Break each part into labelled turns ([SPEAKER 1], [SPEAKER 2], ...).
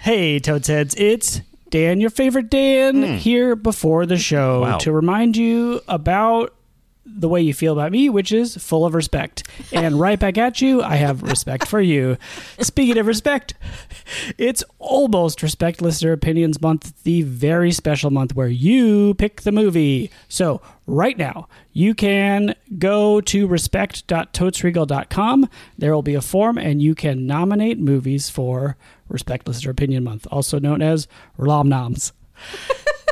[SPEAKER 1] Hey, Toad's Heads, it's Dan, your favorite Dan, here before the show
[SPEAKER 2] Wow.
[SPEAKER 1] to remind you about the way you feel about me, which is full of respect. And right back at you, I have respect for you. Speaking of respect, it's almost Respect Listener Opinions Month, the very special month where you pick the movie. So, right now, you can go to respect.totesregal.com. There will be a form, and you can nominate movies for Respect Listener Opinion Month, also known as Rom Noms.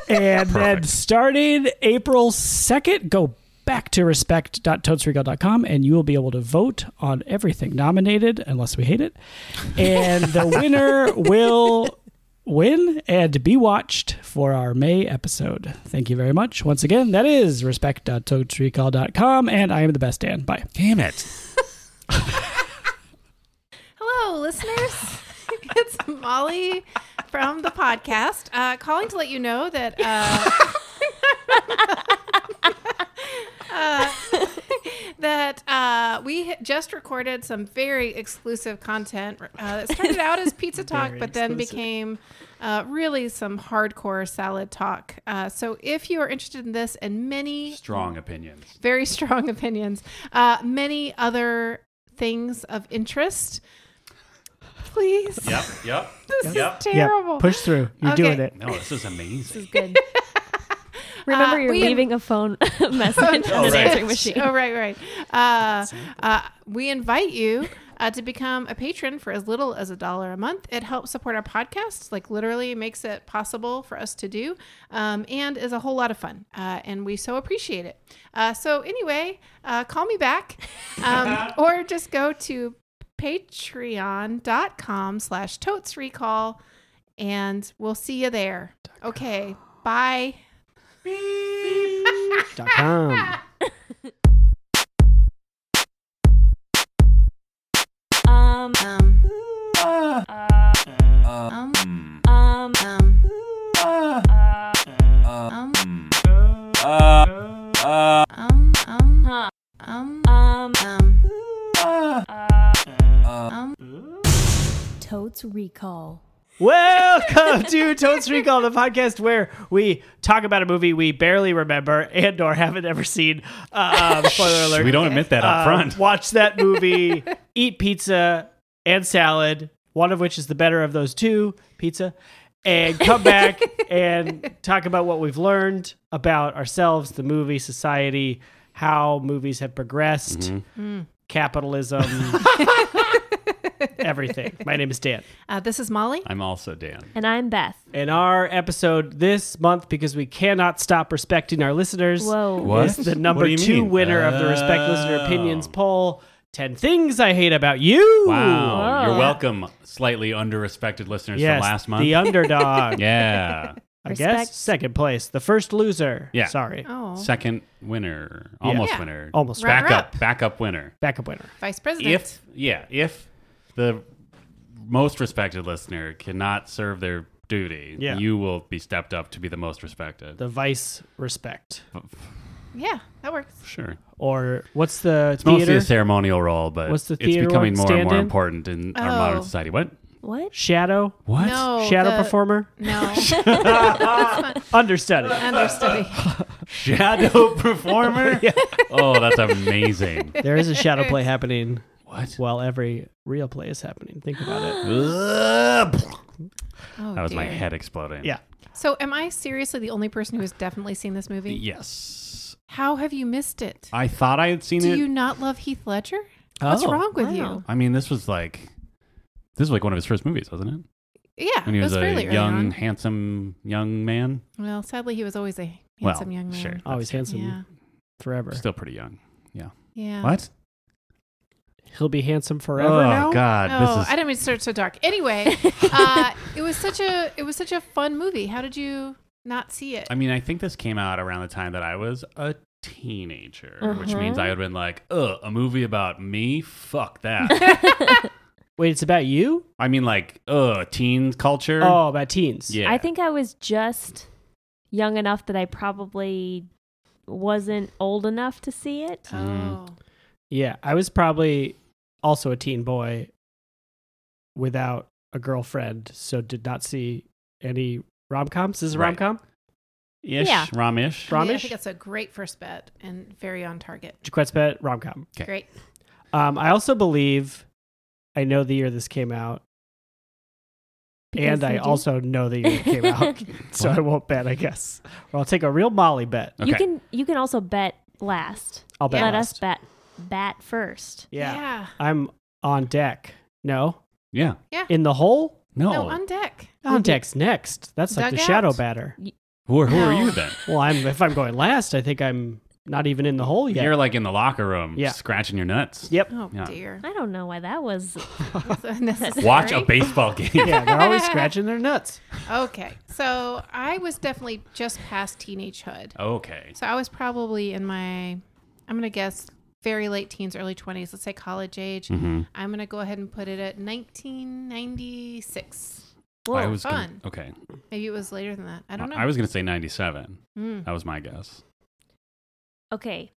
[SPEAKER 1] And then
[SPEAKER 2] Perfect.
[SPEAKER 1] starting April 2nd, go back to respect.toadsregal.com and you will be able to vote on everything nominated, unless we hate it. And the winner will win and be watched for our May episode. Thank you very much. Once again, that is respect.toadsregal.com. And I am the best Dan. Bye.
[SPEAKER 2] Damn it.
[SPEAKER 3] Hello, listeners. it's Molly from the podcast uh, calling to let you know that. Uh, uh, that uh, we h- just recorded some very exclusive content uh, that started out as pizza talk,
[SPEAKER 1] Very
[SPEAKER 3] but then
[SPEAKER 1] exclusive.
[SPEAKER 3] became uh, really some hardcore salad talk. Uh, so, if you are interested in this and many
[SPEAKER 2] Strong opinions.
[SPEAKER 3] very strong opinions. Uh, many other things of interest. Please.
[SPEAKER 2] Yep, yep.
[SPEAKER 3] This is terrible.
[SPEAKER 1] Push through. You're
[SPEAKER 3] Okay.
[SPEAKER 1] doing it.
[SPEAKER 2] No, this is amazing.
[SPEAKER 4] Good. Remember,
[SPEAKER 3] Uh,
[SPEAKER 4] you're
[SPEAKER 3] we have-
[SPEAKER 4] leaving a phone message on
[SPEAKER 2] Oh, right.
[SPEAKER 4] an answering machine.
[SPEAKER 3] Oh, right, right. Uh, uh, we invite you uh, to become a patron for as little as a dollar a month. It helps support our podcast, like literally makes it possible for us to do, um, and is a whole lot of fun. Uh, and we so appreciate it. Uh, so, anyway, uh, call me back um, or just go to patreon.com slash totes recall and we'll see you there. Okay, bye.
[SPEAKER 1] Dot com.
[SPEAKER 4] Um,
[SPEAKER 3] Um, um, um,
[SPEAKER 4] um,
[SPEAKER 3] um, um, um,
[SPEAKER 4] Huh.
[SPEAKER 3] um,
[SPEAKER 4] um.
[SPEAKER 3] um.
[SPEAKER 4] Totes recall.
[SPEAKER 1] Welcome to Totes Recall, the podcast where we talk about a movie we barely remember and or haven't ever seen. Uh, um, spoiler alert.
[SPEAKER 2] We don't admit that up
[SPEAKER 1] Uh,
[SPEAKER 2] front.
[SPEAKER 1] watch that movie, eat pizza and salad, one of which is the better of those two, pizza, and come back and talk about what we've learned about ourselves, the movie, society, how movies have progressed, capitalism, everything. My name is Dan.
[SPEAKER 3] Uh, this is Molly.
[SPEAKER 2] I'm also Dan.
[SPEAKER 4] And I'm Beth.
[SPEAKER 1] And our episode this month, because we cannot stop respecting our listeners,
[SPEAKER 4] Whoa.
[SPEAKER 2] What?
[SPEAKER 1] is the
[SPEAKER 2] What
[SPEAKER 1] number
[SPEAKER 2] do you
[SPEAKER 1] two
[SPEAKER 2] mean?
[SPEAKER 1] winner of the Respect Listener
[SPEAKER 2] Oh.
[SPEAKER 1] Opinions poll 10 Things I Hate About You.
[SPEAKER 2] Wow.
[SPEAKER 4] Whoa.
[SPEAKER 2] You're welcome, slightly underrespected listeners
[SPEAKER 1] Yes,
[SPEAKER 2] from last month.
[SPEAKER 1] the underdog.
[SPEAKER 2] yeah.
[SPEAKER 1] I guess
[SPEAKER 4] Respect.
[SPEAKER 1] second place, the first loser.
[SPEAKER 2] Yeah.
[SPEAKER 1] sorry,
[SPEAKER 3] Oh,
[SPEAKER 2] Second winner. Almost
[SPEAKER 3] Yeah.
[SPEAKER 2] winner.
[SPEAKER 1] almost
[SPEAKER 3] Right.
[SPEAKER 1] right.
[SPEAKER 2] Back
[SPEAKER 3] Runner
[SPEAKER 2] up.
[SPEAKER 3] up.
[SPEAKER 2] Back up winner.
[SPEAKER 1] backup winner.
[SPEAKER 3] vice president.
[SPEAKER 2] If, yeah, if the most respected listener cannot serve their duty,
[SPEAKER 1] Yeah.
[SPEAKER 2] you will be stepped up to be the most respected.
[SPEAKER 1] The vice respect,
[SPEAKER 3] yeah, that works.
[SPEAKER 2] sure.
[SPEAKER 1] or what's the
[SPEAKER 2] It's mostly
[SPEAKER 1] theater?
[SPEAKER 2] a ceremonial role, but
[SPEAKER 1] What's the
[SPEAKER 2] it's
[SPEAKER 1] theater
[SPEAKER 2] becoming
[SPEAKER 1] one?
[SPEAKER 2] more and more
[SPEAKER 1] Stand-in?
[SPEAKER 2] important in our modern
[SPEAKER 3] Oh.
[SPEAKER 2] society. What?
[SPEAKER 4] What?
[SPEAKER 1] Shadow,
[SPEAKER 2] What?
[SPEAKER 3] No,
[SPEAKER 1] shadow
[SPEAKER 3] Oh, the-
[SPEAKER 1] performer,
[SPEAKER 3] No,
[SPEAKER 1] understudy.
[SPEAKER 3] understudy.
[SPEAKER 2] Shadow performer? Oh, that's amazing.
[SPEAKER 1] there is a shadow play happening
[SPEAKER 2] What?
[SPEAKER 1] while every real play is happening. Think about it.
[SPEAKER 2] that
[SPEAKER 3] Oh,
[SPEAKER 2] was my
[SPEAKER 3] dear.
[SPEAKER 2] head exploding.
[SPEAKER 1] Yeah,
[SPEAKER 3] So, am I seriously the only person who has definitely seen this movie?
[SPEAKER 2] Yes.
[SPEAKER 3] How have you missed it?
[SPEAKER 2] I thought I had seen
[SPEAKER 3] Do
[SPEAKER 2] it.
[SPEAKER 3] you not love Heath Ledger? What's
[SPEAKER 1] Oh.
[SPEAKER 3] wrong with
[SPEAKER 4] Wow.
[SPEAKER 2] I mean, this was like this was like one of his first movies, wasn't
[SPEAKER 3] you? Yeah,
[SPEAKER 2] it? When he
[SPEAKER 3] it
[SPEAKER 2] was,
[SPEAKER 3] was
[SPEAKER 2] a
[SPEAKER 3] fairly early
[SPEAKER 2] young,
[SPEAKER 3] on.
[SPEAKER 2] handsome young man.
[SPEAKER 3] Well, sadly, he was always a
[SPEAKER 2] Well,
[SPEAKER 3] handsome young man.
[SPEAKER 2] sure.
[SPEAKER 1] always handsome
[SPEAKER 3] Yeah,
[SPEAKER 1] forever.
[SPEAKER 2] Still pretty young.
[SPEAKER 3] yeah.
[SPEAKER 2] What?
[SPEAKER 1] He'll be handsome forever
[SPEAKER 2] oh
[SPEAKER 1] now.
[SPEAKER 2] God,
[SPEAKER 3] Oh,
[SPEAKER 2] this is
[SPEAKER 3] I didn't mean to start so dark. Anyway, uh, it was such a it was such a fun movie. How did you not see it?
[SPEAKER 2] I mean, I think this came out around the time that I was a teenager, which
[SPEAKER 4] Uh-huh.
[SPEAKER 2] means I would have been like, ugh, a movie about me? Fuck that.
[SPEAKER 1] Wait, it's about you?
[SPEAKER 2] I mean, like, ugh, teen culture?
[SPEAKER 1] Oh, about teens.
[SPEAKER 2] yeah.
[SPEAKER 4] I think I was just young enough that I probably wasn't old enough to see it.
[SPEAKER 2] mm.
[SPEAKER 3] Oh,
[SPEAKER 1] yeah. I was probably also a teen boy without a girlfriend, so did not see any rom coms. This is a
[SPEAKER 2] Right.
[SPEAKER 1] rom com.
[SPEAKER 2] Ish,
[SPEAKER 4] Yeah.
[SPEAKER 2] Ramish.
[SPEAKER 3] I think- I
[SPEAKER 1] Ramesh?
[SPEAKER 3] think that's a great first bet and very on target.
[SPEAKER 1] Jaquette's pet rom com.
[SPEAKER 2] Okay.
[SPEAKER 3] Great.
[SPEAKER 1] Um, I also believe I know the year this came out,
[SPEAKER 4] Because
[SPEAKER 1] and I
[SPEAKER 4] you do?
[SPEAKER 1] also know the year it came out, so I won't bet. I guess, or I'll take a real Molly bet.
[SPEAKER 2] Okay.
[SPEAKER 4] You can you can also bet last.
[SPEAKER 1] I'll bet.
[SPEAKER 4] Let
[SPEAKER 1] last.
[SPEAKER 4] us bet bat first.
[SPEAKER 1] Yeah. I'm on deck. No,
[SPEAKER 2] yeah.
[SPEAKER 1] in the hole.
[SPEAKER 2] No.
[SPEAKER 3] No, on deck.
[SPEAKER 1] On deck's next. That's like the
[SPEAKER 3] Dugout?
[SPEAKER 1] shadow batter.
[SPEAKER 2] who are, who are
[SPEAKER 3] No.
[SPEAKER 2] you then?
[SPEAKER 1] Well, I'm if I'm going last, I think I'm not even in the hole yet.
[SPEAKER 2] You're like in the locker room,
[SPEAKER 1] Yeah.
[SPEAKER 2] scratching your nuts.
[SPEAKER 1] yep.
[SPEAKER 3] Oh
[SPEAKER 2] Yeah.
[SPEAKER 3] dear.
[SPEAKER 4] I don't know why that was.
[SPEAKER 3] That's unnecessary.
[SPEAKER 2] Watch a baseball game.
[SPEAKER 1] Yeah, they're always scratching their nuts.
[SPEAKER 3] Okay. So I was definitely just past teenagehood.
[SPEAKER 2] okay.
[SPEAKER 3] So I was probably in my, I'm going to guess very late teens, early 20s, let's say college age.
[SPEAKER 2] Mhm.
[SPEAKER 3] I'm going to go ahead and put it at 1996.
[SPEAKER 4] Whoa.
[SPEAKER 2] I was
[SPEAKER 3] fun.
[SPEAKER 2] Gonna, okay.
[SPEAKER 3] Maybe it was later than that. I don't know.
[SPEAKER 2] was gonna say 97.
[SPEAKER 3] Mm.
[SPEAKER 2] That was my guess.
[SPEAKER 4] okay.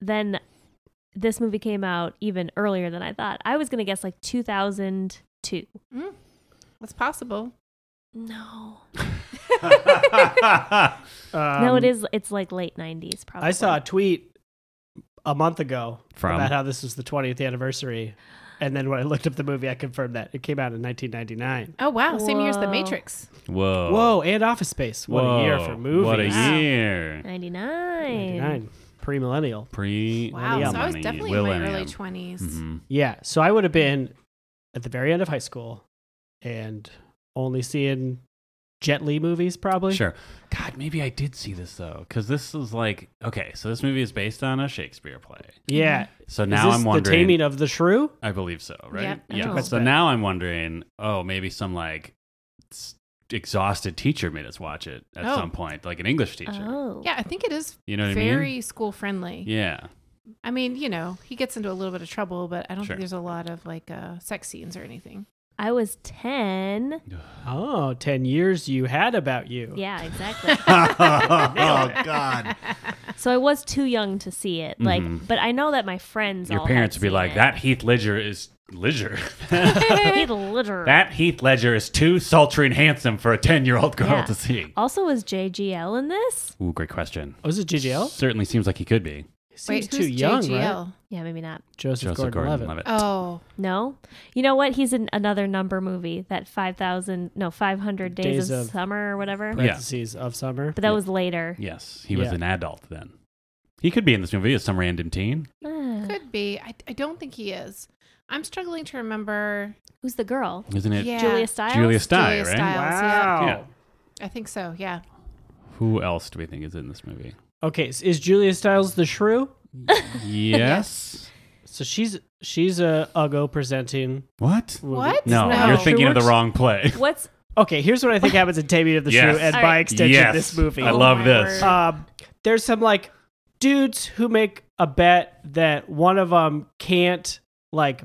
[SPEAKER 4] Then this movie came out even earlier than I thought. I was gonna guess like 2002.
[SPEAKER 3] Mm. That's possible.
[SPEAKER 4] No.
[SPEAKER 1] Um,
[SPEAKER 4] no, it is. It's like late 90s probably.
[SPEAKER 1] I saw a tweet a month ago
[SPEAKER 2] From?
[SPEAKER 1] about how this was the 20th anniversary, and then when I looked up the movie, I confirmed that it came out in 1999.
[SPEAKER 3] Oh, wow. Same year as The
[SPEAKER 4] Whoa.
[SPEAKER 3] Matrix.
[SPEAKER 2] Whoa.
[SPEAKER 1] Whoa, and Office Space. What a year for movies.
[SPEAKER 2] What a
[SPEAKER 3] Wow.
[SPEAKER 2] year.
[SPEAKER 4] 99.
[SPEAKER 1] 99, pre-millennial.
[SPEAKER 2] Pre.
[SPEAKER 3] Wow.
[SPEAKER 1] Yeah.
[SPEAKER 3] So I was
[SPEAKER 2] millennium.
[SPEAKER 3] definitely
[SPEAKER 2] Will
[SPEAKER 3] in
[SPEAKER 2] and
[SPEAKER 3] my early
[SPEAKER 2] Am.
[SPEAKER 3] 20s.
[SPEAKER 2] Mhm.
[SPEAKER 1] Yeah, so I would have been at the very end of high school and only seeing Jet Li movies probably.
[SPEAKER 2] Sure. God, maybe I did see this though, because this is like okay. So this movie is based on a Shakespeare play.
[SPEAKER 1] Yeah.
[SPEAKER 3] Mm-hmm.
[SPEAKER 2] So
[SPEAKER 1] Is
[SPEAKER 2] now
[SPEAKER 1] this
[SPEAKER 2] I'm wondering.
[SPEAKER 1] the taming of the shrew.
[SPEAKER 2] I believe so, right?
[SPEAKER 3] Yep.
[SPEAKER 2] Yeah.
[SPEAKER 4] Oh.
[SPEAKER 2] So now I'm wondering, oh, maybe some like s- exhausted teacher made us watch it at
[SPEAKER 3] Oh.
[SPEAKER 2] some point, like an English teacher.
[SPEAKER 4] Oh.
[SPEAKER 3] Yeah, I think it is
[SPEAKER 2] You know what
[SPEAKER 3] very
[SPEAKER 2] I mean?
[SPEAKER 3] school friendly.
[SPEAKER 2] Yeah.
[SPEAKER 3] I mean, you know, he gets into a little bit of trouble, but I don't
[SPEAKER 2] Sure.
[SPEAKER 3] think there's a lot of like uh, sex scenes or anything.
[SPEAKER 4] I was 10.
[SPEAKER 1] Oh, 10 years you had about you.
[SPEAKER 4] Yeah, exactly.
[SPEAKER 2] oh God.
[SPEAKER 4] so I was too young to see it. Like,
[SPEAKER 2] Mhm.
[SPEAKER 4] but I know that my friends,
[SPEAKER 2] Your
[SPEAKER 4] all
[SPEAKER 2] parents
[SPEAKER 4] had
[SPEAKER 2] would be
[SPEAKER 4] seen
[SPEAKER 2] like,
[SPEAKER 4] it.
[SPEAKER 2] that Heath Ledger is Ledger.
[SPEAKER 4] He literally.
[SPEAKER 2] that Heath Ledger is too sultry and handsome for a ten year old girl
[SPEAKER 4] Yeah.
[SPEAKER 2] to see.
[SPEAKER 4] Also, was JGL in this?
[SPEAKER 2] Ooh, great question.
[SPEAKER 1] Was Oh, it GGL?
[SPEAKER 2] Certainly seems like he could be.
[SPEAKER 1] Seems
[SPEAKER 3] who's
[SPEAKER 1] too young, right?
[SPEAKER 3] JGL?
[SPEAKER 4] Yeah, maybe not.
[SPEAKER 1] Joseph,
[SPEAKER 2] Joseph Gordon
[SPEAKER 1] Gordon-Levitt.
[SPEAKER 2] Levitt.
[SPEAKER 3] Oh,
[SPEAKER 4] No, you know what? He's in another number movie. That five thousand, no, five hundred days,
[SPEAKER 1] Days
[SPEAKER 4] of,
[SPEAKER 1] of-
[SPEAKER 4] summer or whatever.
[SPEAKER 2] Yeah.
[SPEAKER 1] Parentheses of summer.
[SPEAKER 4] But that was later.
[SPEAKER 2] Yes, he was
[SPEAKER 1] Yeah.
[SPEAKER 2] an adult then. He could be in this movie as some random teen.
[SPEAKER 4] Ah,
[SPEAKER 3] could be. I, I don't think he is. I'm struggling to remember.
[SPEAKER 4] who's the girl?
[SPEAKER 2] Isn't it
[SPEAKER 3] Yeah,
[SPEAKER 4] Julia Stiles.
[SPEAKER 2] Julia Stiles,
[SPEAKER 3] Julia
[SPEAKER 2] right?
[SPEAKER 3] Stiles,
[SPEAKER 1] Wow.
[SPEAKER 2] Yeah.
[SPEAKER 3] I think so. Yeah.
[SPEAKER 2] Who else do we think is in this movie?
[SPEAKER 1] Okay, s- is Julia Stiles the shrew?
[SPEAKER 2] yes.
[SPEAKER 1] So she's she's a Uggo presenting.
[SPEAKER 2] What?
[SPEAKER 1] movie.
[SPEAKER 3] What?
[SPEAKER 2] No,
[SPEAKER 3] No.
[SPEAKER 2] you're thinking of the
[SPEAKER 1] Afterwards?
[SPEAKER 2] wrong play.
[SPEAKER 4] What's
[SPEAKER 1] Okay, here's what I think happens in Taming of the
[SPEAKER 2] Yes.
[SPEAKER 1] Shrew and
[SPEAKER 3] All
[SPEAKER 1] by
[SPEAKER 3] right.
[SPEAKER 1] extension
[SPEAKER 2] Yes.
[SPEAKER 1] this movie.
[SPEAKER 2] I love
[SPEAKER 3] Oh my
[SPEAKER 2] this.
[SPEAKER 3] word.
[SPEAKER 1] um, there's some like dudes who make a bet that one of them can't like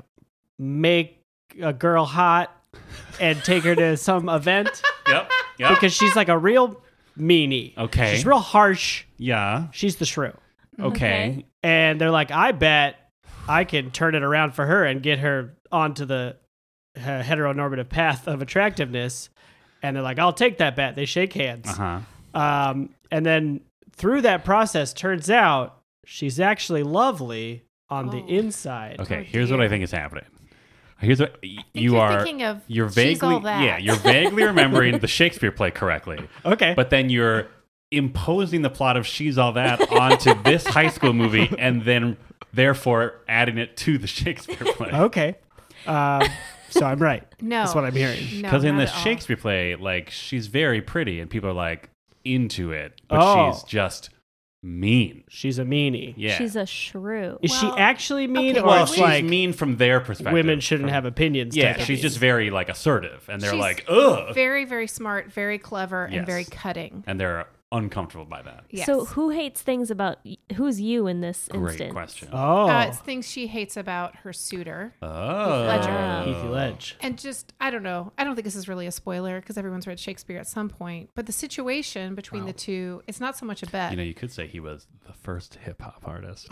[SPEAKER 1] make a girl hot and take her to some event
[SPEAKER 2] yep. Yep.
[SPEAKER 1] because she's like a real meanie.
[SPEAKER 2] Okay.
[SPEAKER 1] She's real harsh.
[SPEAKER 2] yeah.
[SPEAKER 1] She's the shrew.
[SPEAKER 2] Okay.
[SPEAKER 1] And they're like, I bet I can turn it around for her and get her onto the uh, heteronormative path of attractiveness. And they're like, I'll take that bet. They shake hands.
[SPEAKER 2] Uh huh.
[SPEAKER 1] Um, and then through that process, turns out she's actually lovely on the
[SPEAKER 3] Oh.
[SPEAKER 1] inside.
[SPEAKER 2] Okay.
[SPEAKER 3] Oh,
[SPEAKER 2] here's what I
[SPEAKER 3] dear.
[SPEAKER 2] think is happening. Here's what y-
[SPEAKER 3] I think
[SPEAKER 2] you
[SPEAKER 3] you're
[SPEAKER 2] are.
[SPEAKER 3] thinking of
[SPEAKER 2] you're
[SPEAKER 3] She's
[SPEAKER 2] vaguely
[SPEAKER 3] All That.
[SPEAKER 2] yeah. You're vaguely remembering the Shakespeare play correctly,
[SPEAKER 1] Okay.
[SPEAKER 2] but then you're imposing the plot of She's All That onto this high school movie, and then therefore adding it to the Shakespeare play.
[SPEAKER 1] okay. Um, so I'm right.
[SPEAKER 3] no.
[SPEAKER 1] That's what I'm hearing.
[SPEAKER 3] No,
[SPEAKER 2] Because in
[SPEAKER 3] not
[SPEAKER 2] the
[SPEAKER 3] at all.
[SPEAKER 2] Shakespeare play, like she's very pretty and people are like into it, but
[SPEAKER 1] Oh.
[SPEAKER 2] she's just mean.
[SPEAKER 1] She's a meanie.
[SPEAKER 2] Yeah,
[SPEAKER 4] She's a shrew.
[SPEAKER 1] Is
[SPEAKER 3] Well,
[SPEAKER 1] she actually mean
[SPEAKER 3] okay,
[SPEAKER 1] or
[SPEAKER 2] well,
[SPEAKER 1] it's
[SPEAKER 2] she's
[SPEAKER 1] like
[SPEAKER 2] mean from their perspective.
[SPEAKER 1] women shouldn't
[SPEAKER 2] From-
[SPEAKER 1] have opinions?
[SPEAKER 2] Yeah,
[SPEAKER 1] type of
[SPEAKER 2] she's
[SPEAKER 1] mean?
[SPEAKER 2] just very like assertive, and they're
[SPEAKER 3] She's
[SPEAKER 2] like ugh,
[SPEAKER 3] Very, very smart, very clever,
[SPEAKER 2] Yes.
[SPEAKER 3] and very cutting.
[SPEAKER 2] and they're uncomfortable by that.
[SPEAKER 3] Yes.
[SPEAKER 4] So who hates things about y- who's you in this
[SPEAKER 2] Great
[SPEAKER 4] instance?
[SPEAKER 2] question.
[SPEAKER 1] Oh.
[SPEAKER 3] Uh, it's things she hates about her suitor.
[SPEAKER 2] oh,
[SPEAKER 3] Ledger.
[SPEAKER 1] Heathy Ledge.
[SPEAKER 3] And just, I don't know. I don't think this is really a spoiler because everyone's read Shakespeare at some point. But the situation between the two, it's not so much a bet.
[SPEAKER 2] You know, you could say he was the first hip hop artist.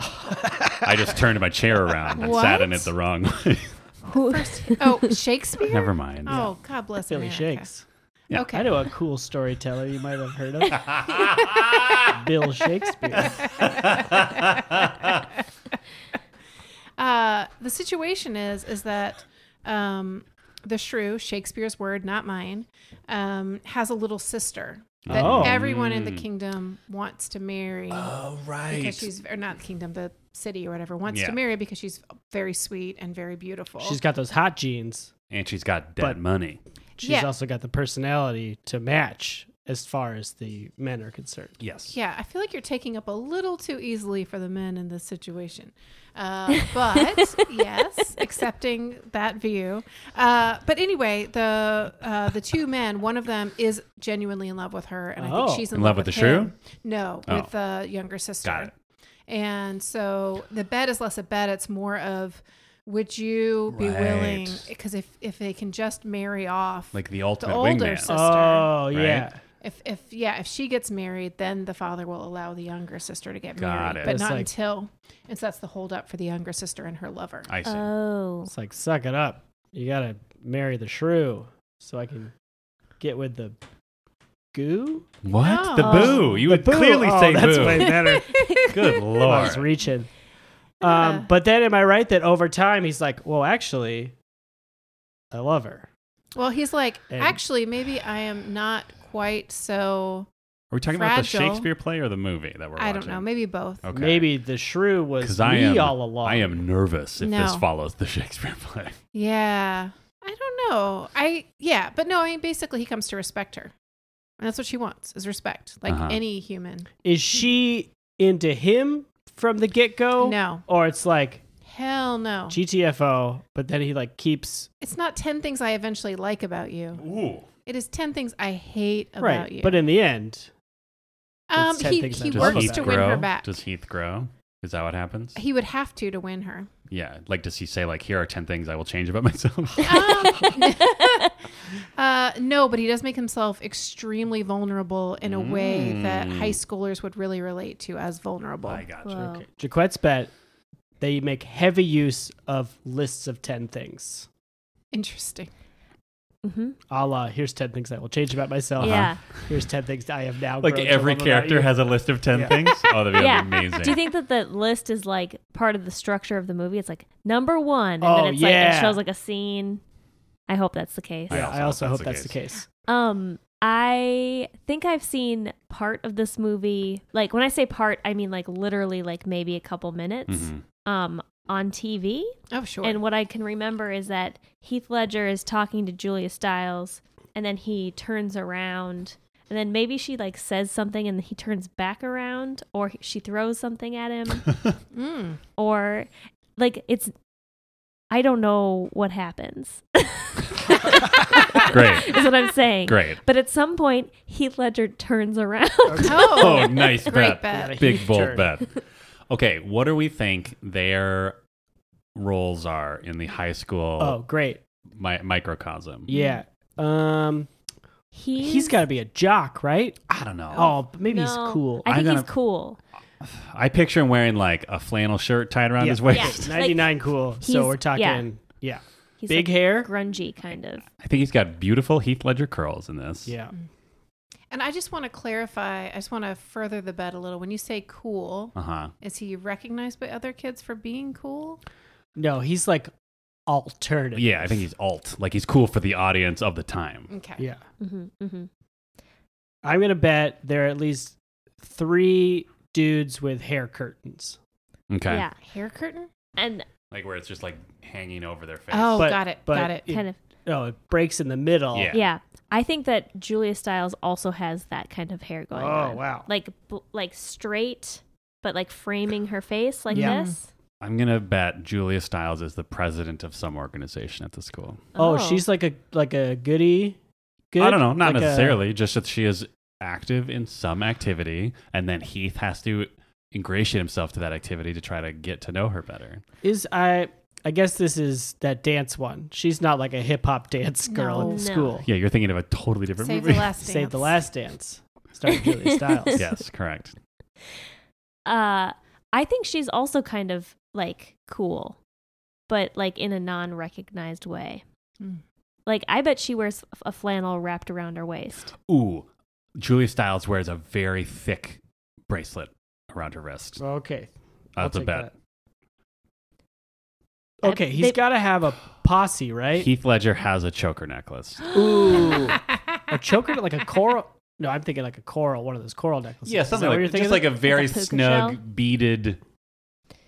[SPEAKER 2] I just turned my chair around and sat in it
[SPEAKER 3] What?
[SPEAKER 2] the wrong way.
[SPEAKER 4] Who?
[SPEAKER 3] Oh, Shakespeare.
[SPEAKER 2] Never mind.
[SPEAKER 3] Oh, God bless
[SPEAKER 1] Billy
[SPEAKER 3] America.
[SPEAKER 1] Shakes.
[SPEAKER 2] Yeah.
[SPEAKER 3] Okay.
[SPEAKER 1] I know a cool storyteller you might have heard of. Bill Shakespeare.
[SPEAKER 3] Uh, the situation is is that um, the shrew, Shakespeare's word, not mine, um, has a little sister that
[SPEAKER 1] Oh.
[SPEAKER 3] everyone in the kingdom wants to marry
[SPEAKER 2] Mm. oh,
[SPEAKER 3] because
[SPEAKER 2] right.
[SPEAKER 3] she's or not the kingdom, the city or whatever wants
[SPEAKER 2] Yeah.
[SPEAKER 3] to marry because she's very sweet and very beautiful.
[SPEAKER 1] She's got those hot jeans.
[SPEAKER 2] And she's got dead
[SPEAKER 1] But-
[SPEAKER 2] money.
[SPEAKER 1] She's
[SPEAKER 3] Yeah.
[SPEAKER 1] also got the personality to match as far as the men are concerned.
[SPEAKER 2] Yes.
[SPEAKER 3] yeah, I feel like you're taking up a little too easily for the men in this situation. Uh, but yes, accepting that view. Uh, but anyway, the uh, the two men, one of them is genuinely in love with her, and I
[SPEAKER 1] Oh.
[SPEAKER 3] think she's in,
[SPEAKER 2] In love with the
[SPEAKER 3] him.
[SPEAKER 2] shrew?
[SPEAKER 3] No,
[SPEAKER 2] Oh.
[SPEAKER 3] with the younger sister.
[SPEAKER 2] Got it.
[SPEAKER 3] And so the bet is less a bet; it's more of, would you be
[SPEAKER 2] Right.
[SPEAKER 3] willing? Because if if they can just marry off
[SPEAKER 2] Like the ultimate
[SPEAKER 3] the older
[SPEAKER 2] wingman.
[SPEAKER 3] sister,
[SPEAKER 1] Oh yeah.
[SPEAKER 3] if if yeah, if she gets married, then the father will allow the younger sister to get
[SPEAKER 2] Got
[SPEAKER 3] married,
[SPEAKER 2] it.
[SPEAKER 3] but
[SPEAKER 1] It's
[SPEAKER 3] not
[SPEAKER 1] like-
[SPEAKER 3] until. And so that's the holdup for the younger sister and her lover.
[SPEAKER 2] I see.
[SPEAKER 4] Oh.
[SPEAKER 1] It's like suck it up. You gotta marry the shrew so I can get with the goo.
[SPEAKER 2] what? The
[SPEAKER 4] Oh.
[SPEAKER 2] boo. You
[SPEAKER 1] The
[SPEAKER 2] would
[SPEAKER 1] boo.
[SPEAKER 2] clearly
[SPEAKER 1] Oh,
[SPEAKER 2] say
[SPEAKER 1] that's
[SPEAKER 2] boo.
[SPEAKER 1] way better.
[SPEAKER 2] Good
[SPEAKER 1] I was
[SPEAKER 2] lord.
[SPEAKER 1] reaching.
[SPEAKER 3] Yeah.
[SPEAKER 1] Um, but then am I right that over time he's like, well, actually, I love her.
[SPEAKER 3] Well, he's like,
[SPEAKER 1] And-
[SPEAKER 3] actually, maybe I am not quite so.
[SPEAKER 2] Are we talking about the
[SPEAKER 3] Fragile.
[SPEAKER 2] Shakespeare play or the movie that we're
[SPEAKER 3] I
[SPEAKER 2] watching?
[SPEAKER 3] don't know. Maybe both.
[SPEAKER 2] Okay.
[SPEAKER 1] Maybe the shrew was
[SPEAKER 2] Because
[SPEAKER 1] me
[SPEAKER 2] I am
[SPEAKER 1] all along.
[SPEAKER 2] I am nervous if this
[SPEAKER 3] No.
[SPEAKER 2] follows the Shakespeare play.
[SPEAKER 3] Yeah, I don't know. I yeah, but no. I mean, basically, he comes to respect her, and that's what she wants is respect, like
[SPEAKER 2] Uh-huh.
[SPEAKER 3] any human.
[SPEAKER 1] Is she into him from the get go?
[SPEAKER 3] No,
[SPEAKER 1] Or it's like
[SPEAKER 3] hell no.
[SPEAKER 1] GTFO, but then he like keeps
[SPEAKER 3] it's not ten things I eventually like about you.
[SPEAKER 2] Ooh.
[SPEAKER 3] It is ten things I hate about
[SPEAKER 1] right.
[SPEAKER 3] you.
[SPEAKER 1] But in the end,
[SPEAKER 3] um,
[SPEAKER 1] it's 10
[SPEAKER 3] he
[SPEAKER 1] things
[SPEAKER 3] he
[SPEAKER 1] I'm just
[SPEAKER 2] Does
[SPEAKER 1] love
[SPEAKER 3] works
[SPEAKER 2] Heath
[SPEAKER 1] about
[SPEAKER 3] to
[SPEAKER 1] you.
[SPEAKER 2] grow?
[SPEAKER 3] win her back.
[SPEAKER 2] Does Heath grow? Is that what happens?
[SPEAKER 3] He would have to to win her.
[SPEAKER 2] yeah. Like, does he say, like, here are 10 things I will change about myself?
[SPEAKER 3] Um, uh, no, but he does make himself extremely vulnerable in a way that
[SPEAKER 2] Mm.
[SPEAKER 3] high schoolers would really relate to as vulnerable.
[SPEAKER 2] I gotcha.
[SPEAKER 4] Whoa.
[SPEAKER 1] okay. Jaquette's bet, they make heavy use of lists of 10 things.
[SPEAKER 3] Interesting.
[SPEAKER 4] hmm
[SPEAKER 1] A la, here's 10 things I will change about myself.
[SPEAKER 4] Yeah.
[SPEAKER 1] Here's 10 things I have now.
[SPEAKER 2] Like
[SPEAKER 1] grown to
[SPEAKER 2] every
[SPEAKER 1] love about
[SPEAKER 2] character
[SPEAKER 1] you.
[SPEAKER 2] has a list of 10
[SPEAKER 1] Yeah.
[SPEAKER 2] things? Oh, that'd be
[SPEAKER 4] Yeah.
[SPEAKER 2] amazing.
[SPEAKER 4] Do you think that the list is like part of the structure of the movie? It's like number one, and
[SPEAKER 1] Oh,
[SPEAKER 4] then it's like
[SPEAKER 1] yeah.
[SPEAKER 4] it shows like a scene. I hope that's the case.
[SPEAKER 2] I
[SPEAKER 1] Yeah, I also hope that's the
[SPEAKER 2] case.
[SPEAKER 1] case.
[SPEAKER 4] Um, I think I've seen part of this movie. Like when I say part, I mean like literally like maybe a couple minutes.
[SPEAKER 2] Mhm.
[SPEAKER 1] Mm-hmm.
[SPEAKER 4] Um, on TV.
[SPEAKER 3] Oh, sure.
[SPEAKER 4] And what I can remember is that Heath Ledger is talking to Julia Stiles, and then he turns around, and then maybe she like says something, and he turns back around, or he- she throws something at him,
[SPEAKER 1] Hmm.
[SPEAKER 3] Mm.
[SPEAKER 4] or like it's. I don't know what happens.
[SPEAKER 2] Great.
[SPEAKER 4] Is what I'm saying.
[SPEAKER 2] Great.
[SPEAKER 4] But at some point, Heath Ledger turns around.
[SPEAKER 3] Oh,
[SPEAKER 2] Oh, nice bet.
[SPEAKER 3] great bet.
[SPEAKER 1] Yeah,
[SPEAKER 2] Big
[SPEAKER 1] huge
[SPEAKER 2] bold
[SPEAKER 1] turn.
[SPEAKER 2] bet. Okay, what do we think their roles are in the high school
[SPEAKER 1] Oh, great.
[SPEAKER 2] mi- microcosm?
[SPEAKER 1] Yeah. Um,
[SPEAKER 4] He's,
[SPEAKER 1] he's got to be a jock, right?
[SPEAKER 2] I don't know.
[SPEAKER 1] Oh, but maybe he's
[SPEAKER 4] no,
[SPEAKER 1] cool.
[SPEAKER 4] I
[SPEAKER 2] I'm
[SPEAKER 4] think he's
[SPEAKER 2] gonna-
[SPEAKER 4] cool.
[SPEAKER 2] I picture him wearing like a flannel shirt tied around
[SPEAKER 1] Yeah.
[SPEAKER 2] his waist.
[SPEAKER 4] Yeah. Like,
[SPEAKER 1] 99 cool.
[SPEAKER 4] he's-
[SPEAKER 1] So we're talking,
[SPEAKER 4] yeah.
[SPEAKER 1] yeah.
[SPEAKER 4] He's
[SPEAKER 1] Big
[SPEAKER 4] like,
[SPEAKER 1] hair.
[SPEAKER 4] grungy kind of.
[SPEAKER 2] I think he's got beautiful Heath Ledger curls in this.
[SPEAKER 1] Yeah.
[SPEAKER 3] And I just want to clarify, I just want to further the bet a little. When you say cool,
[SPEAKER 2] Uh huh.
[SPEAKER 3] is he recognized by other kids for being cool?
[SPEAKER 1] No, he's like alternative.
[SPEAKER 2] Yeah, I think he's alt. Like he's cool for the audience of the time.
[SPEAKER 3] Okay.
[SPEAKER 1] Yeah.
[SPEAKER 4] hmm hmm
[SPEAKER 1] I'm going to bet there are at least three dudes with hair curtains.
[SPEAKER 2] Okay.
[SPEAKER 4] Yeah,
[SPEAKER 3] Hair curtain?
[SPEAKER 4] and
[SPEAKER 2] Like where it's just like hanging over their face.
[SPEAKER 3] Oh,
[SPEAKER 1] But-
[SPEAKER 3] got it.
[SPEAKER 1] but
[SPEAKER 3] got it.
[SPEAKER 4] kind of
[SPEAKER 1] No, Oh, it breaks in the middle.
[SPEAKER 2] Yeah.
[SPEAKER 4] yeah. I think that Julia Stiles also has that kind of hair going
[SPEAKER 1] Oh,
[SPEAKER 4] on.
[SPEAKER 1] wow.
[SPEAKER 4] Like bl- like straight, but like framing her face like
[SPEAKER 1] Yeah.
[SPEAKER 4] this.
[SPEAKER 2] I'm gonna bet Julia Stiles is the president of some organization at the school.
[SPEAKER 1] Oh, she's like a like a goody. Good?
[SPEAKER 2] I don't know, not
[SPEAKER 1] Like a-
[SPEAKER 2] necessarily, just that she is active in some activity, and then Heath has to ingratiate himself to that activity to try to get to know her better.
[SPEAKER 1] is I I guess this is that dance one. She's not like a hip hop dance girl
[SPEAKER 3] No.
[SPEAKER 1] in
[SPEAKER 4] No.
[SPEAKER 1] school.
[SPEAKER 2] Yeah, you're thinking of a totally different
[SPEAKER 3] Save the
[SPEAKER 2] movie.
[SPEAKER 3] last dance.
[SPEAKER 1] Save the last dance. Starring Julia Stiles.
[SPEAKER 2] yes, correct.
[SPEAKER 4] uh I think she's also kind of like cool. but like in a non-recognized way.
[SPEAKER 1] Hmm.
[SPEAKER 3] Mm.
[SPEAKER 4] Like I bet she wears f- a flannel wrapped around her waist.
[SPEAKER 2] Ooh, Julia Stiles wears a very thick bracelet around her wrist.
[SPEAKER 1] Okay. I'll
[SPEAKER 2] That's a
[SPEAKER 1] take
[SPEAKER 2] bet.
[SPEAKER 1] that. Okay, he's
[SPEAKER 4] They-
[SPEAKER 1] got to have a posse, right?
[SPEAKER 2] Heath Ledger has a choker necklace.
[SPEAKER 1] Ooh, a choker like a coral. No, I'm thinking like a coral, one of those coral necklaces.
[SPEAKER 2] Yeah,
[SPEAKER 1] Is that
[SPEAKER 2] something
[SPEAKER 1] what
[SPEAKER 2] like
[SPEAKER 1] you're
[SPEAKER 2] just
[SPEAKER 1] thinking
[SPEAKER 2] like
[SPEAKER 1] of?
[SPEAKER 2] a very
[SPEAKER 4] Like a puka
[SPEAKER 2] snug
[SPEAKER 4] shell?
[SPEAKER 2] beaded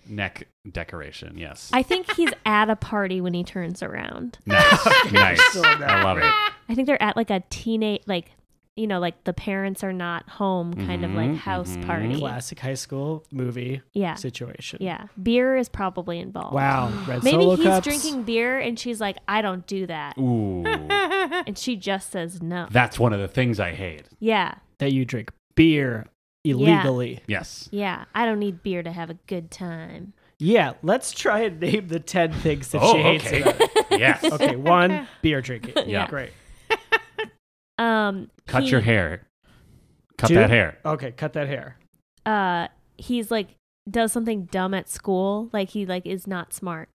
[SPEAKER 2] neck decoration. Yes,
[SPEAKER 4] I think he's at a party when he turns around.
[SPEAKER 2] nice, nice.
[SPEAKER 1] Still in that.
[SPEAKER 2] I love it.
[SPEAKER 4] I think they're at like a teenage like you know like the parents are not home kind of
[SPEAKER 1] Mm-hmm,
[SPEAKER 4] like
[SPEAKER 2] Mhm,
[SPEAKER 4] house
[SPEAKER 2] mhm.
[SPEAKER 4] party.
[SPEAKER 1] classic high school movie
[SPEAKER 4] Yeah.
[SPEAKER 1] situation.
[SPEAKER 4] Yeah. Beer is probably involved.
[SPEAKER 1] Wow. Red
[SPEAKER 4] Maybe
[SPEAKER 1] solo
[SPEAKER 4] he's
[SPEAKER 1] cups.
[SPEAKER 4] drinking beer and she's like, I don't do that.
[SPEAKER 2] Ooh,
[SPEAKER 4] And she just says no.
[SPEAKER 2] that's one of the things I hate.
[SPEAKER 4] yeah.
[SPEAKER 1] that you drink beer illegally.
[SPEAKER 2] Yes,
[SPEAKER 4] Yeah. I don't need beer to have a good time.
[SPEAKER 1] Yeah. let's try and name the ten things that
[SPEAKER 2] Oh,
[SPEAKER 1] she hates.
[SPEAKER 2] okay.
[SPEAKER 1] About it.
[SPEAKER 2] yes.
[SPEAKER 1] Okay, one beer drinking.
[SPEAKER 2] Yeah.
[SPEAKER 1] great.
[SPEAKER 4] Um
[SPEAKER 2] Cut
[SPEAKER 4] he-
[SPEAKER 2] your hair. Cut
[SPEAKER 1] Two?
[SPEAKER 2] that hair.
[SPEAKER 1] Okay, cut that hair.
[SPEAKER 4] uh he's like does something dumb at school. Like he like is not smart.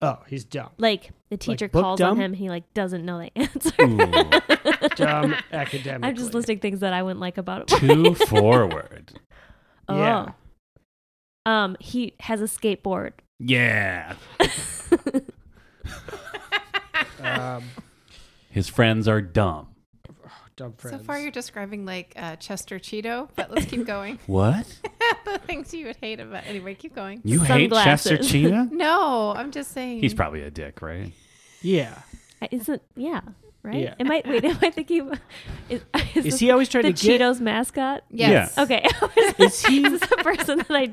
[SPEAKER 1] Oh, he's dumb.
[SPEAKER 4] Like the teacher
[SPEAKER 1] book
[SPEAKER 4] calls on
[SPEAKER 1] dumb?
[SPEAKER 4] him, he like doesn't know the answer.
[SPEAKER 2] Ooh.
[SPEAKER 1] Dumb academic.
[SPEAKER 4] I'm just listing things that I wouldn't like about him.
[SPEAKER 2] Too forward.
[SPEAKER 4] oh.
[SPEAKER 1] Yeah.
[SPEAKER 4] Um, he has a skateboard.
[SPEAKER 2] Yeah.
[SPEAKER 1] Um,
[SPEAKER 2] His friends are dumb.
[SPEAKER 1] dumb friends.
[SPEAKER 3] So far, you're describing like uh, Chester Cheeto, but let's keep going.
[SPEAKER 2] What?
[SPEAKER 3] the things you would hate about. Anyway, keep going.
[SPEAKER 2] You hate
[SPEAKER 4] Sunglasses.
[SPEAKER 2] Chester Cheetah?
[SPEAKER 3] No, I'm just saying.
[SPEAKER 2] He's probably a dick, right?
[SPEAKER 1] yeah.
[SPEAKER 4] I- Isn't yeah, right?
[SPEAKER 1] Yeah.
[SPEAKER 4] Am I wait? Am I thinking? Is,
[SPEAKER 1] Is
[SPEAKER 4] is, this
[SPEAKER 1] he always
[SPEAKER 4] the
[SPEAKER 1] trying to get?
[SPEAKER 4] Cheetos mascot?
[SPEAKER 3] Yes.
[SPEAKER 2] Yeah.
[SPEAKER 4] Okay,
[SPEAKER 1] Is he
[SPEAKER 4] this is the person that I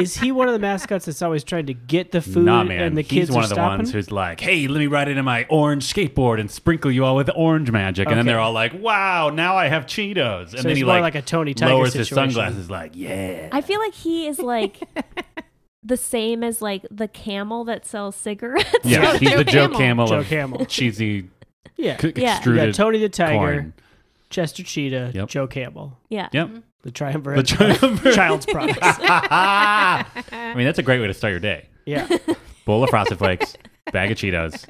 [SPEAKER 1] is he one of the mascots that's always trying to get the food
[SPEAKER 2] nah, man.
[SPEAKER 1] and the kids
[SPEAKER 2] He's one
[SPEAKER 1] are
[SPEAKER 2] of the
[SPEAKER 1] stopping?
[SPEAKER 2] ones who's like, hey, let me ride into my orange skateboard and sprinkle you all with orange magic. And then
[SPEAKER 1] Okay.
[SPEAKER 2] they're all like, wow, now I have Cheetos. And
[SPEAKER 1] So
[SPEAKER 2] then
[SPEAKER 1] he's
[SPEAKER 2] he
[SPEAKER 1] more
[SPEAKER 2] like,
[SPEAKER 1] like a Tony Tiger
[SPEAKER 2] lowers his
[SPEAKER 1] situation.
[SPEAKER 2] sunglasses, like, yeah.
[SPEAKER 4] I feel like he is like the same as like the camel that sells cigarettes.
[SPEAKER 2] yeah, he's
[SPEAKER 3] Joe
[SPEAKER 2] the Joe
[SPEAKER 3] Camel.
[SPEAKER 2] Camel,
[SPEAKER 1] Joe
[SPEAKER 2] of
[SPEAKER 1] Camel.
[SPEAKER 2] cheesy
[SPEAKER 1] yeah.
[SPEAKER 2] c-
[SPEAKER 4] Yeah.
[SPEAKER 1] You got
[SPEAKER 2] extruded
[SPEAKER 1] Tony the Tiger,
[SPEAKER 2] corn.
[SPEAKER 1] Chester Cheetah,
[SPEAKER 2] Yep.
[SPEAKER 1] Joe Campbell,
[SPEAKER 4] Yeah.
[SPEAKER 2] Yep.
[SPEAKER 1] the triumvirate,
[SPEAKER 2] The triumvirate.
[SPEAKER 1] child's products.
[SPEAKER 2] I mean, that's a great way to start your day.
[SPEAKER 1] yeah,
[SPEAKER 2] Bowl of Frosted Flakes, bag of Cheetos,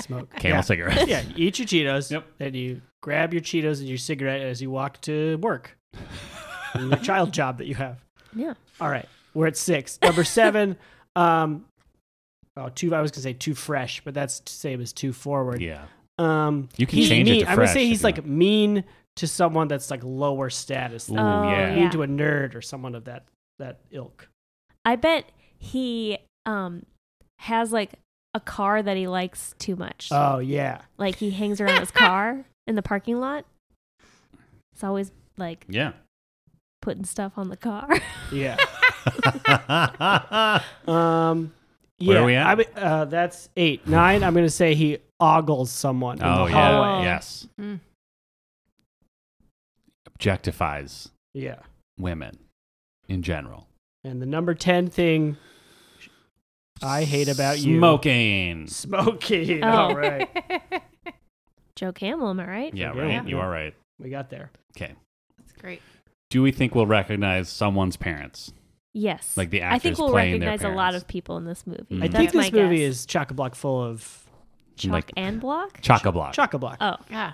[SPEAKER 1] smoke.
[SPEAKER 2] Camel
[SPEAKER 1] yeah.
[SPEAKER 2] cigarettes.
[SPEAKER 1] Yeah, you eat your Cheetos,
[SPEAKER 2] Yep.
[SPEAKER 1] and you grab your Cheetos and your cigarette as you walk to work. the child job that you have.
[SPEAKER 4] Yeah.
[SPEAKER 1] All right, we're at six. Number seven. Um, oh, too. I was gonna say too fresh, but that's the same as too forward.
[SPEAKER 2] Yeah.
[SPEAKER 1] Um,
[SPEAKER 2] You can
[SPEAKER 1] he's
[SPEAKER 2] change it
[SPEAKER 1] mean-
[SPEAKER 2] to
[SPEAKER 1] I would
[SPEAKER 2] fresh
[SPEAKER 1] say
[SPEAKER 2] if
[SPEAKER 1] he's
[SPEAKER 2] you
[SPEAKER 1] like
[SPEAKER 2] want.
[SPEAKER 1] mean to someone that's like lower status,
[SPEAKER 2] Ooh,
[SPEAKER 1] like
[SPEAKER 4] Oh,
[SPEAKER 2] yeah.
[SPEAKER 1] mean
[SPEAKER 4] yeah.
[SPEAKER 1] to a nerd or someone of that that ilk.
[SPEAKER 4] I bet he um has like a car that he likes too much.
[SPEAKER 1] Oh yeah,
[SPEAKER 4] like he hangs around his car in the parking lot. It's always like
[SPEAKER 2] Yeah.
[SPEAKER 4] putting stuff on the car.
[SPEAKER 1] yeah.
[SPEAKER 2] yeah.
[SPEAKER 1] Um, yeah.
[SPEAKER 2] Where are we at?
[SPEAKER 1] I mean, uh, that's eight, nine. I'm gonna say he ogles someone in
[SPEAKER 2] Oh,
[SPEAKER 1] the
[SPEAKER 2] yeah.
[SPEAKER 1] hallway.
[SPEAKER 4] hallway.
[SPEAKER 2] Yes.
[SPEAKER 4] Hmm.
[SPEAKER 3] Mm.
[SPEAKER 2] Objectifies
[SPEAKER 1] Yeah.
[SPEAKER 2] women in general.
[SPEAKER 1] And the number ten thing I hate about you
[SPEAKER 2] Smoking.
[SPEAKER 1] smoking.
[SPEAKER 4] Oh.
[SPEAKER 1] All right,
[SPEAKER 4] Joe Camel, am I right?
[SPEAKER 2] Yeah,
[SPEAKER 1] Yeah.
[SPEAKER 2] right. You are right.
[SPEAKER 1] we got there.
[SPEAKER 2] Okay.
[SPEAKER 3] That's great.
[SPEAKER 2] Do we think we'll recognize someone's parents?
[SPEAKER 4] Yes.
[SPEAKER 2] Like the
[SPEAKER 4] I think
[SPEAKER 2] actors
[SPEAKER 4] we'll
[SPEAKER 2] playing their
[SPEAKER 4] recognize a lot
[SPEAKER 2] parents.
[SPEAKER 4] of people in this movie.
[SPEAKER 2] Mm.
[SPEAKER 1] I
[SPEAKER 2] That's
[SPEAKER 1] think
[SPEAKER 4] my
[SPEAKER 1] this movie
[SPEAKER 4] guess.
[SPEAKER 1] is chock a block full of
[SPEAKER 4] Chalk
[SPEAKER 2] like-
[SPEAKER 4] and Block.
[SPEAKER 2] Chock a block.
[SPEAKER 1] chock a block,
[SPEAKER 4] Oh,
[SPEAKER 3] Yeah.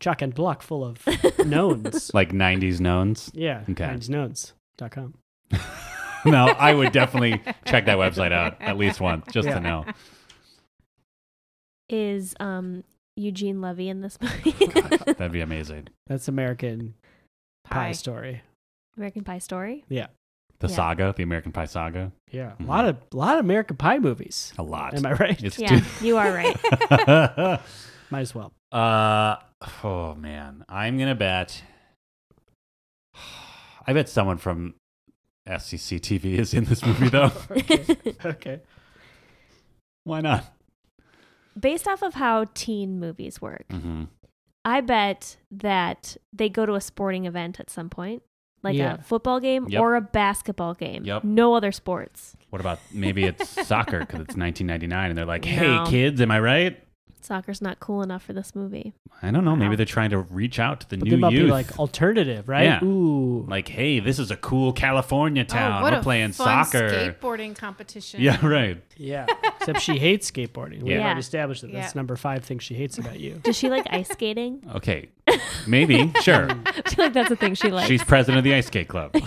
[SPEAKER 1] chock and block full of knowns.
[SPEAKER 2] Like 90s knowns.
[SPEAKER 1] Yeah,
[SPEAKER 2] Okay.
[SPEAKER 1] knowns.com.
[SPEAKER 2] no, I would definitely check that website out at least once just
[SPEAKER 1] Yeah.
[SPEAKER 2] to know.
[SPEAKER 4] is um Eugene Levy in this movie?
[SPEAKER 2] That'd be amazing.
[SPEAKER 1] That's American Pie,
[SPEAKER 3] Pie.
[SPEAKER 1] Story.
[SPEAKER 4] American Pie Story.
[SPEAKER 2] The
[SPEAKER 4] Yeah.
[SPEAKER 2] saga, the American Pie saga.
[SPEAKER 1] Yeah,
[SPEAKER 2] Mhm.
[SPEAKER 1] a lot of a lot of American Pie movies.
[SPEAKER 2] A lot.
[SPEAKER 1] Am I right?
[SPEAKER 2] It's
[SPEAKER 4] Yeah, you are right.
[SPEAKER 2] too-
[SPEAKER 1] Might as well.
[SPEAKER 2] Uh oh man, I'm gonna bet. I bet someone from SCC TV is in this movie though.
[SPEAKER 1] okay. okay.
[SPEAKER 2] Why not?
[SPEAKER 4] Based off of how teen movies work,
[SPEAKER 2] Mm-hmm.
[SPEAKER 4] I bet that they go to a sporting event at some point, like
[SPEAKER 1] Yeah.
[SPEAKER 4] a football game
[SPEAKER 2] Yep.
[SPEAKER 4] or a basketball game.
[SPEAKER 2] Yep.
[SPEAKER 4] No other sports.
[SPEAKER 2] What about maybe it's soccer because it's 1999 and they're like, "Hey
[SPEAKER 4] No.
[SPEAKER 2] kids, am I right?"
[SPEAKER 4] Soccer's not cool enough for this movie.
[SPEAKER 2] I don't know. Maybe they're trying to reach out to the
[SPEAKER 1] But
[SPEAKER 2] new
[SPEAKER 1] they might
[SPEAKER 2] youth.
[SPEAKER 1] be
[SPEAKER 2] Like,
[SPEAKER 1] like alternative, right?
[SPEAKER 2] Yeah.
[SPEAKER 1] Ooh.
[SPEAKER 2] hey, this is a cool California town.
[SPEAKER 3] Oh, what
[SPEAKER 2] We're
[SPEAKER 3] a
[SPEAKER 2] playing
[SPEAKER 3] fun
[SPEAKER 2] soccer.
[SPEAKER 3] skateboarding competition.
[SPEAKER 2] Yeah, right.
[SPEAKER 1] Yeah. Except she hates skateboarding. We've
[SPEAKER 2] Yeah.
[SPEAKER 1] already established that. That's
[SPEAKER 3] Yeah.
[SPEAKER 1] number five thing she hates about you.
[SPEAKER 4] Does she like ice skating?
[SPEAKER 2] Okay, maybe sure.
[SPEAKER 4] I feel like that's a thing she likes.
[SPEAKER 2] She's president of the ice skate club.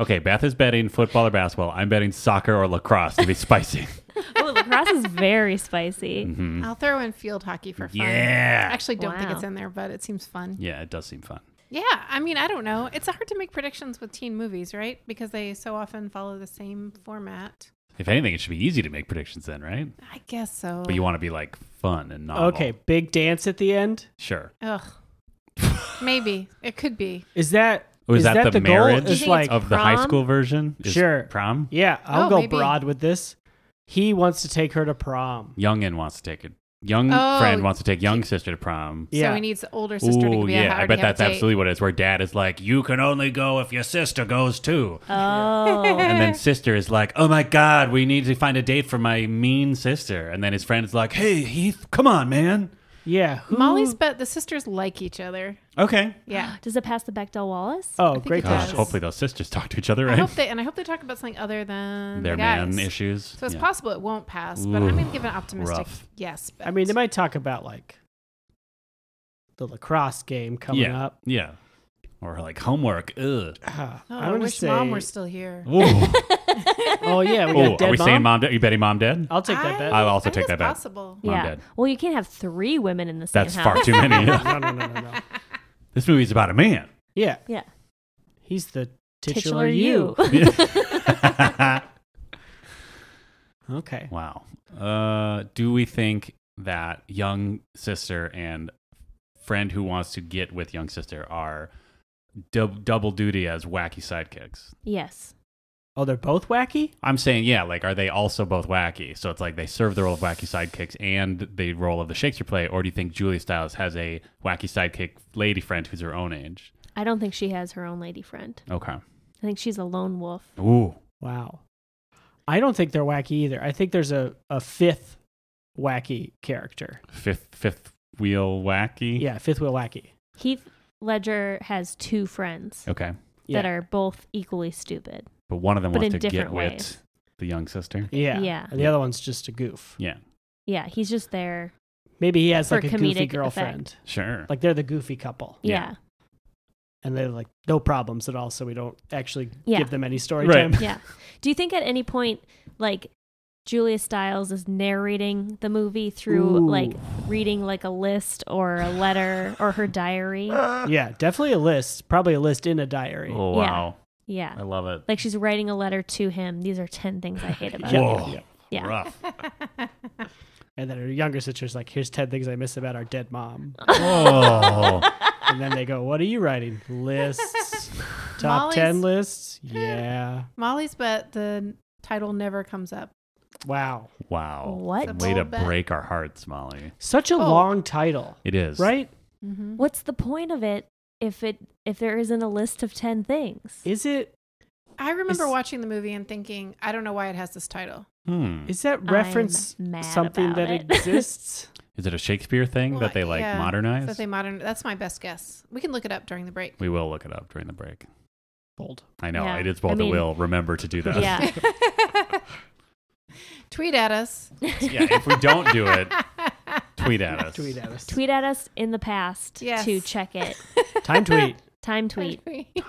[SPEAKER 2] Okay, Beth is betting football or basketball. I'm betting soccer or lacrosse to be spicy.
[SPEAKER 4] oh, lacrosse is very spicy.
[SPEAKER 2] Mm-hmm.
[SPEAKER 3] I'll throw in field hockey for fun.
[SPEAKER 2] Yeah.
[SPEAKER 3] I actually don't think
[SPEAKER 4] Wow.
[SPEAKER 3] it's in there, but it seems fun.
[SPEAKER 2] yeah, it does seem fun.
[SPEAKER 3] Yeah, I mean, I don't know. It's hard to make predictions with teen movies, right? Because they so often follow the same format.
[SPEAKER 2] If anything, it should be easy to make predictions then, right?
[SPEAKER 3] I guess so.
[SPEAKER 2] But you want to be like fun and novel.
[SPEAKER 1] Okay. Big dance at the end.
[SPEAKER 2] sure.
[SPEAKER 3] Ugh. Maybe it could be.
[SPEAKER 1] Is that
[SPEAKER 2] Oh, is that the
[SPEAKER 1] the
[SPEAKER 2] marriage Oh.
[SPEAKER 1] goal?
[SPEAKER 4] You
[SPEAKER 1] It's
[SPEAKER 4] think it's
[SPEAKER 1] like,
[SPEAKER 2] Of the high
[SPEAKER 4] Prom?
[SPEAKER 2] school version, is
[SPEAKER 1] Sure.
[SPEAKER 2] Prom.
[SPEAKER 1] yeah, I'll
[SPEAKER 3] Oh,
[SPEAKER 1] go
[SPEAKER 3] maybe.
[SPEAKER 1] broad with this. He wants to take her to prom.
[SPEAKER 2] Youngin wants to take it. Young
[SPEAKER 3] Oh.
[SPEAKER 2] friend wants to take young sister to prom.
[SPEAKER 1] Yeah.
[SPEAKER 3] So he needs the older sister to
[SPEAKER 2] Oh
[SPEAKER 3] be
[SPEAKER 2] yeah,
[SPEAKER 3] a
[SPEAKER 2] I bet that's absolutely what it is. Where dad is like, "You can only go if your sister goes too,"
[SPEAKER 4] Oh.
[SPEAKER 3] Eh.
[SPEAKER 2] and then sister is like, "Oh my god, we need to find a date for my mean sister." And then his friend is like, "Hey Heath, come on, man."
[SPEAKER 1] Yeah. Who,
[SPEAKER 3] Molly's bet the sisters like each other.
[SPEAKER 2] Okay.
[SPEAKER 3] Yeah.
[SPEAKER 4] Does it pass the Bechdel Wallace?
[SPEAKER 1] Oh,
[SPEAKER 3] think
[SPEAKER 1] great
[SPEAKER 3] it
[SPEAKER 2] Gosh,
[SPEAKER 3] does. Mm-hmm.
[SPEAKER 2] hopefully those sisters talk to each other,
[SPEAKER 3] I
[SPEAKER 2] right?
[SPEAKER 3] hope they and I hope they talk about something other than
[SPEAKER 2] Their
[SPEAKER 3] the guys.
[SPEAKER 2] man issues.
[SPEAKER 3] So it's
[SPEAKER 2] Yeah.
[SPEAKER 3] possible it won't pass, but
[SPEAKER 2] Ooh,
[SPEAKER 3] I'm going to give an optimistic
[SPEAKER 2] rough.
[SPEAKER 3] yes.
[SPEAKER 1] I mean, they
[SPEAKER 3] bet.
[SPEAKER 1] might talk about like the lacrosse game coming
[SPEAKER 2] yeah.
[SPEAKER 1] up.
[SPEAKER 2] Yeah. Or like homework. Ugh.
[SPEAKER 1] Ah,
[SPEAKER 3] Oh,
[SPEAKER 1] I'm
[SPEAKER 3] I
[SPEAKER 1] gonna
[SPEAKER 3] wish
[SPEAKER 1] say,
[SPEAKER 3] mom were still here.
[SPEAKER 2] Ooh.
[SPEAKER 1] Oh yeah, we
[SPEAKER 2] Ooh,
[SPEAKER 1] got dead
[SPEAKER 2] are we
[SPEAKER 1] mom.
[SPEAKER 2] saying mom dead? Are you betting mom
[SPEAKER 3] Oh,
[SPEAKER 2] dead?
[SPEAKER 1] I'll take that bet.
[SPEAKER 2] I'll also
[SPEAKER 3] I think
[SPEAKER 2] take that
[SPEAKER 3] that's
[SPEAKER 2] bet.
[SPEAKER 3] Possible.
[SPEAKER 2] Mom
[SPEAKER 4] yeah.
[SPEAKER 2] dead.
[SPEAKER 4] Well, you can't have three women in the same
[SPEAKER 2] That's
[SPEAKER 4] house.
[SPEAKER 2] far too many. Yeah.
[SPEAKER 1] no, no, no, no, no.
[SPEAKER 2] this movie's about a man.
[SPEAKER 1] Yeah,
[SPEAKER 4] Yeah.
[SPEAKER 1] he's the titular,
[SPEAKER 4] Titular
[SPEAKER 1] you.
[SPEAKER 4] you.
[SPEAKER 1] Okay.
[SPEAKER 2] wow. Uh, do we think that young sister and friend who wants to get with young sister are dub- double duty as wacky sidekicks?
[SPEAKER 4] yes.
[SPEAKER 1] Oh, they're both wacky.
[SPEAKER 2] I'm saying, yeah, like, are they also both wacky? So it's like they serve the role of wacky sidekicks and the role of the Shakespeare play, or do you think Julia Stiles has a wacky sidekick lady friend who's her own age?
[SPEAKER 4] I don't think she has her own lady friend.
[SPEAKER 2] Okay.
[SPEAKER 4] I think she's a lone wolf.
[SPEAKER 2] Ooh.
[SPEAKER 1] Wow. I don't think they're wacky either. I think there's a, a fifth wacky character.
[SPEAKER 2] Fifth fifth wheel wacky.
[SPEAKER 1] Yeah, fifth wheel wacky.
[SPEAKER 4] Heath Ledger has two friends
[SPEAKER 2] Okay.
[SPEAKER 1] Yeah.
[SPEAKER 4] that are both equally stupid.
[SPEAKER 2] But one of them
[SPEAKER 4] But
[SPEAKER 2] wants to
[SPEAKER 4] in
[SPEAKER 2] get
[SPEAKER 4] different
[SPEAKER 2] with
[SPEAKER 4] ways.
[SPEAKER 2] the young sister.
[SPEAKER 1] Yeah.
[SPEAKER 4] Yeah.
[SPEAKER 1] And the other one's just a goof.
[SPEAKER 2] Yeah.
[SPEAKER 4] Yeah, he's just there.
[SPEAKER 1] Maybe he has
[SPEAKER 4] For
[SPEAKER 1] like a goofy
[SPEAKER 4] comedic
[SPEAKER 1] girlfriend.
[SPEAKER 2] Sure.
[SPEAKER 1] Like they're the goofy couple.
[SPEAKER 4] Yeah.
[SPEAKER 1] And they're like no problems at all, so we don't actually
[SPEAKER 4] Yeah.
[SPEAKER 1] give them any story
[SPEAKER 2] Right.
[SPEAKER 1] time.
[SPEAKER 4] Yeah. Do you think at any point, like, Julia Stiles is narrating the movie through
[SPEAKER 1] Ooh.
[SPEAKER 4] like reading like a list or a letter or her diary?
[SPEAKER 1] yeah, definitely a list. Probably a list in a diary.
[SPEAKER 2] oh
[SPEAKER 4] Yeah.
[SPEAKER 2] wow.
[SPEAKER 4] Yeah.
[SPEAKER 2] I love it.
[SPEAKER 4] Like she's writing a letter to him. These are 10 things I hate about
[SPEAKER 1] Yeah.
[SPEAKER 4] you.
[SPEAKER 2] Whoa.
[SPEAKER 1] Yeah.
[SPEAKER 4] Yeah.
[SPEAKER 2] Rough.
[SPEAKER 1] And then her younger sister's like, here's 10 things I miss about our dead mom.
[SPEAKER 2] Oh.
[SPEAKER 1] and then they go, what are you writing? Lists. Top
[SPEAKER 3] Molly's-
[SPEAKER 1] 10 lists?
[SPEAKER 4] Hmm.
[SPEAKER 1] Yeah.
[SPEAKER 3] Molly's bet the title never comes up.
[SPEAKER 1] Wow.
[SPEAKER 2] wow.
[SPEAKER 4] What?
[SPEAKER 3] It's a
[SPEAKER 2] Way to
[SPEAKER 3] bold bet.
[SPEAKER 2] break our hearts, Molly.
[SPEAKER 1] Such a
[SPEAKER 3] Oh.
[SPEAKER 1] long title,
[SPEAKER 2] It is.
[SPEAKER 1] right?
[SPEAKER 3] Mm-hmm.
[SPEAKER 4] What's the point of it if it if there isn't a list of 10 things?
[SPEAKER 1] Is it
[SPEAKER 3] I remember
[SPEAKER 1] It's-
[SPEAKER 3] watching the movie and thinking, I don't know why it has this title.
[SPEAKER 2] Hmm.
[SPEAKER 1] is that
[SPEAKER 4] I'm
[SPEAKER 1] reference
[SPEAKER 4] mad
[SPEAKER 1] something
[SPEAKER 4] about
[SPEAKER 1] that
[SPEAKER 4] it.
[SPEAKER 1] exists?
[SPEAKER 2] Is it a Shakespeare thing
[SPEAKER 3] Well,
[SPEAKER 2] that they like
[SPEAKER 3] yeah,
[SPEAKER 2] modernize?
[SPEAKER 3] That they modern. That's my best guess. We can look it up during the break.
[SPEAKER 2] We will look it up during the break.
[SPEAKER 1] Bold.
[SPEAKER 2] I know.
[SPEAKER 4] Yeah.
[SPEAKER 2] It is both
[SPEAKER 4] I
[SPEAKER 2] that
[SPEAKER 4] mean-
[SPEAKER 2] will remember to do that.
[SPEAKER 4] Yeah.
[SPEAKER 3] Tweet at us.
[SPEAKER 2] Yeah, If we don't do it, tweet at us.
[SPEAKER 1] Tweet at us.
[SPEAKER 4] Tweet at us in the past
[SPEAKER 3] Yes.
[SPEAKER 4] to check it.
[SPEAKER 1] Time tweet.
[SPEAKER 4] Time tweet.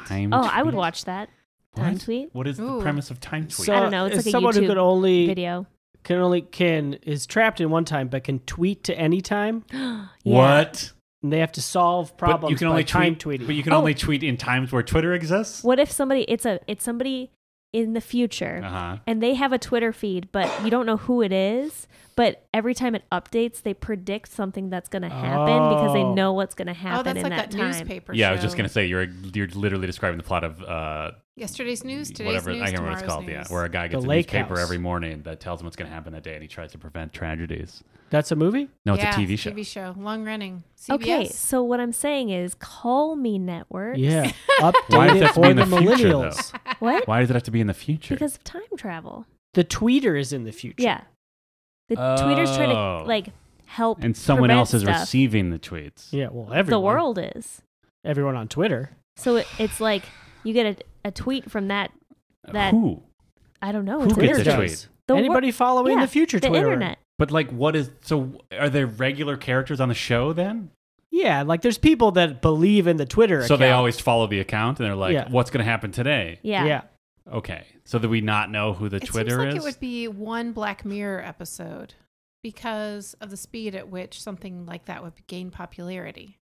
[SPEAKER 2] Time
[SPEAKER 4] Oh, I would
[SPEAKER 2] tweet.
[SPEAKER 4] watch that.
[SPEAKER 2] What?
[SPEAKER 4] Time tweet
[SPEAKER 2] What is the
[SPEAKER 3] Ooh.
[SPEAKER 2] premise of time tweet?
[SPEAKER 1] So
[SPEAKER 4] I don't know, it's
[SPEAKER 1] is
[SPEAKER 4] like a
[SPEAKER 1] someone who
[SPEAKER 4] YouTube
[SPEAKER 1] could only
[SPEAKER 4] video.
[SPEAKER 1] can only can is trapped in one time, but can tweet to any time,
[SPEAKER 4] Yeah.
[SPEAKER 2] What?
[SPEAKER 1] and they have to solve problems.
[SPEAKER 2] but you can only
[SPEAKER 1] by time
[SPEAKER 2] tweet,
[SPEAKER 1] tweeting.
[SPEAKER 2] But you can
[SPEAKER 4] Oh.
[SPEAKER 2] only tweet in times where Twitter exists.
[SPEAKER 4] What if somebody it's a it's somebody in the future
[SPEAKER 2] Uh huh.
[SPEAKER 4] and they have a Twitter feed, but you don't know who it is. But every time it updates, they predict something that's going to happen because they
[SPEAKER 1] Oh.
[SPEAKER 4] know what's going to happen
[SPEAKER 3] Oh, that's
[SPEAKER 4] in
[SPEAKER 3] like
[SPEAKER 4] that,
[SPEAKER 3] that,
[SPEAKER 4] time.
[SPEAKER 3] newspaper.
[SPEAKER 2] Yeah, I was just
[SPEAKER 3] show.
[SPEAKER 2] gonna say you're you're literally describing the plot of uh
[SPEAKER 3] Yesterday's news, today's
[SPEAKER 2] whatever
[SPEAKER 3] news,
[SPEAKER 2] I can't remember what it's
[SPEAKER 3] tomorrow's
[SPEAKER 2] called. Yeah,
[SPEAKER 3] news.
[SPEAKER 2] where a guy gets a
[SPEAKER 1] Lake
[SPEAKER 2] newspaper
[SPEAKER 1] House.
[SPEAKER 2] every morning that tells him what's gonna happen that day, and he tries to prevent tragedies.
[SPEAKER 1] That's a movie.
[SPEAKER 2] No, it's
[SPEAKER 3] Yeah,
[SPEAKER 2] a TV show.
[SPEAKER 3] TV show, long running. CBS.
[SPEAKER 4] Okay, so what I'm saying is, call me network.
[SPEAKER 1] Yeah,
[SPEAKER 2] Why does it
[SPEAKER 1] updated
[SPEAKER 2] have to be
[SPEAKER 1] for
[SPEAKER 2] in
[SPEAKER 1] the,
[SPEAKER 2] the future, though?
[SPEAKER 1] millennials.
[SPEAKER 4] What?
[SPEAKER 2] Why does it have to be in the future?
[SPEAKER 4] Because of time travel.
[SPEAKER 1] the tweeter is in the future.
[SPEAKER 4] Yeah. The tweeters try
[SPEAKER 2] Oh.
[SPEAKER 4] to like help
[SPEAKER 2] and someone
[SPEAKER 4] prevent
[SPEAKER 2] else is
[SPEAKER 4] stuff.
[SPEAKER 2] receiving the tweets.
[SPEAKER 1] Yeah, well, everyone,
[SPEAKER 4] the world is.
[SPEAKER 1] everyone on Twitter.
[SPEAKER 4] So it, it's like you get a, a tweet from that That-
[SPEAKER 2] Uh, Who?
[SPEAKER 4] I don't know
[SPEAKER 2] Who
[SPEAKER 4] Twitter
[SPEAKER 2] gets a
[SPEAKER 4] does.
[SPEAKER 2] tweet?
[SPEAKER 4] The wor-
[SPEAKER 1] Anybody following
[SPEAKER 4] yeah,
[SPEAKER 1] the future
[SPEAKER 4] the
[SPEAKER 1] Twitter?
[SPEAKER 4] internet.
[SPEAKER 2] But like, what is so? Are there regular characters on the show then?
[SPEAKER 1] Yeah, like there's people that believe in the Twitter.
[SPEAKER 2] So they
[SPEAKER 1] account.
[SPEAKER 2] always follow the account and they're like,
[SPEAKER 1] Yeah.
[SPEAKER 2] "What's going to happen today?"
[SPEAKER 4] Yeah.
[SPEAKER 1] yeah.
[SPEAKER 2] Okay, so that we not know who the
[SPEAKER 3] it
[SPEAKER 2] Twitter
[SPEAKER 3] seems like
[SPEAKER 2] is.
[SPEAKER 3] it would be one Black Mirror episode because of the speed at which something like that would gain popularity,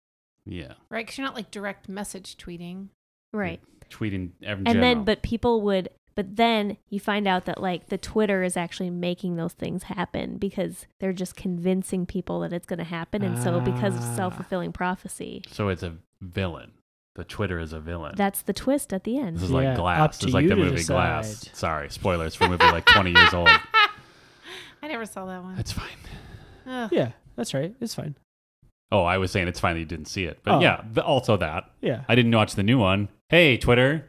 [SPEAKER 2] yeah,
[SPEAKER 3] right? Because you're not like direct message tweeting.
[SPEAKER 4] Right.
[SPEAKER 2] tweeting every.
[SPEAKER 4] And then but people would but then you find out that like the Twitter is actually making those things happen because they're just convincing people that it's going to happen and so because of
[SPEAKER 1] Ah.
[SPEAKER 4] self-fulfilling prophecy.
[SPEAKER 2] so it's a villain. The Twitter is a villain.
[SPEAKER 4] That's the twist at the end.
[SPEAKER 2] this is
[SPEAKER 1] Yeah,
[SPEAKER 2] like
[SPEAKER 1] up
[SPEAKER 2] Glass.
[SPEAKER 1] to
[SPEAKER 2] This is like
[SPEAKER 1] you
[SPEAKER 2] the
[SPEAKER 1] to
[SPEAKER 2] movie Glass.
[SPEAKER 1] decide.
[SPEAKER 2] Sorry, spoilers for a movie like twenty years old.
[SPEAKER 3] I never saw that one.
[SPEAKER 2] That's fine.
[SPEAKER 3] Ugh.
[SPEAKER 1] Yeah, that's right. It's fine.
[SPEAKER 2] Oh, I was saying it's fine that you didn't see it, but
[SPEAKER 1] Oh.
[SPEAKER 2] yeah, th- also that
[SPEAKER 1] Yeah.
[SPEAKER 2] I didn't watch the new one. Hey, Twitter.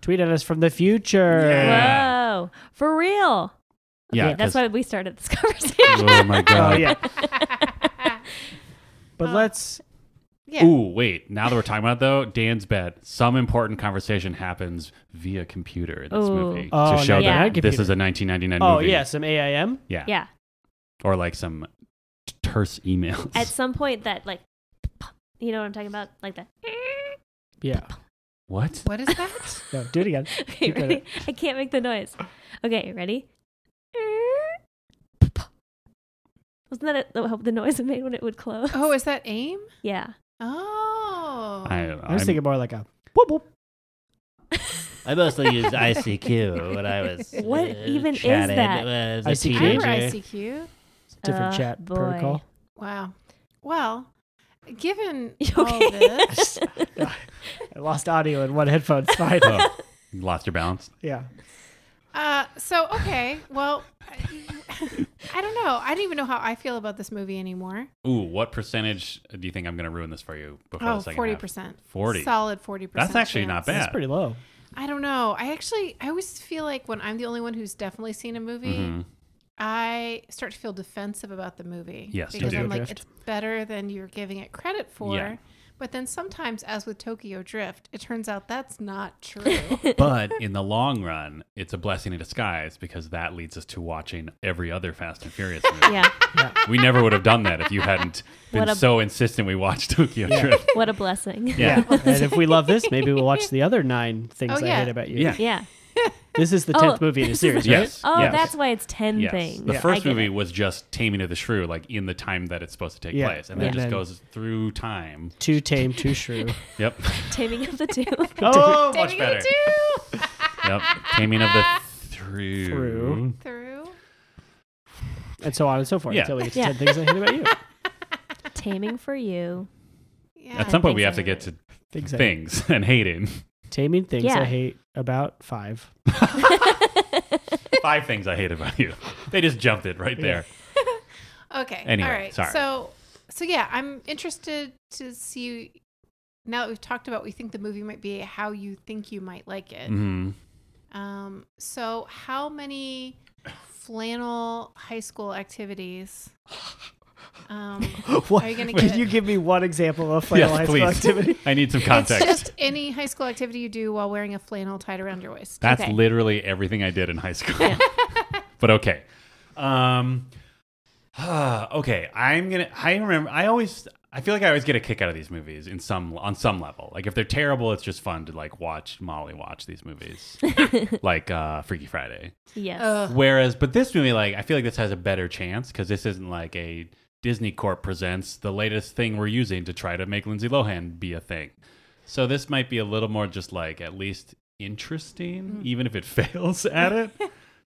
[SPEAKER 1] Tweet at us from the future.
[SPEAKER 2] Yeah.
[SPEAKER 4] Whoa. For real.
[SPEAKER 2] Yeah,
[SPEAKER 4] Okay, that's
[SPEAKER 2] 'cause-
[SPEAKER 4] why we started this conversation.
[SPEAKER 2] oh my god.
[SPEAKER 1] Oh, yeah. But
[SPEAKER 3] Uh,
[SPEAKER 1] let's.
[SPEAKER 3] yeah.
[SPEAKER 2] Ooh, wait. Now that we're talking about it, though, Dan's bet. Some important conversation happens via computer in this
[SPEAKER 4] Ooh.
[SPEAKER 2] movie
[SPEAKER 1] Oh,
[SPEAKER 2] to show
[SPEAKER 4] yeah.
[SPEAKER 2] that
[SPEAKER 1] Yeah,
[SPEAKER 2] this
[SPEAKER 1] computer.
[SPEAKER 2] is a 1999
[SPEAKER 1] Oh,
[SPEAKER 2] movie.
[SPEAKER 1] yeah, some AIM.
[SPEAKER 2] yeah,
[SPEAKER 4] yeah.
[SPEAKER 2] or like some t- terse emails.
[SPEAKER 4] At some point that like you know what I'm talking about? Like that.
[SPEAKER 1] Yeah.
[SPEAKER 2] what?
[SPEAKER 3] What is that?
[SPEAKER 1] No, do it again.
[SPEAKER 4] Okay,
[SPEAKER 1] Keep at
[SPEAKER 4] ready? I can't make the noise. Okay, ready? Wasn't that a, the, the noise it made when it would close?
[SPEAKER 3] oh, is that aim?
[SPEAKER 4] Yeah.
[SPEAKER 3] Oh.
[SPEAKER 2] I, I'm,
[SPEAKER 1] I was thinking more like a whoop whoop.
[SPEAKER 5] I mostly used ICQ when I was.
[SPEAKER 4] What
[SPEAKER 5] uh,
[SPEAKER 4] even is
[SPEAKER 5] chatting,
[SPEAKER 4] that?
[SPEAKER 5] uh, as a
[SPEAKER 1] ICQ?
[SPEAKER 3] I
[SPEAKER 1] Teenager.
[SPEAKER 3] remember ICQ.
[SPEAKER 1] It's a different
[SPEAKER 4] Uh,
[SPEAKER 1] chat
[SPEAKER 4] boy.
[SPEAKER 1] protocol.
[SPEAKER 3] Wow. Well, given
[SPEAKER 4] You
[SPEAKER 3] all
[SPEAKER 4] okay?
[SPEAKER 3] this,
[SPEAKER 1] I lost audio in one headphone. It's fine.
[SPEAKER 2] Oh, you lost your balance.
[SPEAKER 1] yeah.
[SPEAKER 3] Uh, so okay, well, I, I don't know. I don't even know how I feel about this movie anymore.
[SPEAKER 2] Ooh, what percentage do you think I'm going to ruin this for you before
[SPEAKER 3] Oh,
[SPEAKER 2] the second
[SPEAKER 3] forty
[SPEAKER 2] half?
[SPEAKER 3] percent,
[SPEAKER 2] 40.
[SPEAKER 3] solid forty percent.
[SPEAKER 2] That's actually not
[SPEAKER 1] That's
[SPEAKER 2] bad.
[SPEAKER 1] pretty low.
[SPEAKER 3] I don't know. I actually, I always feel like when I'm the only one who's definitely seen a movie,
[SPEAKER 2] Mhm.
[SPEAKER 3] I start to feel defensive about the movie.
[SPEAKER 2] Yes, you
[SPEAKER 3] because
[SPEAKER 2] do.
[SPEAKER 3] I'm like,
[SPEAKER 1] Drift.
[SPEAKER 3] it's better than you're giving it credit for.
[SPEAKER 2] Yeah.
[SPEAKER 3] But then sometimes, as with Tokyo Drift, it turns out that's not true.
[SPEAKER 2] but in the long run, it's a blessing in disguise because that leads us to watching every other Fast and Furious movie.
[SPEAKER 4] yeah.
[SPEAKER 2] We never would have done that if you hadn't been
[SPEAKER 4] What a-
[SPEAKER 2] so insistent we watched Tokyo Drift.
[SPEAKER 4] What a blessing.
[SPEAKER 2] Yeah.
[SPEAKER 1] and if we love this, maybe we'll watch the other nine things
[SPEAKER 3] Oh,
[SPEAKER 1] I
[SPEAKER 3] yeah.
[SPEAKER 1] hate about you.
[SPEAKER 2] Yeah.
[SPEAKER 4] Yeah.
[SPEAKER 1] This is the
[SPEAKER 4] Oh,
[SPEAKER 1] tenth movie in a series, right?
[SPEAKER 2] Yes.
[SPEAKER 4] Oh,
[SPEAKER 2] yes.
[SPEAKER 4] that's why it's 10
[SPEAKER 2] Yes.
[SPEAKER 4] things.
[SPEAKER 2] The
[SPEAKER 1] Yeah.
[SPEAKER 4] I
[SPEAKER 2] first
[SPEAKER 4] get
[SPEAKER 2] movie
[SPEAKER 4] it.
[SPEAKER 2] was just Taming of the Shrew, like in the time that it's supposed to take
[SPEAKER 1] Yeah.
[SPEAKER 2] place. And then
[SPEAKER 1] And
[SPEAKER 2] it just
[SPEAKER 1] then-
[SPEAKER 2] goes through time.
[SPEAKER 1] Too tame, too shrew.
[SPEAKER 2] Yep.
[SPEAKER 4] Taming of the Tomb.
[SPEAKER 2] oh, much
[SPEAKER 3] Taking
[SPEAKER 2] better.
[SPEAKER 3] it too.
[SPEAKER 2] Yep. Taming of the Through.
[SPEAKER 1] Through.
[SPEAKER 3] Through.
[SPEAKER 1] and so on and so forth
[SPEAKER 2] Yeah.
[SPEAKER 1] until we get to
[SPEAKER 4] Yeah.
[SPEAKER 1] ten things I hate about you.
[SPEAKER 4] Taming for you.
[SPEAKER 3] Yeah.
[SPEAKER 2] At some point,
[SPEAKER 4] Things
[SPEAKER 2] we have to
[SPEAKER 4] I hate.
[SPEAKER 2] get to
[SPEAKER 1] Things, I hate.
[SPEAKER 2] things and hating.
[SPEAKER 1] taming things
[SPEAKER 4] Yeah.
[SPEAKER 1] I hate about five.
[SPEAKER 2] Five things I hate about you. They just jumped it right there.
[SPEAKER 3] Okay.
[SPEAKER 2] Anyway,
[SPEAKER 3] All right.
[SPEAKER 2] sorry.
[SPEAKER 3] So, so yeah, I'm interested to see now that we've talked about what we think the movie might be, how you think you might like it.
[SPEAKER 2] hmm
[SPEAKER 3] Um, so, how many flannel high school activities um,
[SPEAKER 1] What?
[SPEAKER 3] are you going to
[SPEAKER 1] Can
[SPEAKER 3] get?
[SPEAKER 1] you give me one example of flannel high
[SPEAKER 2] Yes,
[SPEAKER 1] school
[SPEAKER 2] please.
[SPEAKER 1] activity?
[SPEAKER 2] I need some
[SPEAKER 3] it's
[SPEAKER 2] context.
[SPEAKER 3] just any high school activity you do while wearing a flannel tied around your waist.
[SPEAKER 2] That's
[SPEAKER 4] Okay.
[SPEAKER 2] literally everything I did in high school. but okay. Um okay, I'm going to I remember I always I feel like I always get a kick out of these movies in some on some level. Like if they're terrible, it's just fun to like watch Molly watch these movies. like uh Freaky Friday.
[SPEAKER 4] Yes.
[SPEAKER 3] Ugh.
[SPEAKER 2] Whereas but this movie like I feel like this has a better chance cuz this isn't like a Disney Corp presents the latest thing we're using to try to make Lindsay Lohan be a thing. So this might be a little more just like at least interesting, even if it fails at it.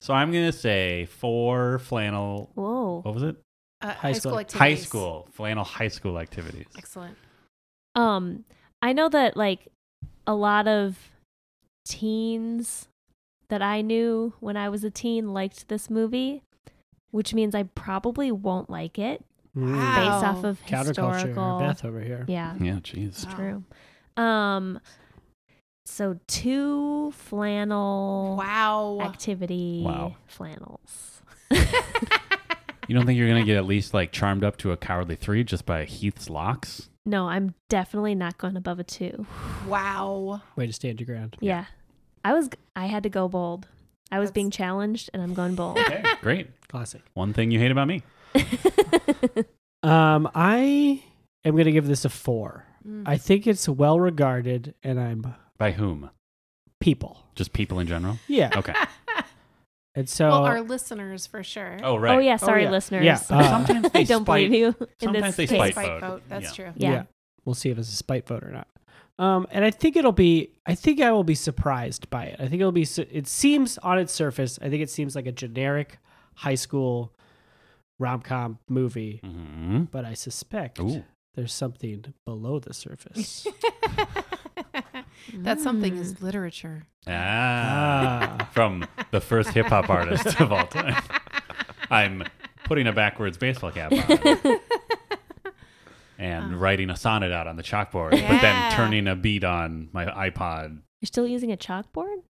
[SPEAKER 2] so I'm gonna say four flannel.
[SPEAKER 4] Whoa.
[SPEAKER 2] What was it?
[SPEAKER 3] uh,
[SPEAKER 1] High school. High
[SPEAKER 2] High
[SPEAKER 3] activities.
[SPEAKER 2] school flannel high school activities.
[SPEAKER 3] Excellent.
[SPEAKER 4] Um, I know that like a lot of teens that I knew when I was a teen liked this movie, which means I probably won't like it
[SPEAKER 1] Mm.
[SPEAKER 3] Wow.
[SPEAKER 4] based off of historical.
[SPEAKER 1] Counterculture, Beth over here.
[SPEAKER 4] Yeah,
[SPEAKER 2] Yeah, jeez.
[SPEAKER 4] it's
[SPEAKER 3] Wow.
[SPEAKER 4] true. Um, so two flannel
[SPEAKER 3] Wow.
[SPEAKER 4] activity
[SPEAKER 2] Wow.
[SPEAKER 4] flannels.
[SPEAKER 2] You don't think you're gonna get at least like charmed up to a cowardly three just by Heath's locks?
[SPEAKER 4] No, I'm definitely not going above a two.
[SPEAKER 3] Wow.
[SPEAKER 1] Way to stand your ground.
[SPEAKER 4] Yeah. I was I had to go bold. I was
[SPEAKER 3] That's-
[SPEAKER 4] being challenged and I'm going bold.
[SPEAKER 2] Okay, great.
[SPEAKER 1] Classic.
[SPEAKER 2] One thing you hate about me.
[SPEAKER 1] Um, I am going to give this a four.
[SPEAKER 3] Mm.
[SPEAKER 1] I think it's well regarded, and I'm
[SPEAKER 2] By whom?
[SPEAKER 1] people.
[SPEAKER 2] Just people in general.
[SPEAKER 1] Yeah.
[SPEAKER 2] Okay.
[SPEAKER 1] And so,
[SPEAKER 3] well, our listeners for sure.
[SPEAKER 2] Oh right.
[SPEAKER 4] Oh yeah, sorry
[SPEAKER 1] yeah.
[SPEAKER 4] listeners.
[SPEAKER 1] Yeah, uh,
[SPEAKER 2] Sometimes they
[SPEAKER 4] I don't
[SPEAKER 2] spite-
[SPEAKER 4] believe you in
[SPEAKER 2] sometimes
[SPEAKER 4] this
[SPEAKER 2] they spite
[SPEAKER 4] case.
[SPEAKER 2] vote.
[SPEAKER 3] Spite vote. That's
[SPEAKER 2] Yeah.
[SPEAKER 3] true.
[SPEAKER 4] Yeah.
[SPEAKER 1] we'll see if it's a spite vote or not. Um, and I think it'll be. I think I will be surprised by it. I think it'll be. su- It seems on its surface. I think it seems like a generic high school rom com movie,
[SPEAKER 2] hmm
[SPEAKER 1] but I suspect
[SPEAKER 2] Ooh.
[SPEAKER 1] there's something below the surface.
[SPEAKER 3] that something
[SPEAKER 1] Mm.
[SPEAKER 3] is literature.
[SPEAKER 2] Ah.
[SPEAKER 1] ah,
[SPEAKER 2] From the first hip hop artist of all time. I'm putting a backwards baseball cap on. And writing a sonnet out on the chalkboard, but then
[SPEAKER 3] Oh. Yeah.
[SPEAKER 2] turning a beat on my iPod.
[SPEAKER 4] You're still using a chalkboard?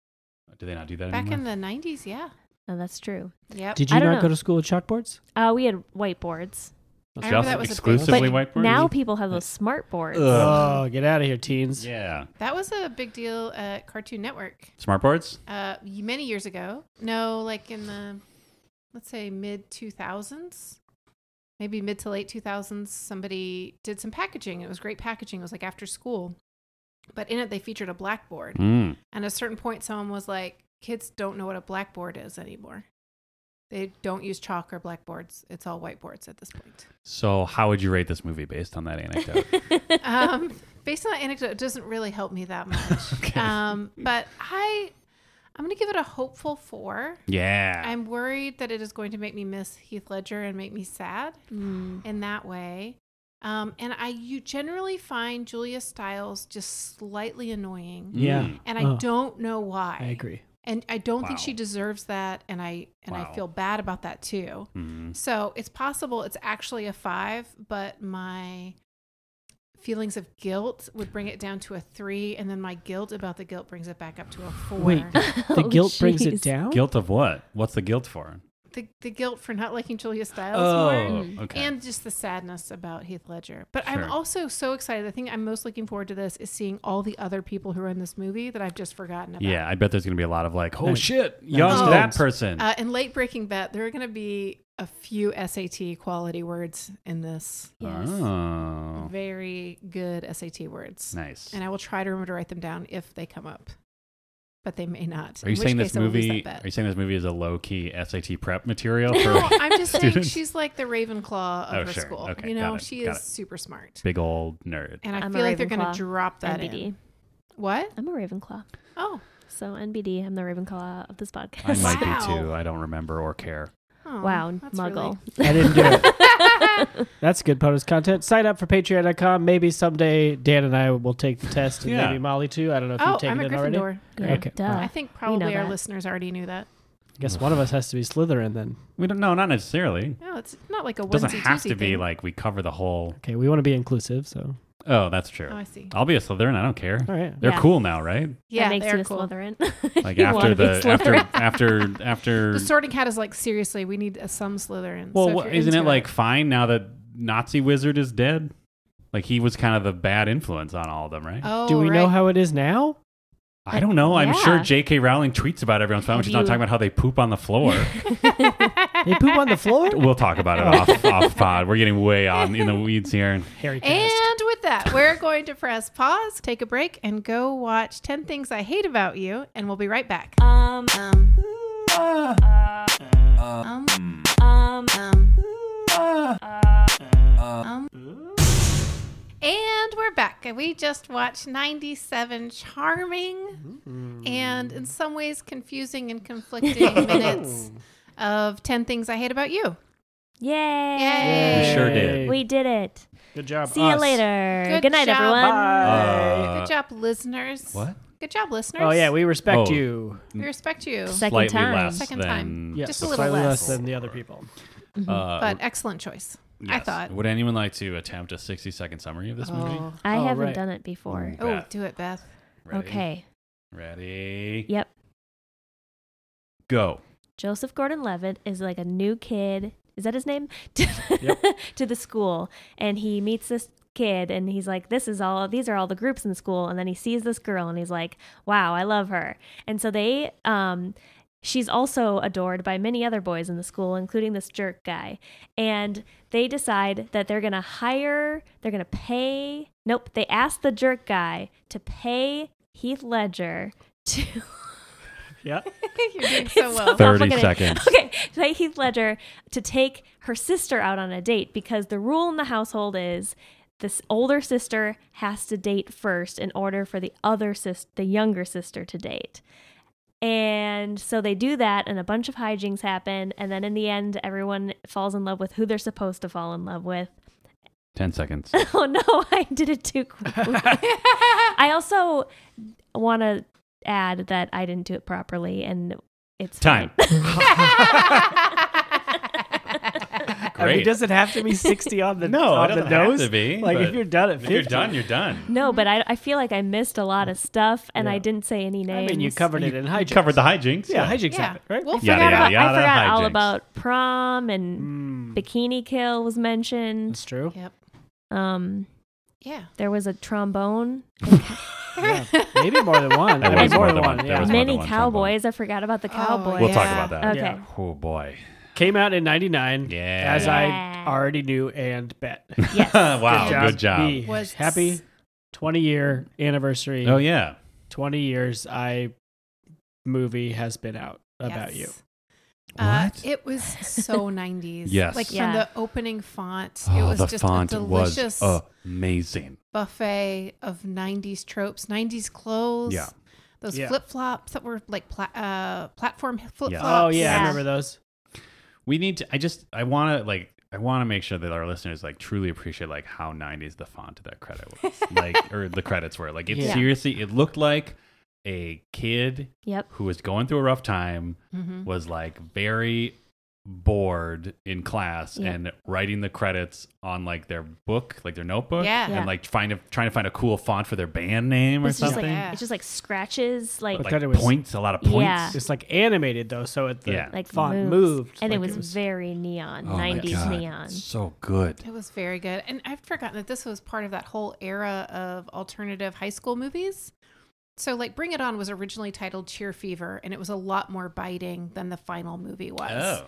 [SPEAKER 2] Do they not do that
[SPEAKER 3] Back
[SPEAKER 2] anymore?
[SPEAKER 3] in the 90s, yeah.
[SPEAKER 4] No, that's true.
[SPEAKER 3] Yep.
[SPEAKER 1] did
[SPEAKER 4] I
[SPEAKER 1] you
[SPEAKER 4] don't
[SPEAKER 1] not go
[SPEAKER 4] know.
[SPEAKER 1] to school with chalkboards?
[SPEAKER 4] Uh, we had whiteboards.
[SPEAKER 3] I remember
[SPEAKER 2] Just
[SPEAKER 3] that was a big
[SPEAKER 2] exclusively
[SPEAKER 3] thing.
[SPEAKER 2] whiteboard?
[SPEAKER 4] Now people have those smart boards.
[SPEAKER 2] Ugh.
[SPEAKER 1] Oh, get out of here, teens!
[SPEAKER 2] Yeah.
[SPEAKER 3] That was a big deal at Cartoon Network
[SPEAKER 2] Smartboards?
[SPEAKER 3] uh, many years ago. No, like in the, let's say, mid 2000s, maybe mid to late 2000s, somebody did some packaging. It was great packaging. It was like after school. But in it, they featured a blackboard.
[SPEAKER 2] Mm.
[SPEAKER 3] And at a certain point, someone was like, kids don't know what a blackboard is anymore. They don't use chalk or blackboards. It's all whiteboards at this point.
[SPEAKER 2] So, how would you rate this movie based on that anecdote?
[SPEAKER 3] um, based on that anecdote, it doesn't really help me that much.
[SPEAKER 2] Okay.
[SPEAKER 3] Um, but I, I'm going to give it a hopeful four.
[SPEAKER 2] yeah.
[SPEAKER 3] I'm worried that it is going to make me miss Heath Ledger and make me sad
[SPEAKER 4] Mm.
[SPEAKER 3] in that way. Um, and I, you generally find Julia Stiles just slightly annoying,
[SPEAKER 2] Mm. Hmm.
[SPEAKER 1] Yeah,
[SPEAKER 3] and I
[SPEAKER 1] Oh.
[SPEAKER 3] don't know why.
[SPEAKER 1] I agree.
[SPEAKER 3] and I don't think
[SPEAKER 2] Wow.
[SPEAKER 3] she deserves that, and I and
[SPEAKER 2] Wow.
[SPEAKER 3] I feel bad about that too.
[SPEAKER 2] Mm.
[SPEAKER 3] So it's possible it's actually a five, but my feelings of guilt would bring it down to a three, and then my guilt about the guilt brings it back up to a four.
[SPEAKER 1] Wait, the
[SPEAKER 4] Oh,
[SPEAKER 1] guilt brings
[SPEAKER 4] jeez.
[SPEAKER 1] it down.
[SPEAKER 2] Guilt of what? What's the guilt for?
[SPEAKER 3] The, the guilt for not liking Julia Stiles more.
[SPEAKER 2] Oh, okay.
[SPEAKER 3] And just the sadness about Heath Ledger. But
[SPEAKER 2] Sure.
[SPEAKER 3] I'm also so excited. The thing I'm most looking forward to this is seeing all the other people who are in this movie that I've just forgotten about.
[SPEAKER 2] yeah, I bet there's going to be a lot of like, oh
[SPEAKER 1] Nice.
[SPEAKER 2] shit, young
[SPEAKER 3] Nice.
[SPEAKER 2] that
[SPEAKER 1] Oh.
[SPEAKER 2] person.
[SPEAKER 3] Uh, in late breaking bet, there are going to be a few SAT quality words in this.
[SPEAKER 4] Yes.
[SPEAKER 2] Oh,
[SPEAKER 3] Very good SAT words.
[SPEAKER 2] nice.
[SPEAKER 3] And I will try to remember to write them down if they come up, but they may not.
[SPEAKER 2] Are you
[SPEAKER 3] in
[SPEAKER 2] saying
[SPEAKER 3] which
[SPEAKER 2] this
[SPEAKER 3] case I will lose
[SPEAKER 2] movie?
[SPEAKER 3] that
[SPEAKER 2] Are
[SPEAKER 3] bet.
[SPEAKER 2] you saying this movie is a low key SAT prep material for
[SPEAKER 3] No, I'm just saying
[SPEAKER 2] students?
[SPEAKER 3] she's like the Ravenclaw
[SPEAKER 2] Oh,
[SPEAKER 3] of her
[SPEAKER 2] sure.
[SPEAKER 3] school.
[SPEAKER 2] Okay,
[SPEAKER 3] you know,
[SPEAKER 2] got it,
[SPEAKER 3] she
[SPEAKER 2] got
[SPEAKER 3] is
[SPEAKER 2] it.
[SPEAKER 3] super smart.
[SPEAKER 2] big old nerd?
[SPEAKER 3] And I
[SPEAKER 4] I'm a
[SPEAKER 3] feel like they're going
[SPEAKER 4] Ravenclaw,
[SPEAKER 3] to drop that
[SPEAKER 4] NBD.
[SPEAKER 3] in. What?
[SPEAKER 4] I'm a Ravenclaw.
[SPEAKER 3] Oh.
[SPEAKER 4] So NBD, I'm the Ravenclaw of this
[SPEAKER 2] I
[SPEAKER 4] podcast.
[SPEAKER 2] might be
[SPEAKER 3] Wow.
[SPEAKER 2] too. I don't remember or care.
[SPEAKER 3] Oh,
[SPEAKER 4] wow,
[SPEAKER 3] that's really-
[SPEAKER 4] muggle.
[SPEAKER 1] I didn't do it. That's good POTUS content. Sign up for patreon.com. Maybe someday Dan and I will take the test and
[SPEAKER 2] Yeah.
[SPEAKER 1] maybe Molly too. I don't know if
[SPEAKER 3] Oh,
[SPEAKER 1] you've
[SPEAKER 3] I'm
[SPEAKER 1] taken
[SPEAKER 3] a
[SPEAKER 1] it
[SPEAKER 3] Gryffindor.
[SPEAKER 1] already.
[SPEAKER 4] Good.
[SPEAKER 1] Okay.
[SPEAKER 4] Duh.
[SPEAKER 3] I think probably our
[SPEAKER 4] Oh, that.
[SPEAKER 3] listeners already knew that.
[SPEAKER 1] I guess one of us has to be Slytherin then.
[SPEAKER 2] We don't. No, not necessarily.
[SPEAKER 3] No, Oh, it's not like a
[SPEAKER 2] It doesn't
[SPEAKER 3] onesie
[SPEAKER 2] have
[SPEAKER 3] twosie
[SPEAKER 2] to be
[SPEAKER 3] thing.
[SPEAKER 2] like we cover the whole.
[SPEAKER 1] Okay, we want to be inclusive, so
[SPEAKER 2] Oh, that's true.
[SPEAKER 3] Oh, I see.
[SPEAKER 2] I'll be a Slytherin. I don't care.
[SPEAKER 1] all right.
[SPEAKER 2] They're
[SPEAKER 4] Yeah.
[SPEAKER 2] cool now, right?
[SPEAKER 3] Yeah,
[SPEAKER 4] that makes
[SPEAKER 3] they're
[SPEAKER 4] you a
[SPEAKER 3] cool.
[SPEAKER 4] Slytherin.
[SPEAKER 2] Like
[SPEAKER 4] You
[SPEAKER 2] after
[SPEAKER 4] wanna be
[SPEAKER 2] the after
[SPEAKER 4] Slytherin.
[SPEAKER 2] after after
[SPEAKER 3] The Sorting Hat is like seriously, we need a, some Slytherin.
[SPEAKER 2] Well,
[SPEAKER 3] So if
[SPEAKER 2] what-
[SPEAKER 3] you're
[SPEAKER 2] isn't it
[SPEAKER 3] into
[SPEAKER 2] like fine now that Nazi wizard is dead? Like he was kind of the bad influence on all of them, right?
[SPEAKER 3] Oh,
[SPEAKER 1] Do we know
[SPEAKER 3] right.
[SPEAKER 1] how it is now?
[SPEAKER 2] I don't know. I'm sure
[SPEAKER 4] Yeah.
[SPEAKER 2] J.K. Rowling tweets about it every once in a while. when She's not
[SPEAKER 4] You-
[SPEAKER 2] talking about how they poop on the floor.
[SPEAKER 1] They poop on the floor?
[SPEAKER 2] we'll talk about it off off pod. We're getting way on in the weeds here.
[SPEAKER 1] Harry Cast.
[SPEAKER 3] And with that, we're going to press pause, take a break, and go watch 10 Things I Hate About You, and we'll be right back.
[SPEAKER 4] um,
[SPEAKER 3] Um. Um. Um. Um. Um. And we're back. We just watched 97 charming and in some ways confusing and conflicting minutes of 10 Things I Hate About You.
[SPEAKER 4] yay!
[SPEAKER 3] Yay.
[SPEAKER 2] We sure did.
[SPEAKER 4] We did it.
[SPEAKER 1] Good job.
[SPEAKER 4] See you
[SPEAKER 1] us.
[SPEAKER 4] later. Good,
[SPEAKER 3] Good
[SPEAKER 4] night,
[SPEAKER 3] job.
[SPEAKER 4] everyone.
[SPEAKER 2] Uh,
[SPEAKER 3] Good job, listeners.
[SPEAKER 2] What?
[SPEAKER 3] Good job, listeners.
[SPEAKER 1] Oh yeah, we respect
[SPEAKER 2] Oh.
[SPEAKER 1] you.
[SPEAKER 3] we respect you.
[SPEAKER 4] Second
[SPEAKER 2] Slightly
[SPEAKER 4] time.
[SPEAKER 2] less
[SPEAKER 3] Second
[SPEAKER 2] than
[SPEAKER 3] time.
[SPEAKER 1] Yes,
[SPEAKER 3] Just a little
[SPEAKER 1] slightly
[SPEAKER 3] less. Mm-hmm.
[SPEAKER 1] than the other people.
[SPEAKER 2] uh,
[SPEAKER 3] But excellent choice. I
[SPEAKER 2] yes.
[SPEAKER 3] thought.
[SPEAKER 2] Would anyone like to attempt a 60 second summary of this movie?
[SPEAKER 3] Oh,
[SPEAKER 4] I
[SPEAKER 1] Oh,
[SPEAKER 4] haven't
[SPEAKER 1] right.
[SPEAKER 4] done it before.
[SPEAKER 3] oh
[SPEAKER 2] Beth.
[SPEAKER 3] do it, Beth.
[SPEAKER 2] Ready?
[SPEAKER 4] Okay.
[SPEAKER 2] Ready?
[SPEAKER 4] Yep.
[SPEAKER 2] Go.
[SPEAKER 4] Joseph Gordon Levitt is like a new kid Is that his name? To, to the school, and he meets this kid, and he's like, "This is all. These are all the groups in school." And then he sees this girl, and he's like, "Wow, I love her." And so they, um, she's also adored by many other boys in the school, including this jerk guy, and they decide that they're gonna hire, they're gonna pay. Nope, they ask the jerk guy to pay Heath Ledger to.
[SPEAKER 1] Yeah.
[SPEAKER 3] You're doing so
[SPEAKER 4] It's
[SPEAKER 3] well.
[SPEAKER 4] so
[SPEAKER 2] 30
[SPEAKER 4] complicated.
[SPEAKER 2] seconds.
[SPEAKER 4] Okay, to take Heath Ledger to take her sister out on a date because the rule in the household is this older sister has to date first in order for the other sis, the younger sister, to date. And so they do that, and a bunch of hijinks happen. And then in the end, everyone falls in love with who they're supposed to fall in love with.
[SPEAKER 2] 10 seconds.
[SPEAKER 4] Oh no, I did it too quickly. I also want to add that I didn't do it properly, and it's
[SPEAKER 2] Time.
[SPEAKER 4] fine.
[SPEAKER 1] I mean,
[SPEAKER 2] Great.
[SPEAKER 1] does it have to be 60 on the,
[SPEAKER 2] No,
[SPEAKER 1] on
[SPEAKER 2] it
[SPEAKER 1] the
[SPEAKER 2] doesn't have
[SPEAKER 1] nose?
[SPEAKER 2] to be,
[SPEAKER 1] like, if
[SPEAKER 2] but
[SPEAKER 1] you're done at
[SPEAKER 2] If
[SPEAKER 1] 50.
[SPEAKER 2] you're done, you're done.
[SPEAKER 4] No,
[SPEAKER 1] Mm-hmm.
[SPEAKER 4] but I, I feel like I missed a lot of stuff and I didn't say any
[SPEAKER 1] I
[SPEAKER 4] names.
[SPEAKER 1] mean, you covered it in hijinks.
[SPEAKER 2] Covered the hijinks.
[SPEAKER 1] Yeah, hijinks
[SPEAKER 3] Yeah.
[SPEAKER 1] happen, right?
[SPEAKER 3] We'll
[SPEAKER 2] Yada,
[SPEAKER 3] figure out
[SPEAKER 2] yada,
[SPEAKER 3] about
[SPEAKER 2] yada.
[SPEAKER 4] I forgot all
[SPEAKER 2] hijinks.
[SPEAKER 4] about prom
[SPEAKER 2] Hmm,
[SPEAKER 1] Mm.
[SPEAKER 4] and Bikini Kill was mentioned.
[SPEAKER 1] That's true.
[SPEAKER 3] Yep.
[SPEAKER 4] Um,
[SPEAKER 3] Yeah.
[SPEAKER 4] there was a trombone.
[SPEAKER 1] Yeah. Maybe more than one.
[SPEAKER 2] There
[SPEAKER 1] I mean,
[SPEAKER 2] was more than one. There
[SPEAKER 1] yeah.
[SPEAKER 2] was-
[SPEAKER 4] Many
[SPEAKER 2] one trombone.
[SPEAKER 4] cowboys. I forgot about the
[SPEAKER 3] Oh,
[SPEAKER 4] cowboys.
[SPEAKER 2] We'll talk
[SPEAKER 3] Yeah.
[SPEAKER 2] about that.
[SPEAKER 4] Okay.
[SPEAKER 1] Yeah.
[SPEAKER 2] Oh, boy.
[SPEAKER 1] Came out in 99.
[SPEAKER 2] Yeah.
[SPEAKER 1] As
[SPEAKER 4] Yeah.
[SPEAKER 1] I already knew and bet.
[SPEAKER 4] Yes.
[SPEAKER 2] wow. Good job.
[SPEAKER 1] B.
[SPEAKER 3] Was-
[SPEAKER 1] Happy 20 year anniversary.
[SPEAKER 2] Oh, yeah.
[SPEAKER 1] 20 years I movie has been out about you.
[SPEAKER 3] Uh,
[SPEAKER 2] What?
[SPEAKER 3] it was so 90s.
[SPEAKER 2] Yes.
[SPEAKER 3] Like from
[SPEAKER 4] Yeah.
[SPEAKER 3] the opening font, it
[SPEAKER 2] Oh,
[SPEAKER 3] was
[SPEAKER 2] the
[SPEAKER 3] just
[SPEAKER 2] font
[SPEAKER 3] a delicious
[SPEAKER 2] was uh, amazing.
[SPEAKER 3] buffet of 90s tropes, 90s clothes.
[SPEAKER 2] Yeah.
[SPEAKER 3] Those
[SPEAKER 1] Yeah.
[SPEAKER 3] flip flops that were like pla- uh, platform flip flops.
[SPEAKER 1] Oh yeah, I
[SPEAKER 4] Yeah.
[SPEAKER 1] remember those.
[SPEAKER 2] We need to. I just. I want to like. I want to make sure that our listeners like truly appreciate like how '90s the font of that credit was, like or the credits were. Like it
[SPEAKER 1] Yeah.
[SPEAKER 2] seriously, it looked like a kid
[SPEAKER 4] Yep.
[SPEAKER 2] who was going through a rough time
[SPEAKER 3] Mhm.
[SPEAKER 2] was like very bored in class
[SPEAKER 4] Yeah.
[SPEAKER 2] and writing the credits on like their book, like their notebook,
[SPEAKER 3] Yeah.
[SPEAKER 2] and
[SPEAKER 4] Yeah.
[SPEAKER 2] like trying to trying to find a cool font for their band name or
[SPEAKER 4] It's just
[SPEAKER 2] something.
[SPEAKER 4] like
[SPEAKER 3] Yeah.
[SPEAKER 4] it's just like scratches, like
[SPEAKER 1] But
[SPEAKER 2] like
[SPEAKER 1] that it was-
[SPEAKER 2] points, a lot of points.
[SPEAKER 4] Yeah.
[SPEAKER 1] It's like animated though, so it the
[SPEAKER 2] Yeah.
[SPEAKER 4] like
[SPEAKER 1] font
[SPEAKER 4] moves.
[SPEAKER 1] moved,
[SPEAKER 4] and it,
[SPEAKER 1] like
[SPEAKER 4] was very neon,
[SPEAKER 2] Oh my
[SPEAKER 4] 90s
[SPEAKER 2] God,
[SPEAKER 4] neon.
[SPEAKER 2] So good.
[SPEAKER 3] It was very good. And I've forgotten that this was part of that whole era of alternative high school movies. So, like, Bring It On was originally titled Cheer Fever, and it was a lot more biting than the final movie was.
[SPEAKER 2] Oh.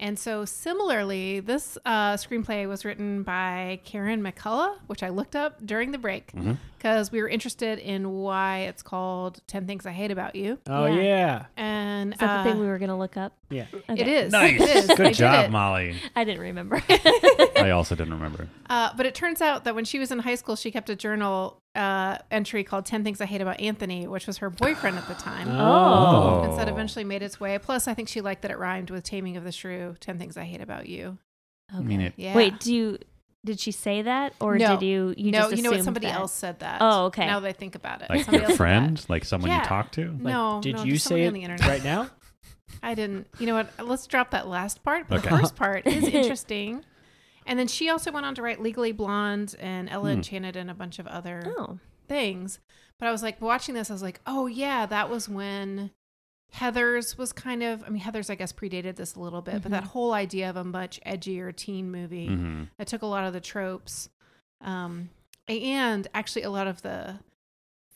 [SPEAKER 3] And so, similarly, this uh, screenplay was written by Karen McCullough, which I looked up during the break
[SPEAKER 2] Mm-hmm.
[SPEAKER 3] because we were interested in why it's called 10 Things I Hate About You.
[SPEAKER 1] Oh
[SPEAKER 4] Yeah.
[SPEAKER 1] yeah.
[SPEAKER 3] And
[SPEAKER 4] Is that
[SPEAKER 3] uh,
[SPEAKER 4] the thing we were gonna look up?
[SPEAKER 1] Yeah.
[SPEAKER 3] it is.
[SPEAKER 2] Nice.
[SPEAKER 3] It is. I
[SPEAKER 2] Good
[SPEAKER 3] did
[SPEAKER 2] job,
[SPEAKER 3] it.
[SPEAKER 2] Molly.
[SPEAKER 4] I didn't remember.
[SPEAKER 2] I also didn't remember.
[SPEAKER 3] Uh, but it turns out that when she was in high school, she kept a journal uh, entry called 10 Things I Hate About Anthony, which was her boyfriend at the time.
[SPEAKER 4] oh.
[SPEAKER 2] Oh.
[SPEAKER 3] And that eventually made its way. Plus, I think she liked that it rhymed with Taming of the Shrew, 10 Things I Hate About You.
[SPEAKER 2] I mean it.
[SPEAKER 3] Yeah.
[SPEAKER 4] Wait, do you did she say that or
[SPEAKER 3] No.
[SPEAKER 4] did you you
[SPEAKER 3] no,
[SPEAKER 4] just
[SPEAKER 3] you know what?
[SPEAKER 4] assumed
[SPEAKER 3] Somebody
[SPEAKER 4] that?
[SPEAKER 3] else said that.
[SPEAKER 4] Oh, okay.
[SPEAKER 3] Now that I think about it.
[SPEAKER 2] Like
[SPEAKER 3] somebody
[SPEAKER 2] your
[SPEAKER 3] else said
[SPEAKER 2] friend,
[SPEAKER 3] that.
[SPEAKER 2] like someone
[SPEAKER 3] Yeah.
[SPEAKER 2] you talk to.
[SPEAKER 1] Like,
[SPEAKER 3] no,
[SPEAKER 1] Did
[SPEAKER 3] no,
[SPEAKER 1] you
[SPEAKER 3] just somebody
[SPEAKER 1] say it
[SPEAKER 3] on the internet.
[SPEAKER 1] right now?
[SPEAKER 3] I didn't. You know what? Let's drop that last part. But The
[SPEAKER 2] Okay.
[SPEAKER 3] first part is interesting. And then she also went on to write Legally Blonde and
[SPEAKER 1] Hmm.
[SPEAKER 3] Ella Enchanted and a bunch of other
[SPEAKER 4] Oh.
[SPEAKER 3] things. But I was like watching this, I was like, oh yeah, that was when Heather's was kind of I mean Heather's I guess predated this a little bit, but that whole idea of a much edgier teen movie
[SPEAKER 2] Mhm.
[SPEAKER 3] that took a lot of the tropes. Um and actually a lot of the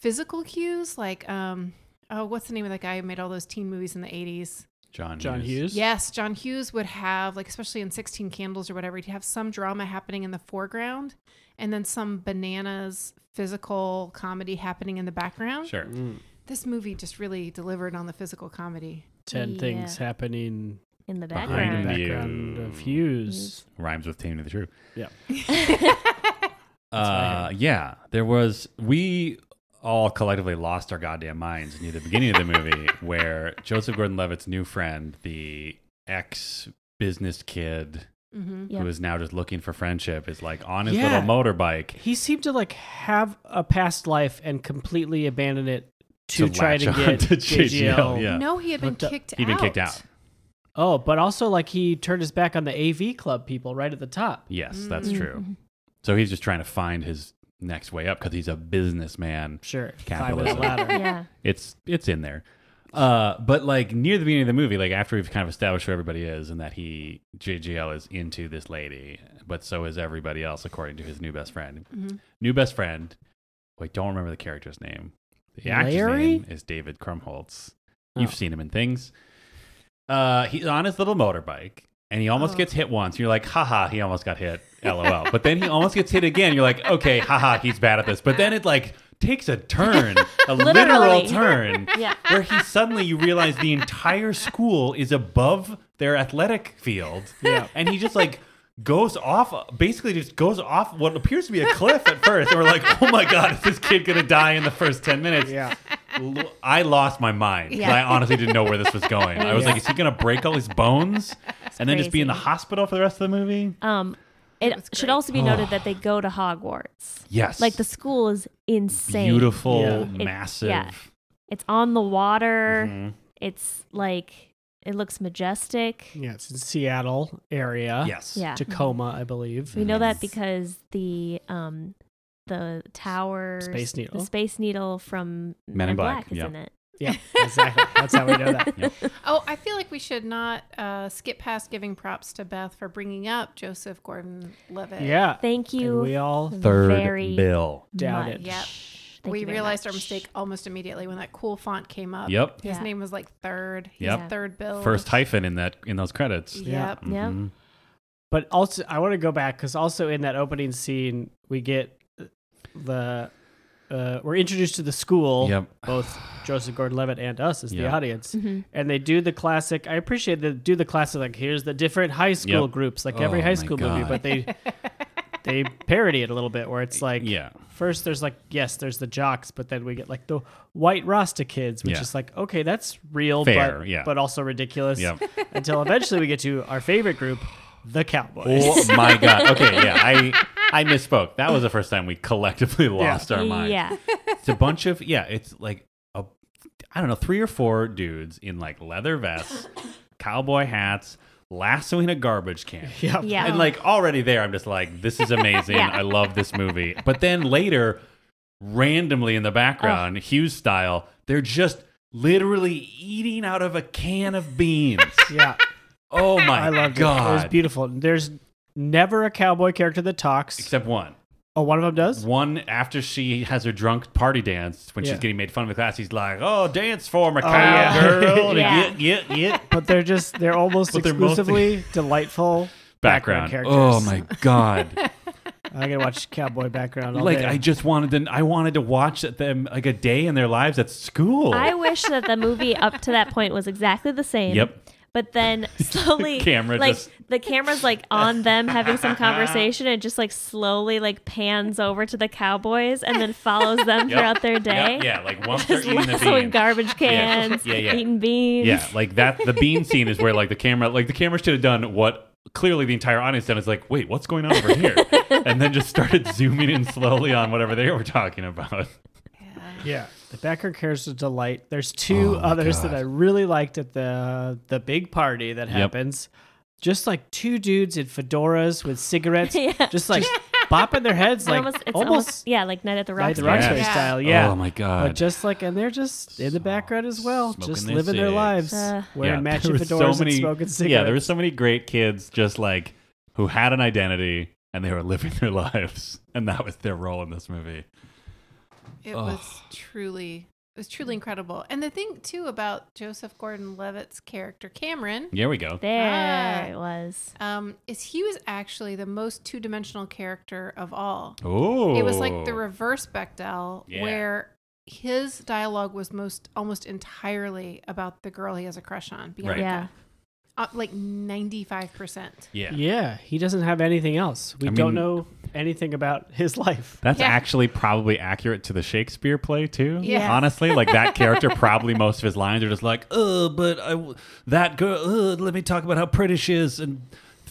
[SPEAKER 3] physical cues, like um oh, what's the name of that guy who made all those teen movies in the eighties?
[SPEAKER 2] John.
[SPEAKER 1] John Hughes.
[SPEAKER 3] Yes, John Hughes would have, like, especially in 16 Candles or whatever, he'd have some drama happening in the foreground and then some bananas physical comedy happening in the background.
[SPEAKER 2] Sure.
[SPEAKER 1] Mm.
[SPEAKER 3] This movie just really delivered on the physical comedy.
[SPEAKER 1] Ten
[SPEAKER 4] Yeah.
[SPEAKER 1] things happening
[SPEAKER 4] In the
[SPEAKER 2] Behind
[SPEAKER 1] in the
[SPEAKER 4] background.
[SPEAKER 2] you.
[SPEAKER 1] background of Hughes.
[SPEAKER 2] Rhymes with Taming of the Shrew.
[SPEAKER 1] Yeah.
[SPEAKER 3] Mm-hmm.
[SPEAKER 2] Uh, yeah, there was. We all collectively lost our goddamn minds near the beginning of the movie, where Joseph Gordon-Levitt's new friend, the ex business kid
[SPEAKER 3] Mm-hmm.
[SPEAKER 4] Yep.
[SPEAKER 2] who is now just looking for friendship, is like on his
[SPEAKER 1] Yeah.
[SPEAKER 2] little motorbike.
[SPEAKER 1] He seemed to like have a past life and completely abandon it to,
[SPEAKER 2] To
[SPEAKER 1] try
[SPEAKER 2] latch
[SPEAKER 1] to
[SPEAKER 2] on
[SPEAKER 1] get
[SPEAKER 2] to
[SPEAKER 1] JGL.
[SPEAKER 2] JGL, yeah.
[SPEAKER 3] No, he had been
[SPEAKER 1] Hooked up.
[SPEAKER 3] kicked out.
[SPEAKER 2] He'd been kicked out.
[SPEAKER 1] Oh, but also like he turned his back on the AV club people right at the top.
[SPEAKER 2] Yes, that's true.
[SPEAKER 1] Mm-hmm.
[SPEAKER 2] So he's just trying to find his next way up because he's a businessman.
[SPEAKER 1] Sure.
[SPEAKER 2] Capitalism.
[SPEAKER 1] Climb the ladder.
[SPEAKER 4] Yeah.
[SPEAKER 2] It's it's in there. Uh, but like near the beginning of the movie, like after we've kind of established who everybody is and that he JGL is into this lady, but so is everybody else according to his new best friend.
[SPEAKER 1] Mm-hmm.
[SPEAKER 3] Mhm.
[SPEAKER 2] New best friend. Wait, don't remember the character's name. The actor's
[SPEAKER 1] Larry?
[SPEAKER 2] name is David Krumholtz. You've
[SPEAKER 1] Oh.
[SPEAKER 2] seen him in things. Uh, he's on his little motorbike and he almost
[SPEAKER 3] Oh.
[SPEAKER 2] gets hit once. You're like, haha, he almost got hit. LOL. but then he almost gets hit again. You're like, okay, haha, he's bad at this. But then it like takes a turn, a literal
[SPEAKER 4] Literally.
[SPEAKER 2] turn
[SPEAKER 4] Yeah.
[SPEAKER 2] where he suddenly you realize the entire school is above their athletic field. Yeah. And he just like goes off basically just goes off what appears to be a cliff at first. And we're like, oh my God, is this kid gonna die in the first ten minutes?
[SPEAKER 1] Yeah.
[SPEAKER 2] L- I lost my mind. 'cause
[SPEAKER 3] Yeah.
[SPEAKER 2] I honestly didn't know where this was going. I was
[SPEAKER 1] Yeah.
[SPEAKER 2] like, is he gonna break all his bones? and then just be in the
[SPEAKER 4] crazy.
[SPEAKER 2] hospital for the rest of the movie?
[SPEAKER 4] Um, it
[SPEAKER 3] was
[SPEAKER 4] should
[SPEAKER 3] great.
[SPEAKER 4] also be noted that they go to Hogwarts.
[SPEAKER 2] Yes.
[SPEAKER 4] Like the school is insane.
[SPEAKER 2] beautiful,
[SPEAKER 1] Yeah.
[SPEAKER 4] It-
[SPEAKER 2] massive.
[SPEAKER 4] yeah. It's on the water.
[SPEAKER 2] Mhm.
[SPEAKER 4] It's like it looks majestic.
[SPEAKER 1] Yeah, it's in Seattle area.
[SPEAKER 2] Yes.
[SPEAKER 4] Yeah.
[SPEAKER 1] Tacoma, I believe.
[SPEAKER 4] We know
[SPEAKER 2] Yes.
[SPEAKER 4] that because the um the tower
[SPEAKER 1] Space Needle.
[SPEAKER 4] the space needle from
[SPEAKER 2] Men in Black,
[SPEAKER 4] is
[SPEAKER 2] yeah.
[SPEAKER 4] in it.
[SPEAKER 1] Yeah, exactly. That's how we know that.
[SPEAKER 3] Oh, I feel like we should not uh, skip past giving props to Beth for bringing up Joseph Gordon-Levitt.
[SPEAKER 1] Yeah.
[SPEAKER 4] Thank
[SPEAKER 1] And
[SPEAKER 4] you.
[SPEAKER 1] we all
[SPEAKER 2] Third
[SPEAKER 4] very
[SPEAKER 2] bill.
[SPEAKER 1] doubt it.
[SPEAKER 4] much.
[SPEAKER 3] Yep.
[SPEAKER 4] Thank
[SPEAKER 3] we
[SPEAKER 4] you very
[SPEAKER 3] realized our
[SPEAKER 4] much.
[SPEAKER 3] mistake almost immediately when that cool font came up.
[SPEAKER 2] Yep.
[SPEAKER 3] His
[SPEAKER 4] Yeah.
[SPEAKER 3] name was like third. He's
[SPEAKER 2] Yep.
[SPEAKER 3] third
[SPEAKER 4] Oh.
[SPEAKER 3] bill.
[SPEAKER 2] First hyphen in that in those credits.
[SPEAKER 3] Yep.
[SPEAKER 4] Yeah.
[SPEAKER 2] Mhm.
[SPEAKER 1] But also, I want to go back because also in that opening scene, we get the uh, we're introduced to the school.
[SPEAKER 2] Yep.
[SPEAKER 1] Both Joseph Gordon-Levitt and us as
[SPEAKER 2] Yep.
[SPEAKER 1] the audience,
[SPEAKER 4] Mhm.
[SPEAKER 1] and they do the classic. I appreciate they do the classic. Like here's the different high school
[SPEAKER 2] Yep.
[SPEAKER 1] groups, like
[SPEAKER 2] Oh
[SPEAKER 1] every high
[SPEAKER 2] my
[SPEAKER 1] school
[SPEAKER 2] God.
[SPEAKER 1] movie, but they they parody it a little bit where it's like
[SPEAKER 2] Yeah.
[SPEAKER 1] First, there's like yes, there's the jocks, but then we get like the white Rasta kids, which
[SPEAKER 2] Yeah.
[SPEAKER 1] is like okay, that's real,
[SPEAKER 2] Fair,
[SPEAKER 1] but
[SPEAKER 2] yeah.
[SPEAKER 1] but also ridiculous.
[SPEAKER 2] Yep.
[SPEAKER 1] Until eventually we get to our favorite group, the Cowboys.
[SPEAKER 2] Oh my god. Okay, yeah. I I misspoke. That was the first time we collectively lost our minds.
[SPEAKER 4] Yeah.
[SPEAKER 2] It's a bunch of yeah, it's like a I don't know, three or four dudes in like leather vests, cowboy hats, lassoing a garbage can.
[SPEAKER 1] Yep.
[SPEAKER 4] Yeah.
[SPEAKER 2] And like already there I'm just like this is amazing.
[SPEAKER 4] Yeah.
[SPEAKER 2] I love this movie. But then later randomly in the background, Hughes style, they're just literally eating out of a can of beans.
[SPEAKER 1] yeah,
[SPEAKER 2] Oh my
[SPEAKER 1] I loved it. It was
[SPEAKER 2] god.
[SPEAKER 1] beautiful. There's never a cowboy character that talks.
[SPEAKER 2] Except one.
[SPEAKER 1] oh, one of them does.
[SPEAKER 2] One after she has her drunk party dance when
[SPEAKER 1] Yeah.
[SPEAKER 2] she's getting made fun of in class, he's like, "Oh, dance for me,
[SPEAKER 1] yeah.
[SPEAKER 2] cowgirl!"
[SPEAKER 4] Yeah.
[SPEAKER 2] yeah. yeah, yeah,
[SPEAKER 1] But they're just they're almost
[SPEAKER 2] But they're mostly-
[SPEAKER 1] exclusively delightful
[SPEAKER 2] Background.
[SPEAKER 1] characters.
[SPEAKER 2] Oh my god!
[SPEAKER 1] I gotta watch cowboy background all
[SPEAKER 2] like
[SPEAKER 1] day.
[SPEAKER 2] I just wanted to, I wanted to watch them like a day in their lives at school.
[SPEAKER 4] I wish that the movie up to that point was exactly the same.
[SPEAKER 2] Yep.
[SPEAKER 4] But then slowly,
[SPEAKER 2] Camera
[SPEAKER 4] like
[SPEAKER 2] just-
[SPEAKER 4] the camera's like on them having some conversation, and just like slowly like pans over to the cowboys, and then follows them
[SPEAKER 2] Yep.
[SPEAKER 4] throughout their
[SPEAKER 2] Yep,
[SPEAKER 4] day.
[SPEAKER 2] yeah, like once they're
[SPEAKER 4] Just
[SPEAKER 2] eating the
[SPEAKER 4] lassoing
[SPEAKER 2] bean.
[SPEAKER 4] garbage cans,
[SPEAKER 2] Yeah, yeah.
[SPEAKER 4] eating beans.
[SPEAKER 2] yeah, like that. The bean scene is where like the camera, like the camera should have done what clearly the entire audience done is like, "Wait, what's going on over here?" and then just started zooming in slowly on whatever they were talking about.
[SPEAKER 1] Yeah, the background characters are a delight. There's two
[SPEAKER 2] Oh my
[SPEAKER 1] others that
[SPEAKER 2] God.
[SPEAKER 1] I really liked at the the big party that
[SPEAKER 2] Yep.
[SPEAKER 1] happens. Just like two dudes in fedoras with cigarettes,
[SPEAKER 4] Yeah.
[SPEAKER 1] just like bopping their heads,
[SPEAKER 4] It
[SPEAKER 1] like
[SPEAKER 4] almost,
[SPEAKER 1] almost,
[SPEAKER 4] it's almost, yeah, like Night at the
[SPEAKER 1] like
[SPEAKER 4] Roxbury.
[SPEAKER 1] the
[SPEAKER 2] Roxbury.
[SPEAKER 1] Roxbury
[SPEAKER 3] Yeah.
[SPEAKER 1] style. Yeah,
[SPEAKER 2] Oh my god.
[SPEAKER 1] but just like, and they're just in the background as well,
[SPEAKER 2] Smoking
[SPEAKER 1] just
[SPEAKER 2] their
[SPEAKER 1] living their
[SPEAKER 2] cigs.
[SPEAKER 1] lives,
[SPEAKER 4] Uh,
[SPEAKER 1] wearing
[SPEAKER 2] Yeah,
[SPEAKER 1] matching
[SPEAKER 2] there were
[SPEAKER 1] fedoras and smoking cigarettes.
[SPEAKER 2] Yeah, there were so many great kids just like who had an identity and they were living their lives, and that was their role in this movie.
[SPEAKER 3] It
[SPEAKER 2] Ugh.
[SPEAKER 3] was truly it was truly incredible. And the thing too about Joseph Gordon-Levitt's character Cameron
[SPEAKER 2] There we go.
[SPEAKER 4] There
[SPEAKER 3] Ah.
[SPEAKER 4] it was.
[SPEAKER 3] um, is he was actually the most two-dimensional character of all.
[SPEAKER 2] Oh,
[SPEAKER 3] It was like the reverse Bechdel,
[SPEAKER 2] Yeah.
[SPEAKER 3] where his dialogue was most almost entirely about the girl he has a crush on, Bianca.
[SPEAKER 2] Right.
[SPEAKER 4] Yeah.
[SPEAKER 3] Uh, like ninety-five percent.
[SPEAKER 2] Yeah,
[SPEAKER 1] yeah, he doesn't have anything else. We
[SPEAKER 2] I
[SPEAKER 1] don't
[SPEAKER 2] mean-
[SPEAKER 1] know anything about his life.
[SPEAKER 2] that's
[SPEAKER 3] Yeah.
[SPEAKER 2] actually probably accurate to the Shakespeare play too.
[SPEAKER 3] Yeah.
[SPEAKER 2] honestly, like that character probably most of his lines are just like, "Uh, but I w- that girl. Uh, let me talk about how pretty she is and."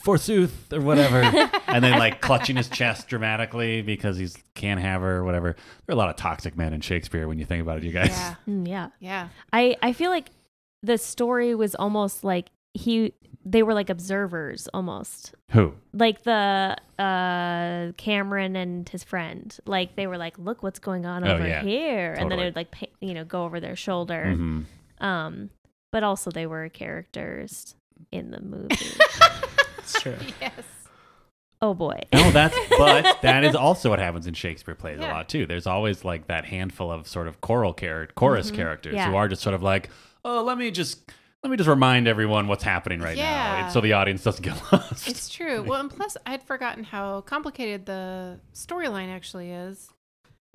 [SPEAKER 2] Forsooth, or whatever, and then like clutching his chest dramatically because he's can't have her, or whatever. There are a lot of toxic men in Shakespeare when you think about it, you guys.
[SPEAKER 3] Yeah,
[SPEAKER 4] Mm, yeah.
[SPEAKER 3] yeah,
[SPEAKER 4] I I feel like the story was almost like he they were like observers almost.
[SPEAKER 2] Who?
[SPEAKER 4] Like the uh Cameron and his friend. Like they were like look what's going on
[SPEAKER 2] Oh,
[SPEAKER 4] over
[SPEAKER 2] yeah.
[SPEAKER 4] here and then
[SPEAKER 2] Totally.
[SPEAKER 4] it would like pa- you know go over their shoulder.
[SPEAKER 2] Mhm.
[SPEAKER 4] Um, but also they were characters in the movie.
[SPEAKER 1] It's true.
[SPEAKER 3] yes.
[SPEAKER 4] oh boy.
[SPEAKER 2] No, that's but that is also what happens in Shakespeare plays
[SPEAKER 3] Yeah.
[SPEAKER 2] a lot too. There's always like that handful of sort of choral char-
[SPEAKER 3] Mm-hmm.
[SPEAKER 2] chorus characters
[SPEAKER 4] Yeah.
[SPEAKER 2] who are just sort of like, oh, let me just let me just remind everyone what's happening right now,
[SPEAKER 3] Yeah.
[SPEAKER 2] and so the audience doesn't get lost.
[SPEAKER 3] It's true. Well, and plus, I had forgotten how complicated the storyline actually is,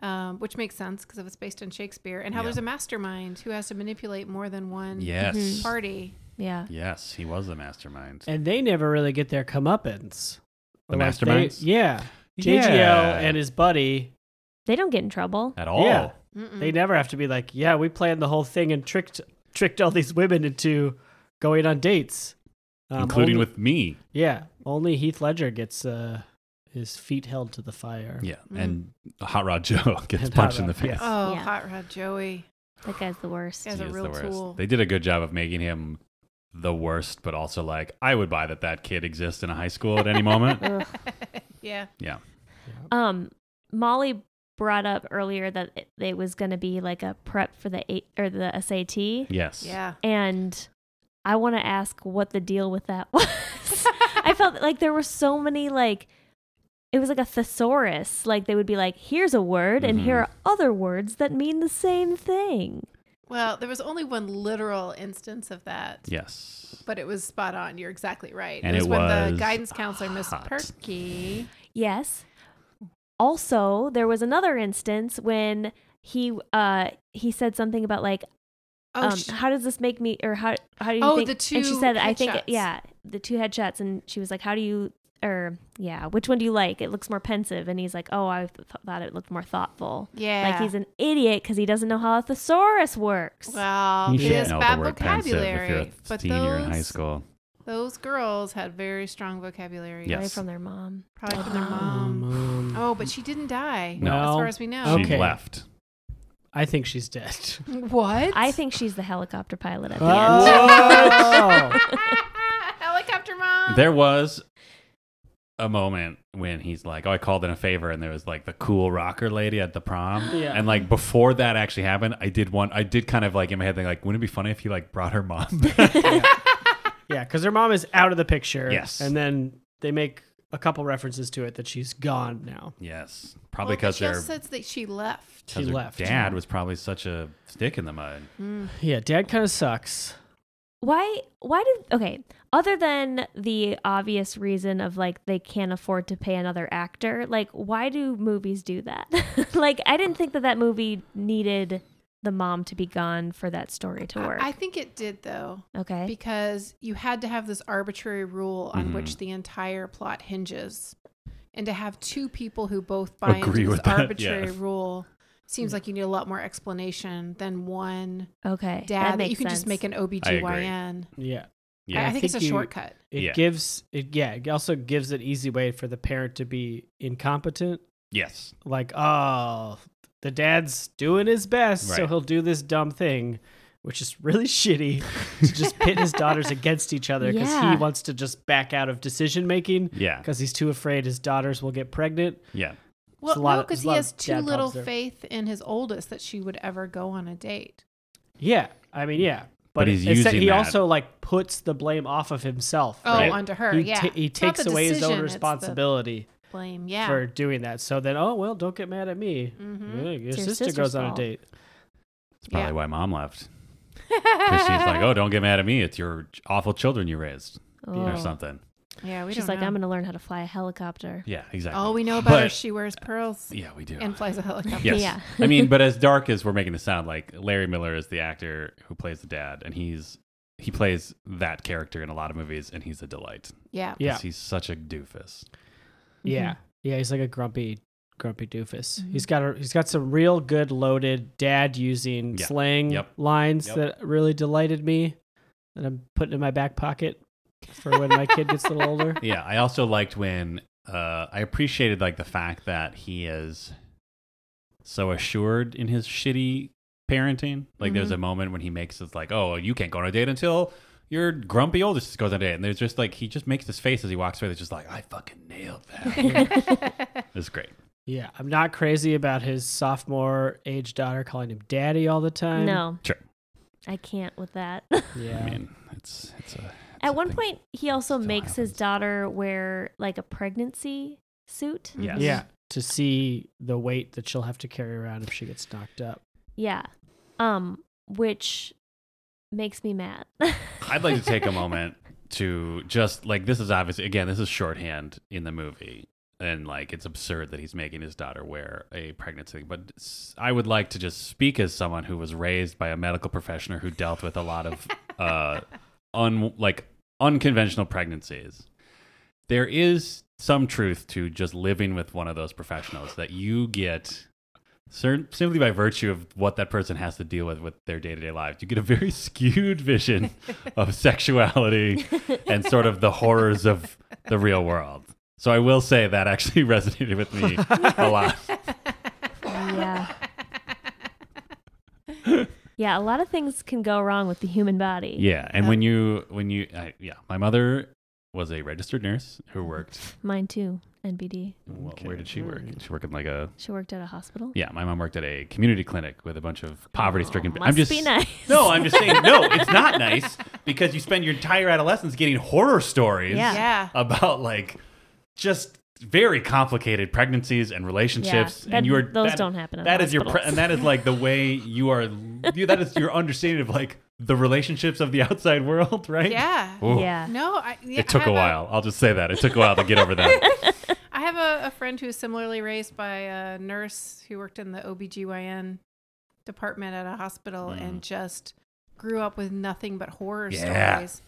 [SPEAKER 3] um, which makes sense because it was based on Shakespeare, and how
[SPEAKER 2] Yeah.
[SPEAKER 3] there's a mastermind who has to manipulate more than one
[SPEAKER 2] yes,
[SPEAKER 4] Mhm.
[SPEAKER 3] party.
[SPEAKER 4] yeah.
[SPEAKER 2] yes, he was the mastermind.
[SPEAKER 1] And they never really get their comeuppance.
[SPEAKER 2] The
[SPEAKER 1] Unless they-
[SPEAKER 2] masterminds?
[SPEAKER 1] yeah. JGO
[SPEAKER 2] Yeah.
[SPEAKER 1] and his buddy,
[SPEAKER 4] They don't get in trouble.
[SPEAKER 2] at all.
[SPEAKER 1] Yeah.
[SPEAKER 3] Mm-mm.
[SPEAKER 1] they never have to be like, yeah, we planned the whole thing and tricked tricked all these women into going on dates. Um,
[SPEAKER 2] Including
[SPEAKER 1] only-
[SPEAKER 2] with me,
[SPEAKER 1] Yeah. Only Heath Ledger gets uh, his feet held to the fire.
[SPEAKER 2] yeah,
[SPEAKER 3] Mm.
[SPEAKER 2] and Hot Rod Joe gets
[SPEAKER 1] Mm-hmm. And
[SPEAKER 2] punched
[SPEAKER 1] Hot
[SPEAKER 2] in the
[SPEAKER 1] Rod,
[SPEAKER 2] face.
[SPEAKER 1] yes.
[SPEAKER 3] Oh,
[SPEAKER 4] Yeah.
[SPEAKER 3] Hot Rod Joey.
[SPEAKER 4] That guy's the worst.
[SPEAKER 3] Yeah. As a
[SPEAKER 2] He is
[SPEAKER 3] real
[SPEAKER 2] the worst.
[SPEAKER 3] tool.
[SPEAKER 2] They did a good job of making him the worst, but also like I would buy that that kid exists in a high school at any moment.
[SPEAKER 4] Ugh.
[SPEAKER 3] Yeah.
[SPEAKER 2] Yeah,
[SPEAKER 4] Um, Molly brought up earlier that it, it was going to be like a prep for the eight or the SAT,
[SPEAKER 2] yes,
[SPEAKER 3] Yeah.
[SPEAKER 4] and I want to ask what the deal with that was. I felt like there were so many like it was like a thesaurus. Like they would be like, "Here's a word, and here are other words that mean the same thing."
[SPEAKER 3] Well, there was only one literal instance of that,
[SPEAKER 2] yes.
[SPEAKER 3] but it was spot on. You're exactly right.
[SPEAKER 2] And
[SPEAKER 3] it was
[SPEAKER 2] it
[SPEAKER 3] when the
[SPEAKER 2] was
[SPEAKER 3] guidance counselor, Miss
[SPEAKER 2] hot.
[SPEAKER 3] Perky.
[SPEAKER 4] Yes. Also, there was another instance when he uh he said something about like
[SPEAKER 3] Oh,
[SPEAKER 4] um,
[SPEAKER 3] sh-
[SPEAKER 4] how does this make me or how how do you
[SPEAKER 3] Oh,
[SPEAKER 4] think
[SPEAKER 3] the
[SPEAKER 4] and she
[SPEAKER 3] two
[SPEAKER 4] said I think
[SPEAKER 3] headshots.
[SPEAKER 4] yeah the two headshots and she was like how do you or yeah which one do you like it looks more pensive and he's like oh I th- thought it looked more thoughtful
[SPEAKER 3] yeah.
[SPEAKER 4] like he's an idiot because he doesn't know how a thesaurus works
[SPEAKER 3] well,
[SPEAKER 2] you
[SPEAKER 3] it
[SPEAKER 2] should
[SPEAKER 3] is
[SPEAKER 2] know
[SPEAKER 3] bad
[SPEAKER 2] the word pensive if you're
[SPEAKER 3] vocabulary.
[SPEAKER 2] a
[SPEAKER 3] But
[SPEAKER 2] senior in high
[SPEAKER 3] those-
[SPEAKER 2] school.
[SPEAKER 3] Those girls had very strong vocabulary.
[SPEAKER 2] Yeah.
[SPEAKER 4] Away
[SPEAKER 2] yes.
[SPEAKER 4] from their mom
[SPEAKER 3] Probably from their
[SPEAKER 4] Oh,
[SPEAKER 1] Um,
[SPEAKER 3] mom.
[SPEAKER 1] mom.
[SPEAKER 3] Um, Oh, but she didn't die.
[SPEAKER 2] No.
[SPEAKER 3] As far as we know.
[SPEAKER 1] Okay.
[SPEAKER 2] She left.
[SPEAKER 1] I think she's dead.
[SPEAKER 3] What?
[SPEAKER 4] I think she's the helicopter pilot at the
[SPEAKER 1] Ah.
[SPEAKER 4] end
[SPEAKER 1] Oh.
[SPEAKER 3] Helicopter mom.
[SPEAKER 2] There was a moment when he's like, "Oh, I called in a favor," and there was like the cool rocker lady at the prom.
[SPEAKER 1] Yeah.
[SPEAKER 2] And like before that actually happened, I did one. I did kind of like in my head think like, "Wouldn't it be funny if he like brought her mom?" back?
[SPEAKER 1] yeah, because her mom is out of the picture.
[SPEAKER 2] Yes.
[SPEAKER 1] And then they make a couple references to it that she's gone now.
[SPEAKER 2] yes, probably
[SPEAKER 3] Well,
[SPEAKER 2] because
[SPEAKER 3] she
[SPEAKER 2] her
[SPEAKER 3] also said that she left.
[SPEAKER 2] 'cause
[SPEAKER 1] She
[SPEAKER 2] her
[SPEAKER 1] left.
[SPEAKER 2] dad was probably such a stick in the mud.
[SPEAKER 1] Yeah, dad kind of sucks.
[SPEAKER 4] why why did okay other than the obvious reason of like they can't afford to pay another actor like why do movies do that like i didn't think that that movie needed the mom to be gone for that story to work
[SPEAKER 3] I, I think it did though,
[SPEAKER 4] okay
[SPEAKER 3] because you had to have this arbitrary rule on
[SPEAKER 2] Mhm.
[SPEAKER 3] which the entire plot hinges, and to have two people who both buy
[SPEAKER 2] Agree
[SPEAKER 3] into this
[SPEAKER 2] with that,
[SPEAKER 3] arbitrary
[SPEAKER 2] yeah.
[SPEAKER 3] rule seems like you need a lot more explanation than one
[SPEAKER 4] okay
[SPEAKER 3] dad that,
[SPEAKER 4] makes
[SPEAKER 3] you can just
[SPEAKER 4] sense.
[SPEAKER 3] make an OBGYN.
[SPEAKER 1] Yeah.
[SPEAKER 3] I, I,
[SPEAKER 2] Yeah.
[SPEAKER 1] I
[SPEAKER 3] think it's a
[SPEAKER 1] think you-
[SPEAKER 3] shortcut.
[SPEAKER 1] It
[SPEAKER 2] Yeah.
[SPEAKER 1] gives it yeah, it also gives an easy way for the parent to be incompetent.
[SPEAKER 2] Yes.
[SPEAKER 1] Like, oh the dad's doing his best, so
[SPEAKER 2] Right.
[SPEAKER 1] he'll do this dumb thing, which is really shitty to just pit his daughters against each other because
[SPEAKER 4] Yeah.
[SPEAKER 1] he wants to just back out of decision making
[SPEAKER 2] Yeah.
[SPEAKER 1] because he's too afraid his daughters will get pregnant.
[SPEAKER 2] Yeah.
[SPEAKER 3] Well,
[SPEAKER 1] a lot
[SPEAKER 3] no,
[SPEAKER 1] of-
[SPEAKER 3] because
[SPEAKER 1] there's a
[SPEAKER 3] he
[SPEAKER 1] lot
[SPEAKER 3] has
[SPEAKER 1] of
[SPEAKER 3] too
[SPEAKER 1] dad
[SPEAKER 3] little
[SPEAKER 1] problems there.
[SPEAKER 3] faith in his oldest that she would ever go on a date.
[SPEAKER 1] Yeah, I mean, yeah, but,
[SPEAKER 2] But he's
[SPEAKER 1] it- it said
[SPEAKER 2] using
[SPEAKER 1] he
[SPEAKER 2] that.
[SPEAKER 1] also like puts the blame off of himself.
[SPEAKER 3] Oh,
[SPEAKER 2] Right.
[SPEAKER 3] onto her.
[SPEAKER 1] He,
[SPEAKER 3] yeah,
[SPEAKER 1] ta- he
[SPEAKER 3] It's not
[SPEAKER 1] takes
[SPEAKER 3] the
[SPEAKER 1] away his own
[SPEAKER 3] decision, it's the
[SPEAKER 1] responsibility
[SPEAKER 3] Blame. Yeah.
[SPEAKER 1] for doing that. So then, oh well, don't get mad at me.
[SPEAKER 3] Mhm.
[SPEAKER 1] Yeah, your
[SPEAKER 4] It's Mm-hmm. your
[SPEAKER 1] sister
[SPEAKER 4] sister's
[SPEAKER 1] goes on a
[SPEAKER 4] fault. Oh.
[SPEAKER 1] date.
[SPEAKER 2] That's probably
[SPEAKER 3] Yeah.
[SPEAKER 2] why mom left. Because she's like, "Oh, don't get mad at me. It's your awful children you raised,
[SPEAKER 4] Oh.
[SPEAKER 2] or something."
[SPEAKER 3] yeah, we
[SPEAKER 4] she's
[SPEAKER 3] don't
[SPEAKER 4] like
[SPEAKER 3] know.
[SPEAKER 4] i'm gonna learn how to fly a helicopter
[SPEAKER 2] Yeah. Exactly.
[SPEAKER 3] All we know about her
[SPEAKER 2] But-
[SPEAKER 3] is she wears pearls
[SPEAKER 2] Yeah, we do.
[SPEAKER 3] and flies a helicopter.
[SPEAKER 2] Yes.
[SPEAKER 4] Yeah.
[SPEAKER 2] I mean, but as dark as we're making this sound, like Larry Miller is the actor who plays the dad, and he's he plays that character in a lot of movies, and he's a delight. 'Cause
[SPEAKER 3] Yeah.
[SPEAKER 1] Yeah,
[SPEAKER 2] he's such a doofus.
[SPEAKER 4] Mm-hmm.
[SPEAKER 1] yeah, yeah. He's like a grumpy, grumpy doofus. He's got a, he's got some real good loaded dad using
[SPEAKER 2] Yeah.
[SPEAKER 1] slang
[SPEAKER 2] Yep.
[SPEAKER 1] lines
[SPEAKER 2] Yep.
[SPEAKER 1] that really delighted me, that I'm putting in my back pocket for when my kid gets a little older.
[SPEAKER 2] Yeah, I also liked when uh, I appreciated like the fact that he is so assured in his shitty parenting. Like, there's a moment when he makes it's like, "Oh, you can't go on a date until." Your grumpy oldest goes on a date, and there's just like he just makes this face as he walks away. That's just like I fucking nailed that.
[SPEAKER 4] Mm-hmm.
[SPEAKER 2] it's great.
[SPEAKER 1] Yeah, I'm not crazy about his sophomore age daughter calling him daddy all the time.
[SPEAKER 4] no
[SPEAKER 2] Um, Sure.
[SPEAKER 4] I can't with that.
[SPEAKER 1] Yeah.
[SPEAKER 2] I mean, it's it's a.
[SPEAKER 4] At one
[SPEAKER 2] something
[SPEAKER 4] point, he also
[SPEAKER 2] still
[SPEAKER 4] makes his
[SPEAKER 2] happens.
[SPEAKER 4] daughter wear like a pregnancy suit.
[SPEAKER 2] Yes.
[SPEAKER 1] Yeah. To see the weight that she'll have to carry around if she gets knocked up.
[SPEAKER 4] Yeah. Um, which makes me mad.
[SPEAKER 2] I'd like to take a moment to just like this is obviously again this is shorthand in the movie and like it's absurd that he's making his daughter wear a pregnancy thing. but s- I would like to just speak as someone who was raised by a medical professioner who dealt with a lot of uh un like unconventional pregnancies. There is some truth to just living with one of those professionals that you get certain, simply by virtue of what that person has to deal with with their day-to-day lives. You get a very skewed vision of sexuality and sort of the horrors of the real world. So I will say that actually resonated with me a lot.
[SPEAKER 4] yeah. Yeah, a lot of things can go wrong with the human body.
[SPEAKER 2] Yeah, and when you when you I, yeah, my mother was a registered nurse who worked.
[SPEAKER 4] Mine too, NBD.
[SPEAKER 2] Well, where did she work? She worked in like a
[SPEAKER 4] She worked at a hospital.
[SPEAKER 2] Yeah, my mom worked at a community clinic with a bunch of poverty-stricken.
[SPEAKER 4] Oh,
[SPEAKER 2] I'm
[SPEAKER 4] must
[SPEAKER 2] just
[SPEAKER 4] be nice.
[SPEAKER 2] no, I'm just saying no. It's not nice because you spend your entire adolescence getting horror stories
[SPEAKER 4] Yeah.
[SPEAKER 3] Yeah.
[SPEAKER 2] about like just very complicated pregnancies and relationships,
[SPEAKER 4] that-
[SPEAKER 2] and you are
[SPEAKER 4] those
[SPEAKER 2] that-
[SPEAKER 4] don't happen in
[SPEAKER 2] That is your pre-
[SPEAKER 4] hospitals.
[SPEAKER 2] and that is like the way you are. you- that is your understanding of like the relationships of the outside world, right?
[SPEAKER 3] Yeah.
[SPEAKER 2] Ooh.
[SPEAKER 4] Yeah.
[SPEAKER 3] No, I, yeah,
[SPEAKER 2] It took
[SPEAKER 3] I
[SPEAKER 2] a
[SPEAKER 3] have
[SPEAKER 2] while. i I'll just say that it took a while to get over that.
[SPEAKER 3] I have a, a friend who was similarly raised by a nurse who worked in the OBGYN department at a hospital and just grew up with nothing but horror
[SPEAKER 2] Yeah.
[SPEAKER 3] stories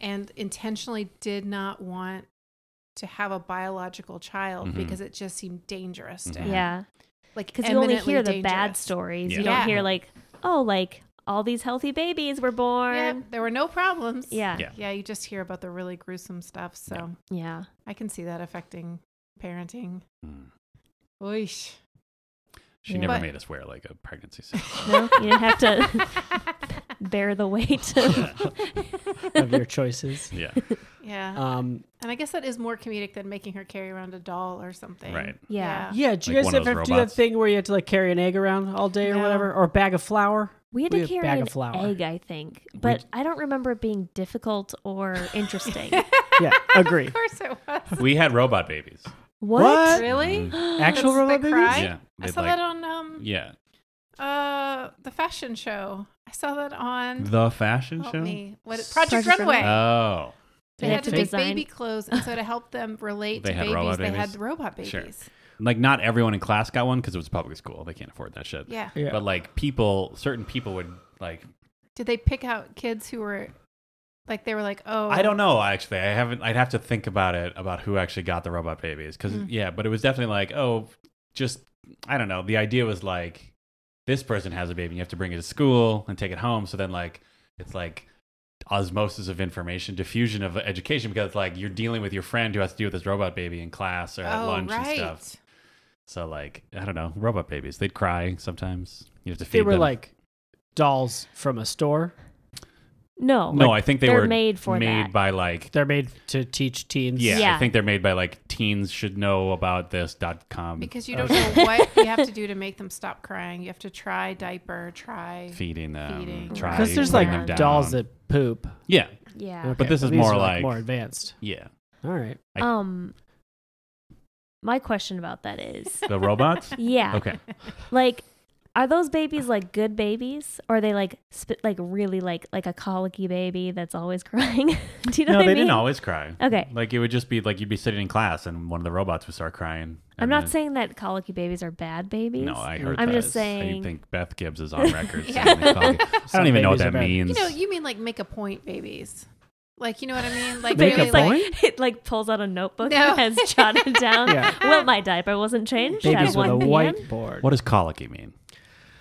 [SPEAKER 3] and intentionally did not want to have a biological child
[SPEAKER 2] Mhm.
[SPEAKER 3] because it just seemed dangerous to him.
[SPEAKER 4] Yeah.
[SPEAKER 3] Like
[SPEAKER 4] Because you only
[SPEAKER 3] eminently
[SPEAKER 4] hear the bad
[SPEAKER 3] dangerous.
[SPEAKER 4] stories. You
[SPEAKER 2] Yeah.
[SPEAKER 4] don't
[SPEAKER 3] Yeah.
[SPEAKER 4] hear like, oh, like all these healthy babies were born.
[SPEAKER 3] Yep, there were no problems.
[SPEAKER 4] Yeah.
[SPEAKER 2] Yeah.
[SPEAKER 4] Yeah.
[SPEAKER 3] Yeah, you just hear about the really gruesome stuff. So I can see that affecting parenting.
[SPEAKER 2] Mm.
[SPEAKER 3] Oish.
[SPEAKER 2] She
[SPEAKER 4] Yeah.
[SPEAKER 2] never
[SPEAKER 3] But-
[SPEAKER 2] made us wear like a pregnancy. suit.
[SPEAKER 4] No, you didn't have to bear the weight. of-
[SPEAKER 1] of your choices.
[SPEAKER 2] yeah,
[SPEAKER 3] yeah.
[SPEAKER 1] Um,
[SPEAKER 3] And I guess that is more comedic than making her carry around a doll or something.
[SPEAKER 2] right.
[SPEAKER 3] uh.
[SPEAKER 4] yeah.
[SPEAKER 1] yeah, did you
[SPEAKER 2] Like
[SPEAKER 1] guys
[SPEAKER 2] one of
[SPEAKER 1] ever
[SPEAKER 2] those
[SPEAKER 1] do that
[SPEAKER 2] robots?
[SPEAKER 1] thing where you had to like carry an egg around all day or
[SPEAKER 3] No.
[SPEAKER 1] whatever, or a bag of flour?
[SPEAKER 4] We had
[SPEAKER 1] We
[SPEAKER 4] to
[SPEAKER 1] have
[SPEAKER 4] carry
[SPEAKER 1] bag
[SPEAKER 4] an
[SPEAKER 1] of flour.
[SPEAKER 4] egg, I think, but I don't remember it being difficult or interesting.
[SPEAKER 1] Yeah, agree.
[SPEAKER 3] Of course it was.
[SPEAKER 2] We had robot babies.
[SPEAKER 1] What?
[SPEAKER 3] really?
[SPEAKER 1] Actual
[SPEAKER 3] That's the
[SPEAKER 1] robot babies?
[SPEAKER 3] cry? I-
[SPEAKER 2] yeah,
[SPEAKER 3] I
[SPEAKER 2] Mm-hmm. they'd,
[SPEAKER 3] saw
[SPEAKER 2] like-
[SPEAKER 3] that on um
[SPEAKER 2] yeah,
[SPEAKER 3] uh the fashion show. I saw that on
[SPEAKER 2] the fashion
[SPEAKER 3] Mm-hmm. help
[SPEAKER 2] show.
[SPEAKER 3] me. What
[SPEAKER 1] S-
[SPEAKER 3] Project,
[SPEAKER 4] Project
[SPEAKER 3] Runway.
[SPEAKER 4] Runway.
[SPEAKER 2] Oh,
[SPEAKER 3] They
[SPEAKER 4] They
[SPEAKER 3] had to
[SPEAKER 4] had
[SPEAKER 3] make
[SPEAKER 4] to design-
[SPEAKER 3] baby clothes, and so to help them relate
[SPEAKER 2] They
[SPEAKER 3] to
[SPEAKER 2] had
[SPEAKER 3] babies,
[SPEAKER 2] robot
[SPEAKER 3] they had
[SPEAKER 2] babies?
[SPEAKER 3] robot babies.
[SPEAKER 2] Sure. like not everyone in class got one because it was public school. They can't afford that shit.
[SPEAKER 3] Yeah.
[SPEAKER 1] Yeah.
[SPEAKER 2] But like people, certain people would like.
[SPEAKER 3] Did they pick out kids who were like they were like, oh,
[SPEAKER 2] I don't know. Actually, I haven't. I'd have to think about it about who actually got the robot babies. Because
[SPEAKER 3] Mm.
[SPEAKER 2] yeah, but it was definitely like oh, just I don't know. The idea was like this person has a baby, and you have to bring it to school and take it home. So then like it's like osmosis of information, diffusion of education because like you're dealing with your friend who has to deal with this robot baby in class or at
[SPEAKER 3] oh,
[SPEAKER 2] lunch
[SPEAKER 3] right.
[SPEAKER 2] and stuff. So like I don't know, robot babies. They'd cry sometimes. You have to feed
[SPEAKER 1] They were
[SPEAKER 2] them.
[SPEAKER 1] like dolls from a store.
[SPEAKER 4] No.
[SPEAKER 2] no, I think they
[SPEAKER 4] they're
[SPEAKER 2] were
[SPEAKER 4] made for
[SPEAKER 2] made
[SPEAKER 4] that.
[SPEAKER 2] by like
[SPEAKER 1] They're made to teach teens.
[SPEAKER 2] yeah, I
[SPEAKER 4] Yeah.
[SPEAKER 2] think they're made by like teens should know about this dot com
[SPEAKER 3] Because you don't know what you have to do to make them stop crying. You have to try diaper, try.
[SPEAKER 2] feeding them,
[SPEAKER 3] Feeding.
[SPEAKER 2] try
[SPEAKER 1] Because there's
[SPEAKER 2] putting
[SPEAKER 1] like
[SPEAKER 2] them down.
[SPEAKER 1] dolls that poop.
[SPEAKER 2] yeah,
[SPEAKER 4] yeah.
[SPEAKER 1] Okay,
[SPEAKER 2] this is
[SPEAKER 1] these
[SPEAKER 2] more
[SPEAKER 1] are,
[SPEAKER 2] like-
[SPEAKER 1] more advanced.
[SPEAKER 2] yeah.
[SPEAKER 1] All right.
[SPEAKER 2] I-
[SPEAKER 4] Um, my question about that is,
[SPEAKER 2] The robots.
[SPEAKER 4] yeah,
[SPEAKER 2] okay,
[SPEAKER 4] like, are those babies like good babies, or are they like sp- like really like like a colicky baby that's always crying? Do you know
[SPEAKER 2] no,
[SPEAKER 4] what
[SPEAKER 2] they
[SPEAKER 4] I mean?
[SPEAKER 2] didn't always cry.
[SPEAKER 4] Okay.
[SPEAKER 2] like it would just be like you'd be sitting in class and one of the robots would start crying.
[SPEAKER 4] I'm
[SPEAKER 2] and
[SPEAKER 4] not
[SPEAKER 2] then-
[SPEAKER 4] saying that colicky babies are bad babies.
[SPEAKER 2] No, I heard.
[SPEAKER 4] I'm
[SPEAKER 2] that.
[SPEAKER 4] just
[SPEAKER 2] I
[SPEAKER 4] saying-
[SPEAKER 2] think Beth Gibbs is on record.
[SPEAKER 3] Yeah.
[SPEAKER 2] saying they call- I
[SPEAKER 1] Some
[SPEAKER 2] don't even know what
[SPEAKER 1] babies are
[SPEAKER 2] that
[SPEAKER 1] bad.
[SPEAKER 2] means.
[SPEAKER 3] You know, you mean like make a point, babies. Like you know what I mean? Like
[SPEAKER 1] Make a
[SPEAKER 3] really,
[SPEAKER 1] point?
[SPEAKER 3] like
[SPEAKER 4] it like pulls out a notebook
[SPEAKER 3] No.
[SPEAKER 4] and has jotted down.
[SPEAKER 1] Yeah.
[SPEAKER 4] Well, my diaper wasn't changed
[SPEAKER 1] Babies
[SPEAKER 4] at
[SPEAKER 1] with a
[SPEAKER 4] 1 p.m.
[SPEAKER 1] whiteboard.
[SPEAKER 2] What does colicky mean?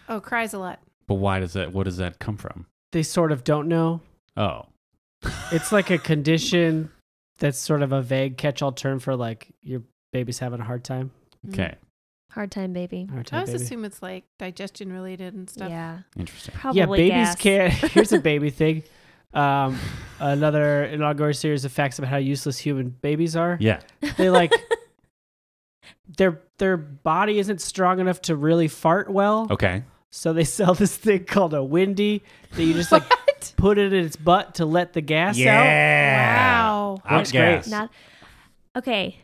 [SPEAKER 3] oh, cries a lot.
[SPEAKER 2] But why does that? What does that come from?
[SPEAKER 1] They sort of don't know.
[SPEAKER 2] Oh,
[SPEAKER 1] It's like a condition that's sort of a vague catch-all term for like your baby's having a hard time.
[SPEAKER 4] Mm.
[SPEAKER 2] okay,
[SPEAKER 4] Hard time, baby.
[SPEAKER 1] Hard
[SPEAKER 3] Mm. I
[SPEAKER 1] time
[SPEAKER 3] always
[SPEAKER 1] baby.
[SPEAKER 3] assume it's like digestion related and stuff.
[SPEAKER 4] Yeah,
[SPEAKER 2] interesting.
[SPEAKER 4] probably.
[SPEAKER 1] yeah, babies
[SPEAKER 4] gas.
[SPEAKER 1] can't. Here's a baby thing. Um, another inaugural series of facts about how useless human babies are.
[SPEAKER 2] Yeah,
[SPEAKER 1] They like their their body isn't strong enough to really fart well.
[SPEAKER 2] okay.
[SPEAKER 1] So they sell this thing called a windy that you just like put it in its butt to let the gas out.
[SPEAKER 3] Wow.
[SPEAKER 2] Hot
[SPEAKER 1] That's
[SPEAKER 2] gas.
[SPEAKER 1] great.
[SPEAKER 4] Not okay.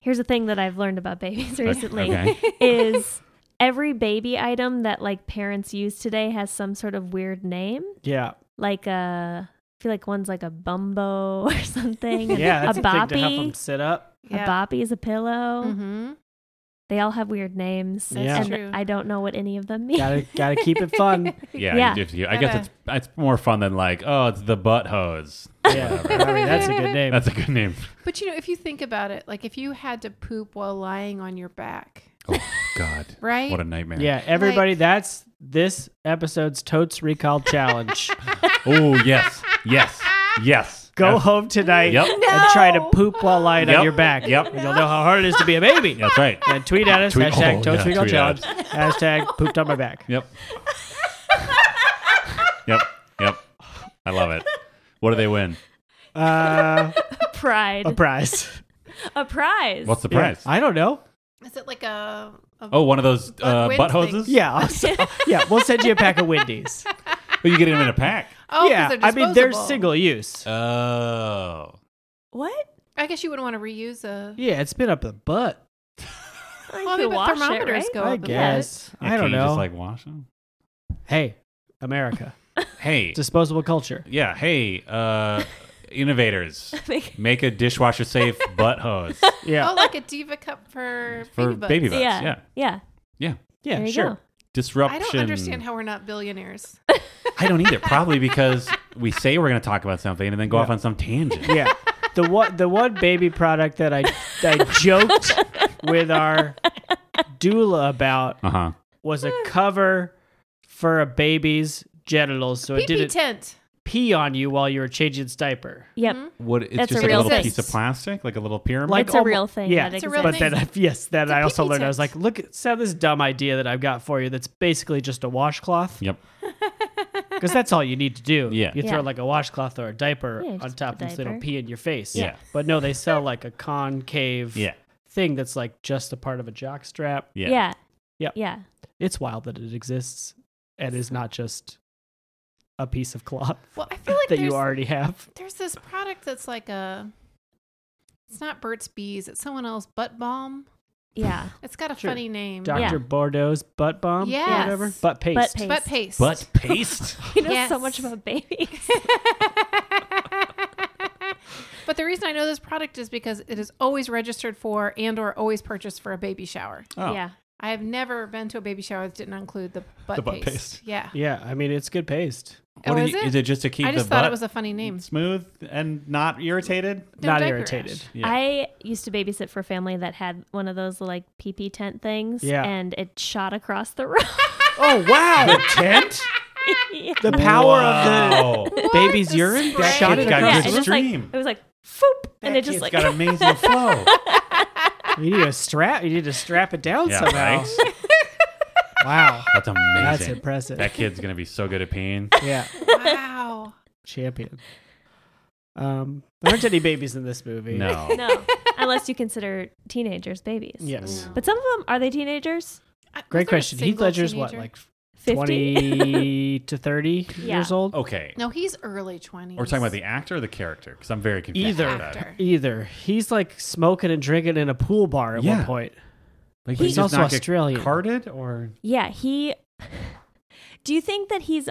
[SPEAKER 4] Here's a thing that I've learned about babies recently
[SPEAKER 2] Okay.
[SPEAKER 4] is every baby item that like parents use today has some sort of weird name.
[SPEAKER 1] Yeah.
[SPEAKER 4] Like a, I feel like one's like a bumbo or something. and
[SPEAKER 1] Yeah.
[SPEAKER 4] a
[SPEAKER 1] That's a, thing to help them
[SPEAKER 4] boppy.
[SPEAKER 1] sit up.
[SPEAKER 4] A boppy is a pillow.
[SPEAKER 3] Mm-hmm.
[SPEAKER 4] They all have weird names.
[SPEAKER 1] That's Yeah.
[SPEAKER 4] and
[SPEAKER 3] true.
[SPEAKER 4] I don't know what any of them mean.
[SPEAKER 1] Gotta gotta keep it fun.
[SPEAKER 2] Yeah,
[SPEAKER 4] Yeah.
[SPEAKER 2] You do have to- I guess it's it's more fun than like, oh, it's the butt hose.
[SPEAKER 1] Yeah. I mean, that's a good name.
[SPEAKER 2] That's a good name.
[SPEAKER 3] But you know, if you think about it, like if you had to poop while lying on your back,
[SPEAKER 2] Oh God,
[SPEAKER 3] right?
[SPEAKER 2] what a nightmare.
[SPEAKER 1] yeah, everybody,
[SPEAKER 3] Like-
[SPEAKER 1] that's this episode's totes recall challenge.
[SPEAKER 2] Oh yes, yes, yes.
[SPEAKER 1] Go
[SPEAKER 2] That's-
[SPEAKER 1] home tonight
[SPEAKER 2] Yep.
[SPEAKER 1] and try to
[SPEAKER 3] No.
[SPEAKER 1] poop while lying
[SPEAKER 2] Yep.
[SPEAKER 1] on your back.
[SPEAKER 2] Yep.
[SPEAKER 1] And You'll know how hard it is to be a baby.
[SPEAKER 2] That's right.
[SPEAKER 1] And tweet at us,
[SPEAKER 2] Tweet-
[SPEAKER 1] hashtag
[SPEAKER 2] oh,
[SPEAKER 1] totes
[SPEAKER 2] yeah,
[SPEAKER 1] recall
[SPEAKER 2] tweet at
[SPEAKER 1] challenge,
[SPEAKER 2] us.
[SPEAKER 1] hashtag pooped on my back.
[SPEAKER 2] Yep. yep. Yep. I love it. What do they win?
[SPEAKER 1] Uh,
[SPEAKER 4] Pride.
[SPEAKER 1] a prize.
[SPEAKER 4] a prize.
[SPEAKER 2] What's the
[SPEAKER 1] Yeah.
[SPEAKER 2] prize?
[SPEAKER 1] I don't know.
[SPEAKER 3] Is it like a, a
[SPEAKER 2] Oh, one of those uh,
[SPEAKER 3] wind
[SPEAKER 2] butt
[SPEAKER 3] thing.
[SPEAKER 2] hoses.
[SPEAKER 1] Yeah, I'll s- yeah, we'll send you a pack of Wendy's.
[SPEAKER 2] But you get them in a pack.
[SPEAKER 3] oh, 'cause
[SPEAKER 1] yeah,
[SPEAKER 3] they're
[SPEAKER 1] I mean they're
[SPEAKER 3] disposable.
[SPEAKER 1] single use.
[SPEAKER 2] Oh.
[SPEAKER 4] what?
[SPEAKER 3] I guess you wouldn't want to reuse a.
[SPEAKER 1] yeah, it's been up the butt.
[SPEAKER 4] Well,
[SPEAKER 3] Well, I
[SPEAKER 4] you
[SPEAKER 3] mean,
[SPEAKER 4] could
[SPEAKER 3] but
[SPEAKER 4] wash it,
[SPEAKER 3] thermometers
[SPEAKER 4] right?
[SPEAKER 3] go
[SPEAKER 1] I
[SPEAKER 3] up in
[SPEAKER 1] guess.
[SPEAKER 2] Yeah,
[SPEAKER 1] I
[SPEAKER 2] can
[SPEAKER 1] don't
[SPEAKER 2] you
[SPEAKER 1] know.
[SPEAKER 2] Just like wash them.
[SPEAKER 1] hey, America,
[SPEAKER 2] Hey.
[SPEAKER 1] disposable culture.
[SPEAKER 2] yeah. Hey. Uh, innovators,
[SPEAKER 4] Make-
[SPEAKER 2] make a dishwasher safe butt hose
[SPEAKER 1] Yeah,
[SPEAKER 3] Oh, like a diva cup for,
[SPEAKER 2] for
[SPEAKER 3] baby butts.
[SPEAKER 2] baby butts.
[SPEAKER 4] yeah.
[SPEAKER 2] Yeah. Yeah.
[SPEAKER 4] Yeah.
[SPEAKER 1] yeah,
[SPEAKER 3] Oh,
[SPEAKER 4] There you
[SPEAKER 1] sure.
[SPEAKER 4] go.
[SPEAKER 2] Disruption.
[SPEAKER 3] I don't understand how we're not billionaires.
[SPEAKER 2] I don't either. Probably because we say we're going to talk about something and then go off on some tangent.
[SPEAKER 1] Yeah. The one the one baby product that I I joked with our doula about
[SPEAKER 2] Uh huh.
[SPEAKER 1] was a cover for a baby's genitals so it
[SPEAKER 3] PP
[SPEAKER 1] didn't
[SPEAKER 3] tent.
[SPEAKER 1] pee on you while you were changing its diaper.
[SPEAKER 4] Yep.
[SPEAKER 3] Mm-hmm.
[SPEAKER 2] What? It's just
[SPEAKER 4] That's a
[SPEAKER 2] like a
[SPEAKER 4] real
[SPEAKER 2] little
[SPEAKER 3] thing.
[SPEAKER 2] piece of plastic, like a little pyramid.
[SPEAKER 1] Like
[SPEAKER 4] It's a
[SPEAKER 1] almo-
[SPEAKER 4] real thing.
[SPEAKER 1] yeah.
[SPEAKER 4] that
[SPEAKER 1] It's
[SPEAKER 3] a real
[SPEAKER 1] But
[SPEAKER 4] exists.
[SPEAKER 1] then I, yes, then
[SPEAKER 3] a
[SPEAKER 1] I also
[SPEAKER 3] pee-pee
[SPEAKER 1] learned I was
[SPEAKER 3] tent.
[SPEAKER 1] like, look, so this dumb idea that I've got for you that's basically just a washcloth
[SPEAKER 2] yep.
[SPEAKER 1] because that's all you need to do.
[SPEAKER 2] Yeah.
[SPEAKER 1] you throw
[SPEAKER 4] Yeah.
[SPEAKER 1] like a washcloth or a diaper
[SPEAKER 4] Yeah,
[SPEAKER 1] on
[SPEAKER 4] just
[SPEAKER 1] top
[SPEAKER 4] a
[SPEAKER 1] and so they don't
[SPEAKER 4] diaper.
[SPEAKER 1] pee in your face.
[SPEAKER 2] Yeah.
[SPEAKER 1] but no, they sell like a concave
[SPEAKER 2] Yeah.
[SPEAKER 1] thing that's like just a part of a jock strap.
[SPEAKER 2] Yeah.
[SPEAKER 4] Yeah.
[SPEAKER 1] Yep.
[SPEAKER 4] Yeah.
[SPEAKER 1] it's wild that it exists and is not just a piece of cloth
[SPEAKER 3] Well, I feel like
[SPEAKER 1] that
[SPEAKER 3] there's,
[SPEAKER 1] you already have.
[SPEAKER 3] there's this product that's like a. It's not Burt's Bees. It's someone else. Butt balm.
[SPEAKER 4] Yeah.
[SPEAKER 3] It's got a
[SPEAKER 1] Sure.
[SPEAKER 3] funny name.
[SPEAKER 1] Dr.
[SPEAKER 4] Yeah.
[SPEAKER 1] Bordeaux's butt bomb or
[SPEAKER 3] Mm, Yes.
[SPEAKER 1] whatever. Butt paste.
[SPEAKER 4] Butt paste.
[SPEAKER 3] Butt paste.
[SPEAKER 2] Butt paste.
[SPEAKER 4] You know
[SPEAKER 3] Yes.
[SPEAKER 4] so much about babies.
[SPEAKER 3] but the reason I know this product is because it is always registered for and or always purchased for a baby shower.
[SPEAKER 2] Oh.
[SPEAKER 4] Yeah.
[SPEAKER 3] I have never been to a baby shower that didn't include the butt,
[SPEAKER 2] The butt
[SPEAKER 3] paste.
[SPEAKER 2] paste.
[SPEAKER 3] Yeah.
[SPEAKER 1] Yeah, I mean it's good paste.
[SPEAKER 3] Oh,
[SPEAKER 2] What do
[SPEAKER 3] is
[SPEAKER 2] you-
[SPEAKER 3] it?
[SPEAKER 2] Is it just to keep
[SPEAKER 3] I just
[SPEAKER 2] the
[SPEAKER 3] thought
[SPEAKER 2] butt
[SPEAKER 3] it was a funny name.
[SPEAKER 2] smooth and not irritated?
[SPEAKER 3] No
[SPEAKER 1] not
[SPEAKER 3] diaper
[SPEAKER 1] irritated.
[SPEAKER 3] rash.
[SPEAKER 2] Yeah.
[SPEAKER 4] I used to babysit for a family that had one of those like pee pee tent things.
[SPEAKER 1] Yeah.
[SPEAKER 4] And it shot across the room.
[SPEAKER 1] Oh wow. the tent?
[SPEAKER 4] yeah.
[SPEAKER 1] The power of
[SPEAKER 2] Wow.
[SPEAKER 1] the baby's
[SPEAKER 3] The
[SPEAKER 1] urine
[SPEAKER 3] spray.
[SPEAKER 1] shot it
[SPEAKER 2] It's got
[SPEAKER 4] Yeah,
[SPEAKER 1] across
[SPEAKER 4] it
[SPEAKER 2] good
[SPEAKER 1] the
[SPEAKER 4] just, like-
[SPEAKER 2] stream.
[SPEAKER 4] it was like foop. and
[SPEAKER 2] That
[SPEAKER 4] it just
[SPEAKER 2] kid's
[SPEAKER 4] like
[SPEAKER 2] got amazing flow.
[SPEAKER 1] room. You need a strap you need to strap it down
[SPEAKER 2] yeah,
[SPEAKER 1] somehow.
[SPEAKER 2] right?
[SPEAKER 1] Wow.
[SPEAKER 2] That's amazing.
[SPEAKER 1] That's impressive.
[SPEAKER 2] That kid's gonna be so good at peeing.
[SPEAKER 1] yeah.
[SPEAKER 3] Wow.
[SPEAKER 1] Champion. Um there aren't any babies in this movie.
[SPEAKER 2] No.
[SPEAKER 4] no. Unless you consider teenagers babies.
[SPEAKER 1] Yes.
[SPEAKER 4] But some of them are they teenagers?
[SPEAKER 3] I- was there a
[SPEAKER 1] Great question. Heath
[SPEAKER 3] single
[SPEAKER 1] Ledger's what,
[SPEAKER 3] teenager?
[SPEAKER 1] like
[SPEAKER 4] 50?
[SPEAKER 1] 20 to 30 years old?
[SPEAKER 2] Okay.
[SPEAKER 3] No, he's early 20s.
[SPEAKER 2] We're talking about the actor or the character because I'm very confused.
[SPEAKER 1] Either.
[SPEAKER 2] about that.
[SPEAKER 3] actor.
[SPEAKER 1] Either. He's like smoking and drinking in a pool bar at
[SPEAKER 2] Yeah.
[SPEAKER 1] one point.
[SPEAKER 2] Like,
[SPEAKER 1] He's
[SPEAKER 2] does
[SPEAKER 1] also
[SPEAKER 2] not get
[SPEAKER 1] Australian.
[SPEAKER 2] Carded or
[SPEAKER 4] Yeah, he. Do you think that he's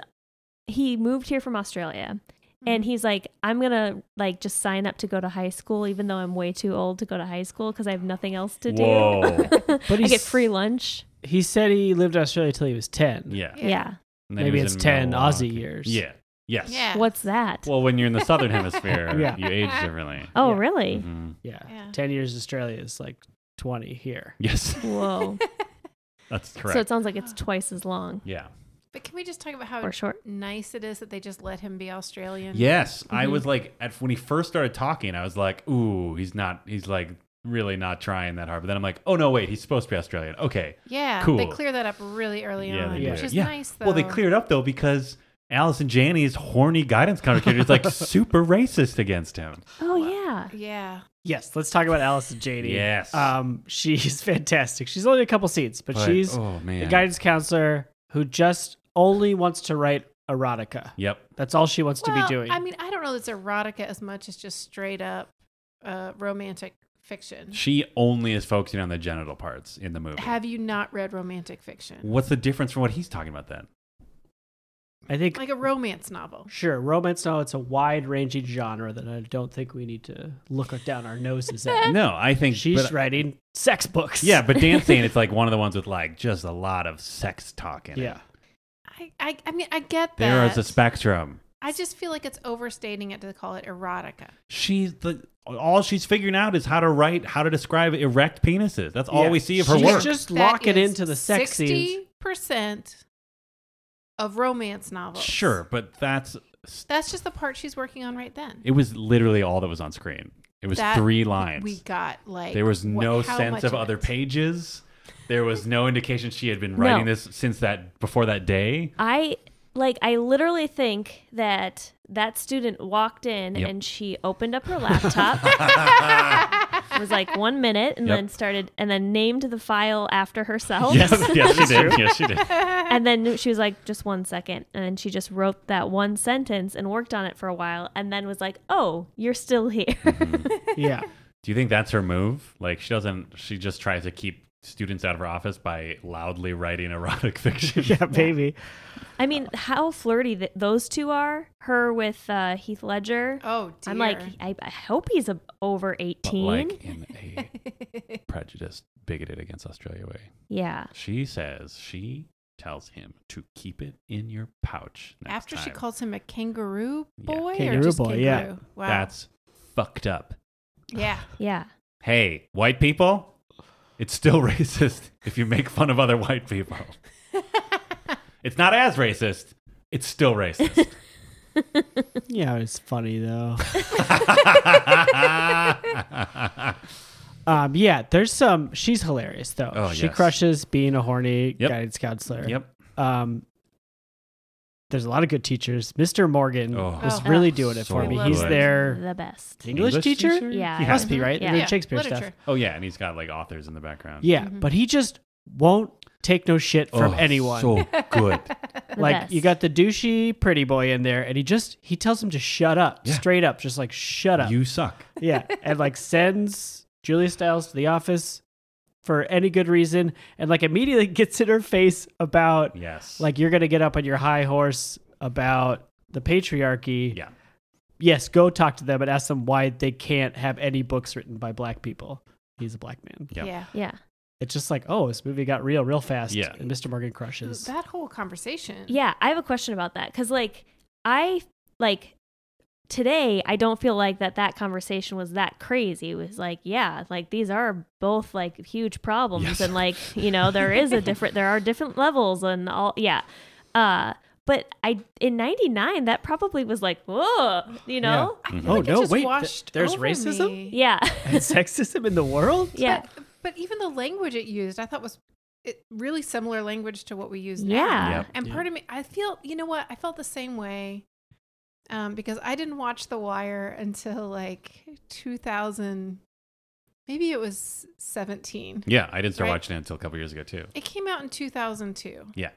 [SPEAKER 4] he moved here from Australia
[SPEAKER 2] Mm-hmm.
[SPEAKER 4] and he's like I'm going to like just sign up to go to high school even though I'm way too old to go to high school cuz I have nothing else to
[SPEAKER 2] Whoa.
[SPEAKER 4] do.
[SPEAKER 1] But
[SPEAKER 4] I
[SPEAKER 1] he's-
[SPEAKER 4] get free lunch.
[SPEAKER 1] He said he lived in Australia till he was 10.
[SPEAKER 2] yeah.
[SPEAKER 3] Yeah.
[SPEAKER 4] Yeah.
[SPEAKER 2] And then he
[SPEAKER 1] Maybe
[SPEAKER 2] was
[SPEAKER 1] it's
[SPEAKER 2] in
[SPEAKER 1] 10
[SPEAKER 2] Milwaukee.
[SPEAKER 1] Aussie years.
[SPEAKER 2] Yeah. Yes.
[SPEAKER 3] Yeah.
[SPEAKER 4] What's that?
[SPEAKER 2] Well, when you're in the southern hemisphere,
[SPEAKER 1] Yeah.
[SPEAKER 2] you age differently.
[SPEAKER 4] oh,
[SPEAKER 1] yeah.
[SPEAKER 4] really?
[SPEAKER 2] Mhm.
[SPEAKER 1] Yeah.
[SPEAKER 3] Yeah.
[SPEAKER 1] 10 years in Australia is like 20 here.
[SPEAKER 2] Yes, Oh.
[SPEAKER 4] Whoa.
[SPEAKER 2] that's Mm-hmm. correct.
[SPEAKER 4] So it sounds like it's twice as long
[SPEAKER 2] yeah.
[SPEAKER 3] But can we just talk about how
[SPEAKER 4] or short.
[SPEAKER 3] nice it is that they just let him be
[SPEAKER 4] Mm-hmm.
[SPEAKER 3] Australian?
[SPEAKER 2] Yes, I was like at when he first started talking, I was like, "Ooh, he's not. He's like really not trying that hard." But then I'm like, "Oh no, wait, he's supposed to be Australian." Okay.
[SPEAKER 3] Yeah. They
[SPEAKER 2] Cool.
[SPEAKER 3] clear that up really early
[SPEAKER 2] Yeah,
[SPEAKER 3] on,
[SPEAKER 2] they
[SPEAKER 3] which
[SPEAKER 2] did.
[SPEAKER 3] is
[SPEAKER 2] Yeah.
[SPEAKER 3] nice, though.
[SPEAKER 2] Well, they cleared up though because Allison Janney's horny guidance counselor is like super racist against him.
[SPEAKER 4] Oh yeah.
[SPEAKER 3] Yeah.
[SPEAKER 1] Yes. Let's talk about Allison Janney.
[SPEAKER 2] Yes.
[SPEAKER 1] Um, she's fantastic. She's only a couple scenes, but,
[SPEAKER 2] But,
[SPEAKER 1] she's
[SPEAKER 2] oh
[SPEAKER 1] a
[SPEAKER 2] man,
[SPEAKER 1] guidance counselor who just only wants to write erotica.
[SPEAKER 2] Yep.
[SPEAKER 1] That's all she wants to be doing.
[SPEAKER 3] I mean, I don't know that's erotica as much as just straight up uh, romantic fiction.
[SPEAKER 2] She only is focusing on the genital parts in the movie.
[SPEAKER 3] Have you not read romantic fiction?
[SPEAKER 2] What's the difference from what he's talking about then?
[SPEAKER 1] I think
[SPEAKER 3] Like a romance novel.
[SPEAKER 1] Sure, romance novel. It's a wide-ranging genre that I don't think we need to look down our noses at.
[SPEAKER 2] No, I think
[SPEAKER 1] She's
[SPEAKER 2] but- uh,
[SPEAKER 1] writing sex books.
[SPEAKER 2] Yeah, but Dan's saying it's like one of the ones with like just a lot of sex talk in it.
[SPEAKER 1] yeah.
[SPEAKER 3] I, I, I mean, I get that.
[SPEAKER 2] There is a spectrum.
[SPEAKER 3] I just feel like it's overstating it to call it erotica.
[SPEAKER 2] She's the all she's figuring out is how to write, how to describe erect penises. That's all
[SPEAKER 1] Yeah.
[SPEAKER 2] we see of her
[SPEAKER 1] She's
[SPEAKER 2] work.
[SPEAKER 1] just
[SPEAKER 3] That
[SPEAKER 1] lock it
[SPEAKER 3] is
[SPEAKER 1] into the sex scenes.
[SPEAKER 3] 60% of romance novels.
[SPEAKER 2] sure, but that's
[SPEAKER 3] That's just the part she's working on right then.
[SPEAKER 2] it was literally all that was on screen. It was
[SPEAKER 3] That
[SPEAKER 2] three lines.
[SPEAKER 3] We got like
[SPEAKER 2] there was
[SPEAKER 3] what-
[SPEAKER 2] no
[SPEAKER 3] how
[SPEAKER 2] sense
[SPEAKER 3] much
[SPEAKER 2] of other
[SPEAKER 3] it?
[SPEAKER 2] pages. There was no indication she had been writing
[SPEAKER 4] No.
[SPEAKER 2] this since that before that day.
[SPEAKER 4] I like I literally think that that student walked in
[SPEAKER 2] Yep.
[SPEAKER 4] and she opened up her laptop.
[SPEAKER 2] Ah.
[SPEAKER 4] was like 1 minute and
[SPEAKER 2] Yep.
[SPEAKER 4] then started and then named the file after
[SPEAKER 3] Oh,
[SPEAKER 4] herself.
[SPEAKER 2] Yes, yes, she did. Yes, she did.
[SPEAKER 4] And then she was like just 1 second and then she just wrote that one sentence and worked on it for a while and then was like, "Oh, you're still here."
[SPEAKER 1] Yeah.
[SPEAKER 2] Do you think that's her move? Like she doesn't. She just tries to keep students out of her office by loudly writing erotic fiction.
[SPEAKER 1] Yeah, baby.
[SPEAKER 4] I mean, how flirty th- those two are. Her with uh, Heath Ledger.
[SPEAKER 3] Oh, dear.
[SPEAKER 4] I'm like, I, I hope he's a, over
[SPEAKER 2] But
[SPEAKER 4] 18.
[SPEAKER 2] like in a prejudiced, bigoted against Australia way.
[SPEAKER 4] yeah.
[SPEAKER 2] She says she tells him to keep it in your pouch. Next
[SPEAKER 3] After she
[SPEAKER 2] time.
[SPEAKER 3] calls him a kangaroo
[SPEAKER 2] Yeah.
[SPEAKER 3] boy or
[SPEAKER 1] Kangaroo
[SPEAKER 3] just
[SPEAKER 1] boy,
[SPEAKER 3] kangaroo?
[SPEAKER 1] yeah.
[SPEAKER 3] Wow.
[SPEAKER 2] that's fucked up.
[SPEAKER 3] yeah.
[SPEAKER 4] Yeah.
[SPEAKER 2] Hey, white people, it's still racist if you make fun of other white people. it's not as racist. It's still racist.
[SPEAKER 1] Yeah, it's funny though. um, yeah, there's some. She's hilarious though.
[SPEAKER 2] Oh,
[SPEAKER 1] she
[SPEAKER 2] yes.
[SPEAKER 1] crushes being a horny
[SPEAKER 2] Yep.
[SPEAKER 1] guidance counselor.
[SPEAKER 2] yep.
[SPEAKER 1] Um, there's a lot of good teachers. Mr. Morgan
[SPEAKER 2] Oh.
[SPEAKER 1] was
[SPEAKER 3] Oh.
[SPEAKER 1] really doing it
[SPEAKER 2] So
[SPEAKER 1] for me.
[SPEAKER 2] good.
[SPEAKER 1] He's their
[SPEAKER 4] The best.
[SPEAKER 1] English, teacher.
[SPEAKER 4] Yeah.
[SPEAKER 1] He must be right.
[SPEAKER 4] Yeah.
[SPEAKER 1] They're doing Shakespeare stuff.
[SPEAKER 3] Literature.
[SPEAKER 2] Oh yeah, and he's got like authors in the background.
[SPEAKER 1] Yeah,
[SPEAKER 4] Mm-hmm.
[SPEAKER 3] Mhm.
[SPEAKER 1] but he just won't take no shit from
[SPEAKER 2] Oh,
[SPEAKER 1] anyone.
[SPEAKER 2] So good.
[SPEAKER 4] The
[SPEAKER 1] like
[SPEAKER 4] best.
[SPEAKER 1] you got the douchey pretty boy in there, and he just he tells him to shut up,
[SPEAKER 2] Yeah.
[SPEAKER 1] straight up, just like shut up.
[SPEAKER 2] you suck.
[SPEAKER 1] yeah, and like sends Julia Stiles to the office for any good reason, and like immediately gets in her face about
[SPEAKER 2] Yes.
[SPEAKER 1] like you're gonna get up on your high horse about the patriarchy.
[SPEAKER 2] yeah.
[SPEAKER 1] Yes, go talk to them and ask them why they can't have any books written by black people. He's a black man.
[SPEAKER 2] Yep.
[SPEAKER 3] Yeah.
[SPEAKER 4] Yeah.
[SPEAKER 1] It's just like, oh, this movie got real, real fast.
[SPEAKER 2] Yeah.
[SPEAKER 1] And Mr. Morgan crushes.
[SPEAKER 3] That whole conversation.
[SPEAKER 4] Yeah. I have a question about that because, like, I like today. I don't feel like that. That conversation was that crazy. It was like, yeah, like these are both like huge problems,
[SPEAKER 2] Yes.
[SPEAKER 4] and like you know there is a different. There are different levels and all. Yeah. Uh. But I in '99 that probably was like, whoa, you know,
[SPEAKER 2] Mm-hmm.
[SPEAKER 3] I feel
[SPEAKER 1] Oh,
[SPEAKER 3] like it
[SPEAKER 1] no,
[SPEAKER 3] just
[SPEAKER 1] wait, th-
[SPEAKER 3] washed
[SPEAKER 1] there's
[SPEAKER 3] over
[SPEAKER 1] racism?
[SPEAKER 3] me.
[SPEAKER 4] yeah,
[SPEAKER 1] And sexism in the world?
[SPEAKER 4] yeah.
[SPEAKER 3] But, but even the language it used, I thought was it really similar language to what we use now.
[SPEAKER 4] Yeah.
[SPEAKER 2] Yep.
[SPEAKER 3] And part of me, I feel, you know what? I felt the same way um, because I didn't watch The Wire until like 2000. Maybe it was 17.
[SPEAKER 2] Yeah. I didn't start
[SPEAKER 3] Right.
[SPEAKER 2] watching it until a couple years ago too.
[SPEAKER 3] It came out in 2002.
[SPEAKER 2] Yeah.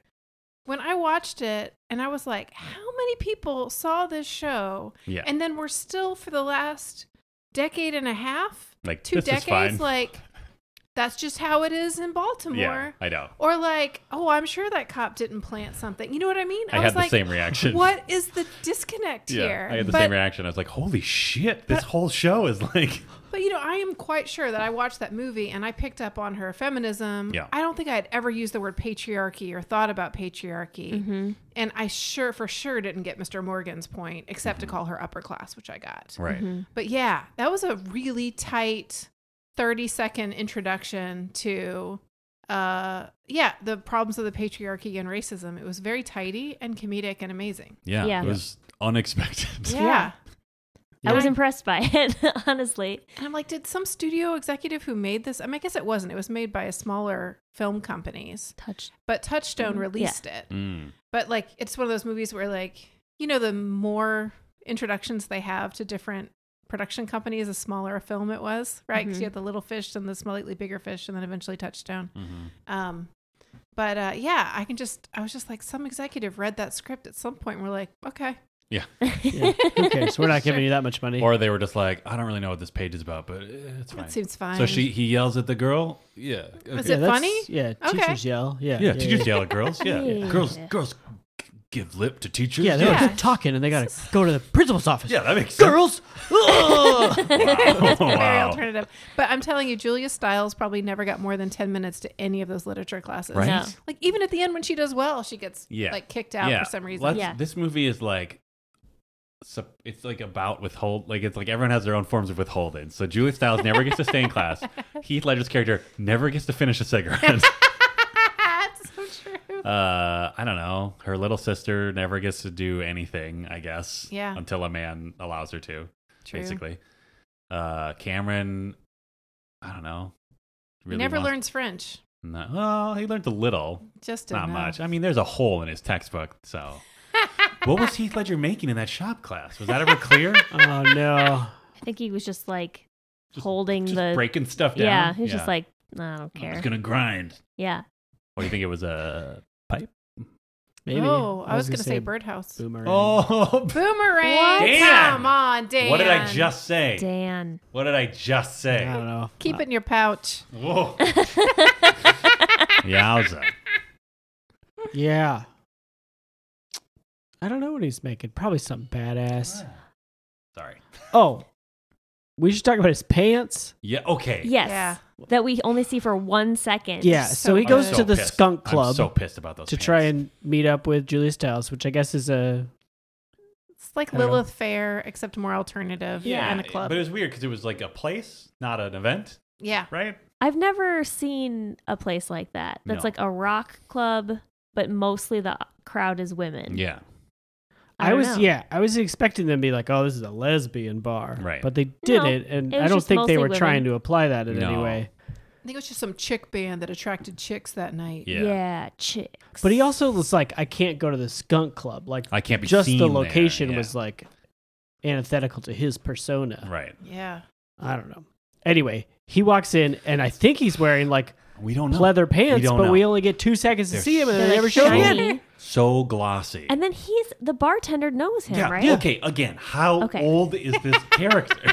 [SPEAKER 3] When I watched it, and I was like, how many people saw this show
[SPEAKER 2] Yeah.
[SPEAKER 3] and then we're still for the last decade and a half,
[SPEAKER 2] Like,
[SPEAKER 3] two
[SPEAKER 2] this is fine.
[SPEAKER 3] decades, like that's just how it is in Baltimore.
[SPEAKER 2] yeah. I know.
[SPEAKER 3] Or like, oh, I'm sure that cop didn't plant something. You know what I mean?
[SPEAKER 2] I,
[SPEAKER 3] was
[SPEAKER 2] had the
[SPEAKER 3] like,
[SPEAKER 2] same reaction.
[SPEAKER 3] what is the disconnect
[SPEAKER 2] Yeah.
[SPEAKER 3] here?
[SPEAKER 2] I had the
[SPEAKER 3] but,
[SPEAKER 2] same reaction. I was like, holy shit, this whole show is like
[SPEAKER 3] but you know, I am quite sure that I watched that movie and I picked up on her feminism.
[SPEAKER 2] Yeah.
[SPEAKER 3] I don't think I had ever used the word patriarchy or thought about patriarchy. And I sure for sure didn't get Mr. Morgan's point, except to call her upper class, which I got.
[SPEAKER 2] Mm-hmm. Right.
[SPEAKER 3] But yeah, that was a really tight 30 second introduction to uh yeah, the problems of the patriarchy and racism. It was very tidy and comedic and amazing.
[SPEAKER 2] Yeah.
[SPEAKER 4] Yeah.
[SPEAKER 2] It was unexpected.
[SPEAKER 3] Yeah.
[SPEAKER 4] Yeah. I was
[SPEAKER 3] Yeah.
[SPEAKER 4] impressed by it, honestly.
[SPEAKER 3] And I'm like, did some studio executive who made this? I mean, I guess it wasn't. It was made by a smaller film companies,
[SPEAKER 4] Touched.
[SPEAKER 3] but Touchstone released it.
[SPEAKER 2] Mm.
[SPEAKER 3] But like it's one of those movies where like, you know, the more introductions they have to different production companies, the smaller a film it
[SPEAKER 2] Mm-hmm. mm-hmm.
[SPEAKER 3] was, right? Because you had the little fish and the slightly bigger fish and then eventually Touchstone.
[SPEAKER 2] hmm
[SPEAKER 3] Um, But uh, yeah, I can just, I was just like, some executive read that script at some point and we're like, okay.
[SPEAKER 1] Yeah. Who cares? We're not giving you that much money.
[SPEAKER 2] Or they were just like, I don't really know what this page is about, but eh, it's fine.
[SPEAKER 3] That seems fine.
[SPEAKER 2] So she he yells at the girl. Yeah.
[SPEAKER 3] Was
[SPEAKER 2] okay.
[SPEAKER 3] it
[SPEAKER 1] that's-
[SPEAKER 3] funny?
[SPEAKER 1] Yeah.
[SPEAKER 3] Okay.
[SPEAKER 1] Teachers yell. Yeah.
[SPEAKER 2] Yeah, teachers yell at girls. Yeah.
[SPEAKER 4] Yeah.
[SPEAKER 2] Girls girls g- give lip to teachers.
[SPEAKER 1] Yeah, they're
[SPEAKER 3] Yeah.
[SPEAKER 1] like talking and they gotta go to the principal's office.
[SPEAKER 2] Yeah, Oh. that makes sense.
[SPEAKER 1] Girls, Ugh.
[SPEAKER 2] Wow.
[SPEAKER 3] Very
[SPEAKER 2] Wow.
[SPEAKER 3] alternative. But I'm telling you, Julia Stiles probably never got more than 10 minutes to any of those literature classes.
[SPEAKER 2] Right?
[SPEAKER 4] No.
[SPEAKER 3] Like even at the end when she does well, she gets
[SPEAKER 2] Yeah.
[SPEAKER 3] like kicked out for some reason.
[SPEAKER 2] Let's-
[SPEAKER 4] Yeah.
[SPEAKER 2] This movie is like, sup- it's like about withhold. Like it's like everyone has their own forms of withholding. So Julia Stiles never gets to stay in class. Heath Ledger's character never gets to finish a cigarette.
[SPEAKER 3] That's so true.
[SPEAKER 2] uh, I don't know. Her little sister never gets to do anything. I guess.
[SPEAKER 3] Yeah.
[SPEAKER 2] Until a man allows her to.
[SPEAKER 3] True.
[SPEAKER 2] Basically. Uh, Cameron. I don't know.
[SPEAKER 3] He never
[SPEAKER 2] wants-
[SPEAKER 3] learns French.
[SPEAKER 2] No, well, he learned a little.
[SPEAKER 3] Just
[SPEAKER 2] Not
[SPEAKER 3] enough.
[SPEAKER 2] much. I mean, there's a hole in his textbook. So, what was Heath Ledger making in that shop class? Was that ever clear?
[SPEAKER 1] oh no.
[SPEAKER 4] I think he was just like
[SPEAKER 2] Just-
[SPEAKER 4] holding
[SPEAKER 2] just
[SPEAKER 4] the.
[SPEAKER 2] breaking stuff down.
[SPEAKER 4] Yeah, he's just like, "Nah, I don't care.
[SPEAKER 2] it's gonna grind.
[SPEAKER 4] yeah.
[SPEAKER 2] Or do you think it was uh, a pipe?
[SPEAKER 1] Maybe.
[SPEAKER 3] Oh, I was, gonna, say, birdhouse.
[SPEAKER 1] Boomerang.
[SPEAKER 2] Oh,
[SPEAKER 3] Boomerang.
[SPEAKER 2] Dan!
[SPEAKER 3] Come on, Dan.
[SPEAKER 2] what did I just say?
[SPEAKER 4] Dan.
[SPEAKER 2] What did I just
[SPEAKER 1] I
[SPEAKER 2] say?
[SPEAKER 1] don't know.
[SPEAKER 3] keep
[SPEAKER 2] Uh,
[SPEAKER 3] it in your pouch?
[SPEAKER 2] Whoa, yowza!
[SPEAKER 1] Yeah. I don't know what he's making. Probably something badass.
[SPEAKER 2] Sorry.
[SPEAKER 1] Oh, we should talk about his pants.
[SPEAKER 2] Yeah. Okay.
[SPEAKER 4] yes.
[SPEAKER 3] Yeah.
[SPEAKER 4] That we only see for one second.
[SPEAKER 1] Yeah,
[SPEAKER 3] so
[SPEAKER 1] so, he
[SPEAKER 3] good.
[SPEAKER 2] I'm
[SPEAKER 1] goes
[SPEAKER 2] so
[SPEAKER 1] to the
[SPEAKER 2] pissed.
[SPEAKER 1] skunk
[SPEAKER 2] I'm
[SPEAKER 1] club
[SPEAKER 2] so pissed about those.
[SPEAKER 1] to
[SPEAKER 2] pants.
[SPEAKER 1] try and meet up with Julia Stiles, which I guess is a
[SPEAKER 3] It's like
[SPEAKER 1] I don't know.
[SPEAKER 3] Lilith Fair, except more alternative. Yeah, and a club.
[SPEAKER 2] But it was weird because it was like a place, not an event,
[SPEAKER 3] yeah,
[SPEAKER 2] right?
[SPEAKER 4] I've never seen a place like that. That's
[SPEAKER 2] No.
[SPEAKER 4] like a rock club, but mostly the crowd is women.
[SPEAKER 2] Yeah.
[SPEAKER 1] I
[SPEAKER 4] don't
[SPEAKER 1] was
[SPEAKER 4] know.
[SPEAKER 1] yeah, I was expecting them to be like, oh, this is a lesbian bar,
[SPEAKER 2] Right.
[SPEAKER 1] But they didn't,
[SPEAKER 4] No,
[SPEAKER 1] and
[SPEAKER 4] it was
[SPEAKER 1] I don't
[SPEAKER 4] just
[SPEAKER 1] think they
[SPEAKER 4] mostly
[SPEAKER 1] were
[SPEAKER 4] women.
[SPEAKER 1] trying to apply that in any
[SPEAKER 2] No.
[SPEAKER 1] way.
[SPEAKER 3] I think it was just some chick band that attracted chicks that night.
[SPEAKER 2] Yeah.
[SPEAKER 4] chicks.
[SPEAKER 1] But he also was like, I can't go to the skunk club. Like
[SPEAKER 2] I can't be
[SPEAKER 1] just
[SPEAKER 2] seen
[SPEAKER 1] the
[SPEAKER 2] there,
[SPEAKER 1] location
[SPEAKER 2] yeah.
[SPEAKER 1] was like antithetical to his persona.
[SPEAKER 2] right.
[SPEAKER 3] Yeah.
[SPEAKER 1] I don't know. Anyway, he walks in, and I think he's wearing like
[SPEAKER 2] We don't know.
[SPEAKER 1] leather pants,
[SPEAKER 2] don't
[SPEAKER 1] but
[SPEAKER 2] know.
[SPEAKER 1] we only get two seconds
[SPEAKER 2] They're
[SPEAKER 1] to see him, and
[SPEAKER 4] They're,
[SPEAKER 1] they
[SPEAKER 4] like,
[SPEAKER 1] never show him
[SPEAKER 4] shiny.
[SPEAKER 1] again.
[SPEAKER 2] so glossy.
[SPEAKER 4] And then he's the bartender knows him, right?
[SPEAKER 2] Okay. Again, how
[SPEAKER 4] Okay.
[SPEAKER 2] old is this character?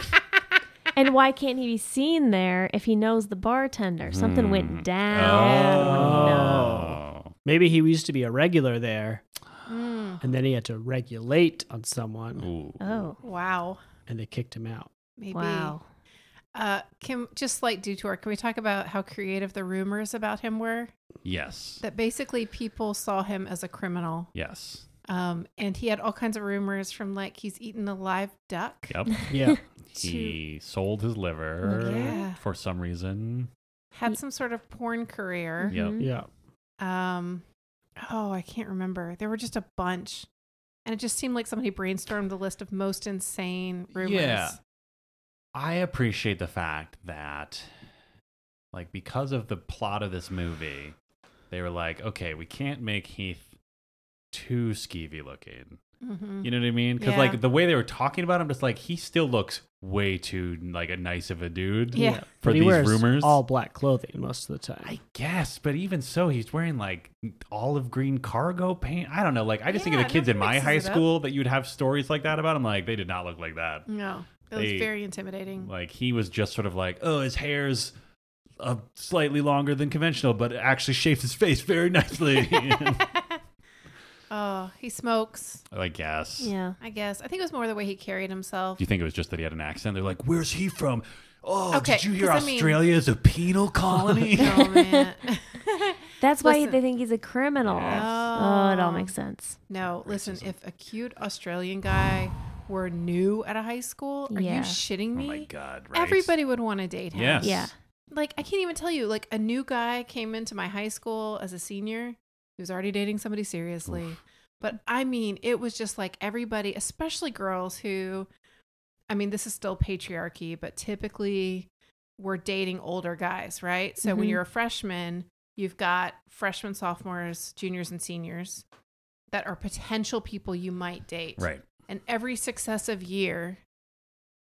[SPEAKER 4] And why can't he be seen there if he knows the bartender? Something went
[SPEAKER 2] Oh.
[SPEAKER 4] down.
[SPEAKER 1] Maybe he used to be a regular there,
[SPEAKER 3] Mm.
[SPEAKER 1] and then he had to regulate on someone,
[SPEAKER 2] Ooh.
[SPEAKER 4] No. Oh.
[SPEAKER 3] Wow.
[SPEAKER 1] and they kicked him out.
[SPEAKER 3] Maybe.
[SPEAKER 4] Wow.
[SPEAKER 3] Uh, can just slight detour. Can we talk about how creative the rumors about him were?
[SPEAKER 2] Yes.
[SPEAKER 3] That basically people saw him as a criminal,
[SPEAKER 2] Yes.
[SPEAKER 3] um, and he had all kinds of rumors from like he's eaten a live duck.
[SPEAKER 2] Yep.
[SPEAKER 1] Yeah.
[SPEAKER 2] he sold his liver
[SPEAKER 3] Yeah.
[SPEAKER 2] for some reason.
[SPEAKER 3] Had some sort of porn career.
[SPEAKER 2] Yep.
[SPEAKER 4] Mhm.
[SPEAKER 1] Yeah.
[SPEAKER 3] Um, oh, I can't remember. There were just a bunch, and it just seemed like somebody brainstormed the list of most insane rumors.
[SPEAKER 2] Yeah. I appreciate the fact that, like, because of the plot of this movie, they were like, okay, we can't make Heath too skeevy looking.
[SPEAKER 3] Mhm.
[SPEAKER 2] You know what I mean? Because
[SPEAKER 3] Yeah.
[SPEAKER 2] like the way they were talking about him, just like he still looks way too like a nice of a dude.
[SPEAKER 3] Yeah.
[SPEAKER 2] For
[SPEAKER 1] But he
[SPEAKER 2] these
[SPEAKER 1] wears
[SPEAKER 2] rumors,
[SPEAKER 1] all black clothing most of the time.
[SPEAKER 2] I guess, but even so, he's wearing like olive green cargo pant. I don't know. Like, I just think
[SPEAKER 3] Yeah,
[SPEAKER 2] of the kids in
[SPEAKER 3] nobody
[SPEAKER 2] my
[SPEAKER 3] mixes
[SPEAKER 2] high
[SPEAKER 3] it up.
[SPEAKER 2] school that you'd have stories like that about. I'm like, they did not look like that.
[SPEAKER 3] No, it
[SPEAKER 2] They-
[SPEAKER 3] was very intimidating.
[SPEAKER 2] Like, he was just sort of like, oh, his hair's uh, slightly longer than conventional, but it actually shapes his face very nicely.
[SPEAKER 3] oh, he smokes.
[SPEAKER 2] I guess.
[SPEAKER 4] Yeah.
[SPEAKER 3] I guess. I think it was more the way he carried himself.
[SPEAKER 2] Do you think it was just that he had an accent? They're like, where's he from? Oh,
[SPEAKER 3] Okay,
[SPEAKER 2] did you hear
[SPEAKER 3] 'cause I mean-
[SPEAKER 2] Australia is a penal colony?
[SPEAKER 3] oh man.
[SPEAKER 4] That's why
[SPEAKER 3] Listen.
[SPEAKER 4] they think he's a criminal. Oh, it all makes sense.
[SPEAKER 3] no, listen. If a cute Australian guy were new at a high school, are
[SPEAKER 4] Yeah.
[SPEAKER 3] you shitting
[SPEAKER 2] oh
[SPEAKER 3] me?
[SPEAKER 2] my God, right?
[SPEAKER 3] Everybody would want to date him.
[SPEAKER 2] Yes.
[SPEAKER 4] Yeah.
[SPEAKER 3] like I can't even tell you. Like a new guy came into my high school as a senior who's already dating somebody seriously. But I mean, it was just like everybody, especially girls who, I mean, this is still patriarchy, but typically we're dating older guys, right? So when
[SPEAKER 4] Mhm.
[SPEAKER 3] you're a freshman, you've got freshmen, sophomores, juniors, and seniors that are potential people you might date.
[SPEAKER 2] Right.
[SPEAKER 3] And every successive year,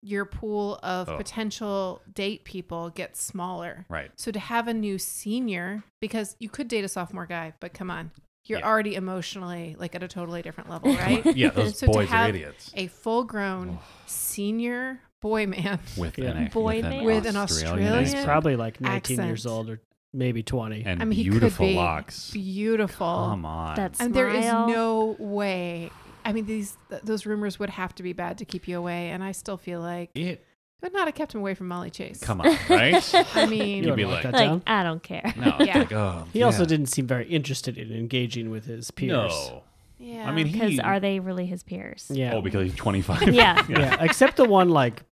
[SPEAKER 3] your pool of
[SPEAKER 2] Oh.
[SPEAKER 3] potential date people gets smaller.
[SPEAKER 2] Right.
[SPEAKER 3] So to have a new senior, because you could date a sophomore guy, but come on, you're
[SPEAKER 2] Yeah.
[SPEAKER 3] already emotionally like at a totally different level, right?
[SPEAKER 2] Yeah, those
[SPEAKER 3] So to
[SPEAKER 2] boys are
[SPEAKER 3] have
[SPEAKER 2] idiots.
[SPEAKER 3] a full grown senior boy man.
[SPEAKER 2] With
[SPEAKER 1] Yeah.
[SPEAKER 2] an
[SPEAKER 4] Boy
[SPEAKER 2] with an,
[SPEAKER 4] man.
[SPEAKER 3] With an Australian
[SPEAKER 1] He's
[SPEAKER 3] Yeah.
[SPEAKER 1] probably like 19
[SPEAKER 3] Accent.
[SPEAKER 1] years old or maybe 20.
[SPEAKER 2] and
[SPEAKER 3] I mean, he could
[SPEAKER 2] beautiful
[SPEAKER 3] be
[SPEAKER 2] locks.
[SPEAKER 3] Beautiful.
[SPEAKER 2] Come on.
[SPEAKER 4] That's
[SPEAKER 3] and there is
[SPEAKER 4] smile.
[SPEAKER 3] no way. I mean, these th- those rumors would have to be bad to keep you away, and I still feel like it
[SPEAKER 2] it.
[SPEAKER 3] would not have kept him away from Molly Chase.
[SPEAKER 2] Come on, right?
[SPEAKER 3] I mean,
[SPEAKER 1] You
[SPEAKER 2] You'd be
[SPEAKER 1] wouldn't
[SPEAKER 2] like,
[SPEAKER 1] that
[SPEAKER 4] like
[SPEAKER 1] down.
[SPEAKER 4] I don't care.
[SPEAKER 2] no. it's
[SPEAKER 3] Yeah.
[SPEAKER 2] Like, oh,
[SPEAKER 1] He also
[SPEAKER 2] yeah.
[SPEAKER 1] didn't seem very interested in engaging with his peers.
[SPEAKER 2] No.
[SPEAKER 3] yeah.
[SPEAKER 2] I mean,
[SPEAKER 4] Because
[SPEAKER 2] he.
[SPEAKER 4] are they really his peers?
[SPEAKER 1] Yeah.
[SPEAKER 2] Oh, because he's 25.
[SPEAKER 4] Yeah.
[SPEAKER 1] yeah. Except the one like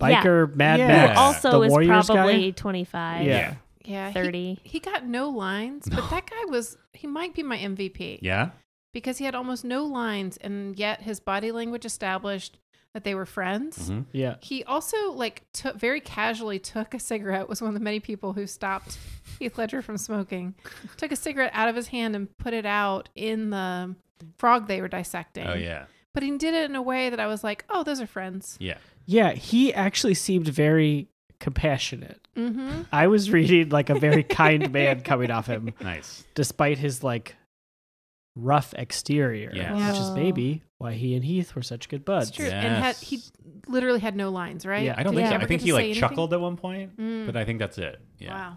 [SPEAKER 4] Yeah.
[SPEAKER 1] biker Mad
[SPEAKER 2] Yeah.
[SPEAKER 1] Max.
[SPEAKER 2] Who
[SPEAKER 4] Also
[SPEAKER 1] the
[SPEAKER 4] is
[SPEAKER 1] Warriors
[SPEAKER 4] probably
[SPEAKER 1] Guy.
[SPEAKER 4] 25,
[SPEAKER 1] Yeah.
[SPEAKER 3] yeah, he-
[SPEAKER 4] 30.
[SPEAKER 3] He, got no lines, but that guy was he might be my MVP
[SPEAKER 2] Yeah.
[SPEAKER 3] because he had almost no lines, and yet his body language established that they were friends.
[SPEAKER 2] Mhm.
[SPEAKER 1] Yeah.
[SPEAKER 3] He also like took very casually took a cigarette. Was one of the many people who stopped Heath Ledger from smoking. took a cigarette out of his hand and put it out in the frog they were dissecting.
[SPEAKER 2] Oh yeah.
[SPEAKER 3] But he did it in a way that I was like, oh, those are friends.
[SPEAKER 2] Yeah.
[SPEAKER 1] Yeah. He actually seemed very compassionate.
[SPEAKER 3] Mm-hmm.
[SPEAKER 1] I was reading like a very kind man coming off him,
[SPEAKER 2] Nice.
[SPEAKER 1] despite his like rough exterior,
[SPEAKER 2] Yeah.
[SPEAKER 1] which is
[SPEAKER 4] Wow.
[SPEAKER 1] maybe why he and Heath were such good buds.
[SPEAKER 3] That's true. And had,
[SPEAKER 2] Yes.
[SPEAKER 3] he literally had no lines, right?
[SPEAKER 1] Yeah.
[SPEAKER 2] I don't
[SPEAKER 4] Did
[SPEAKER 2] think
[SPEAKER 4] he
[SPEAKER 2] so.
[SPEAKER 4] ever
[SPEAKER 2] I think
[SPEAKER 3] get
[SPEAKER 2] he
[SPEAKER 3] to
[SPEAKER 2] like
[SPEAKER 3] say anything?
[SPEAKER 2] chuckled at one point,
[SPEAKER 3] Mm.
[SPEAKER 2] but I think that's it. Yeah.
[SPEAKER 3] Wow.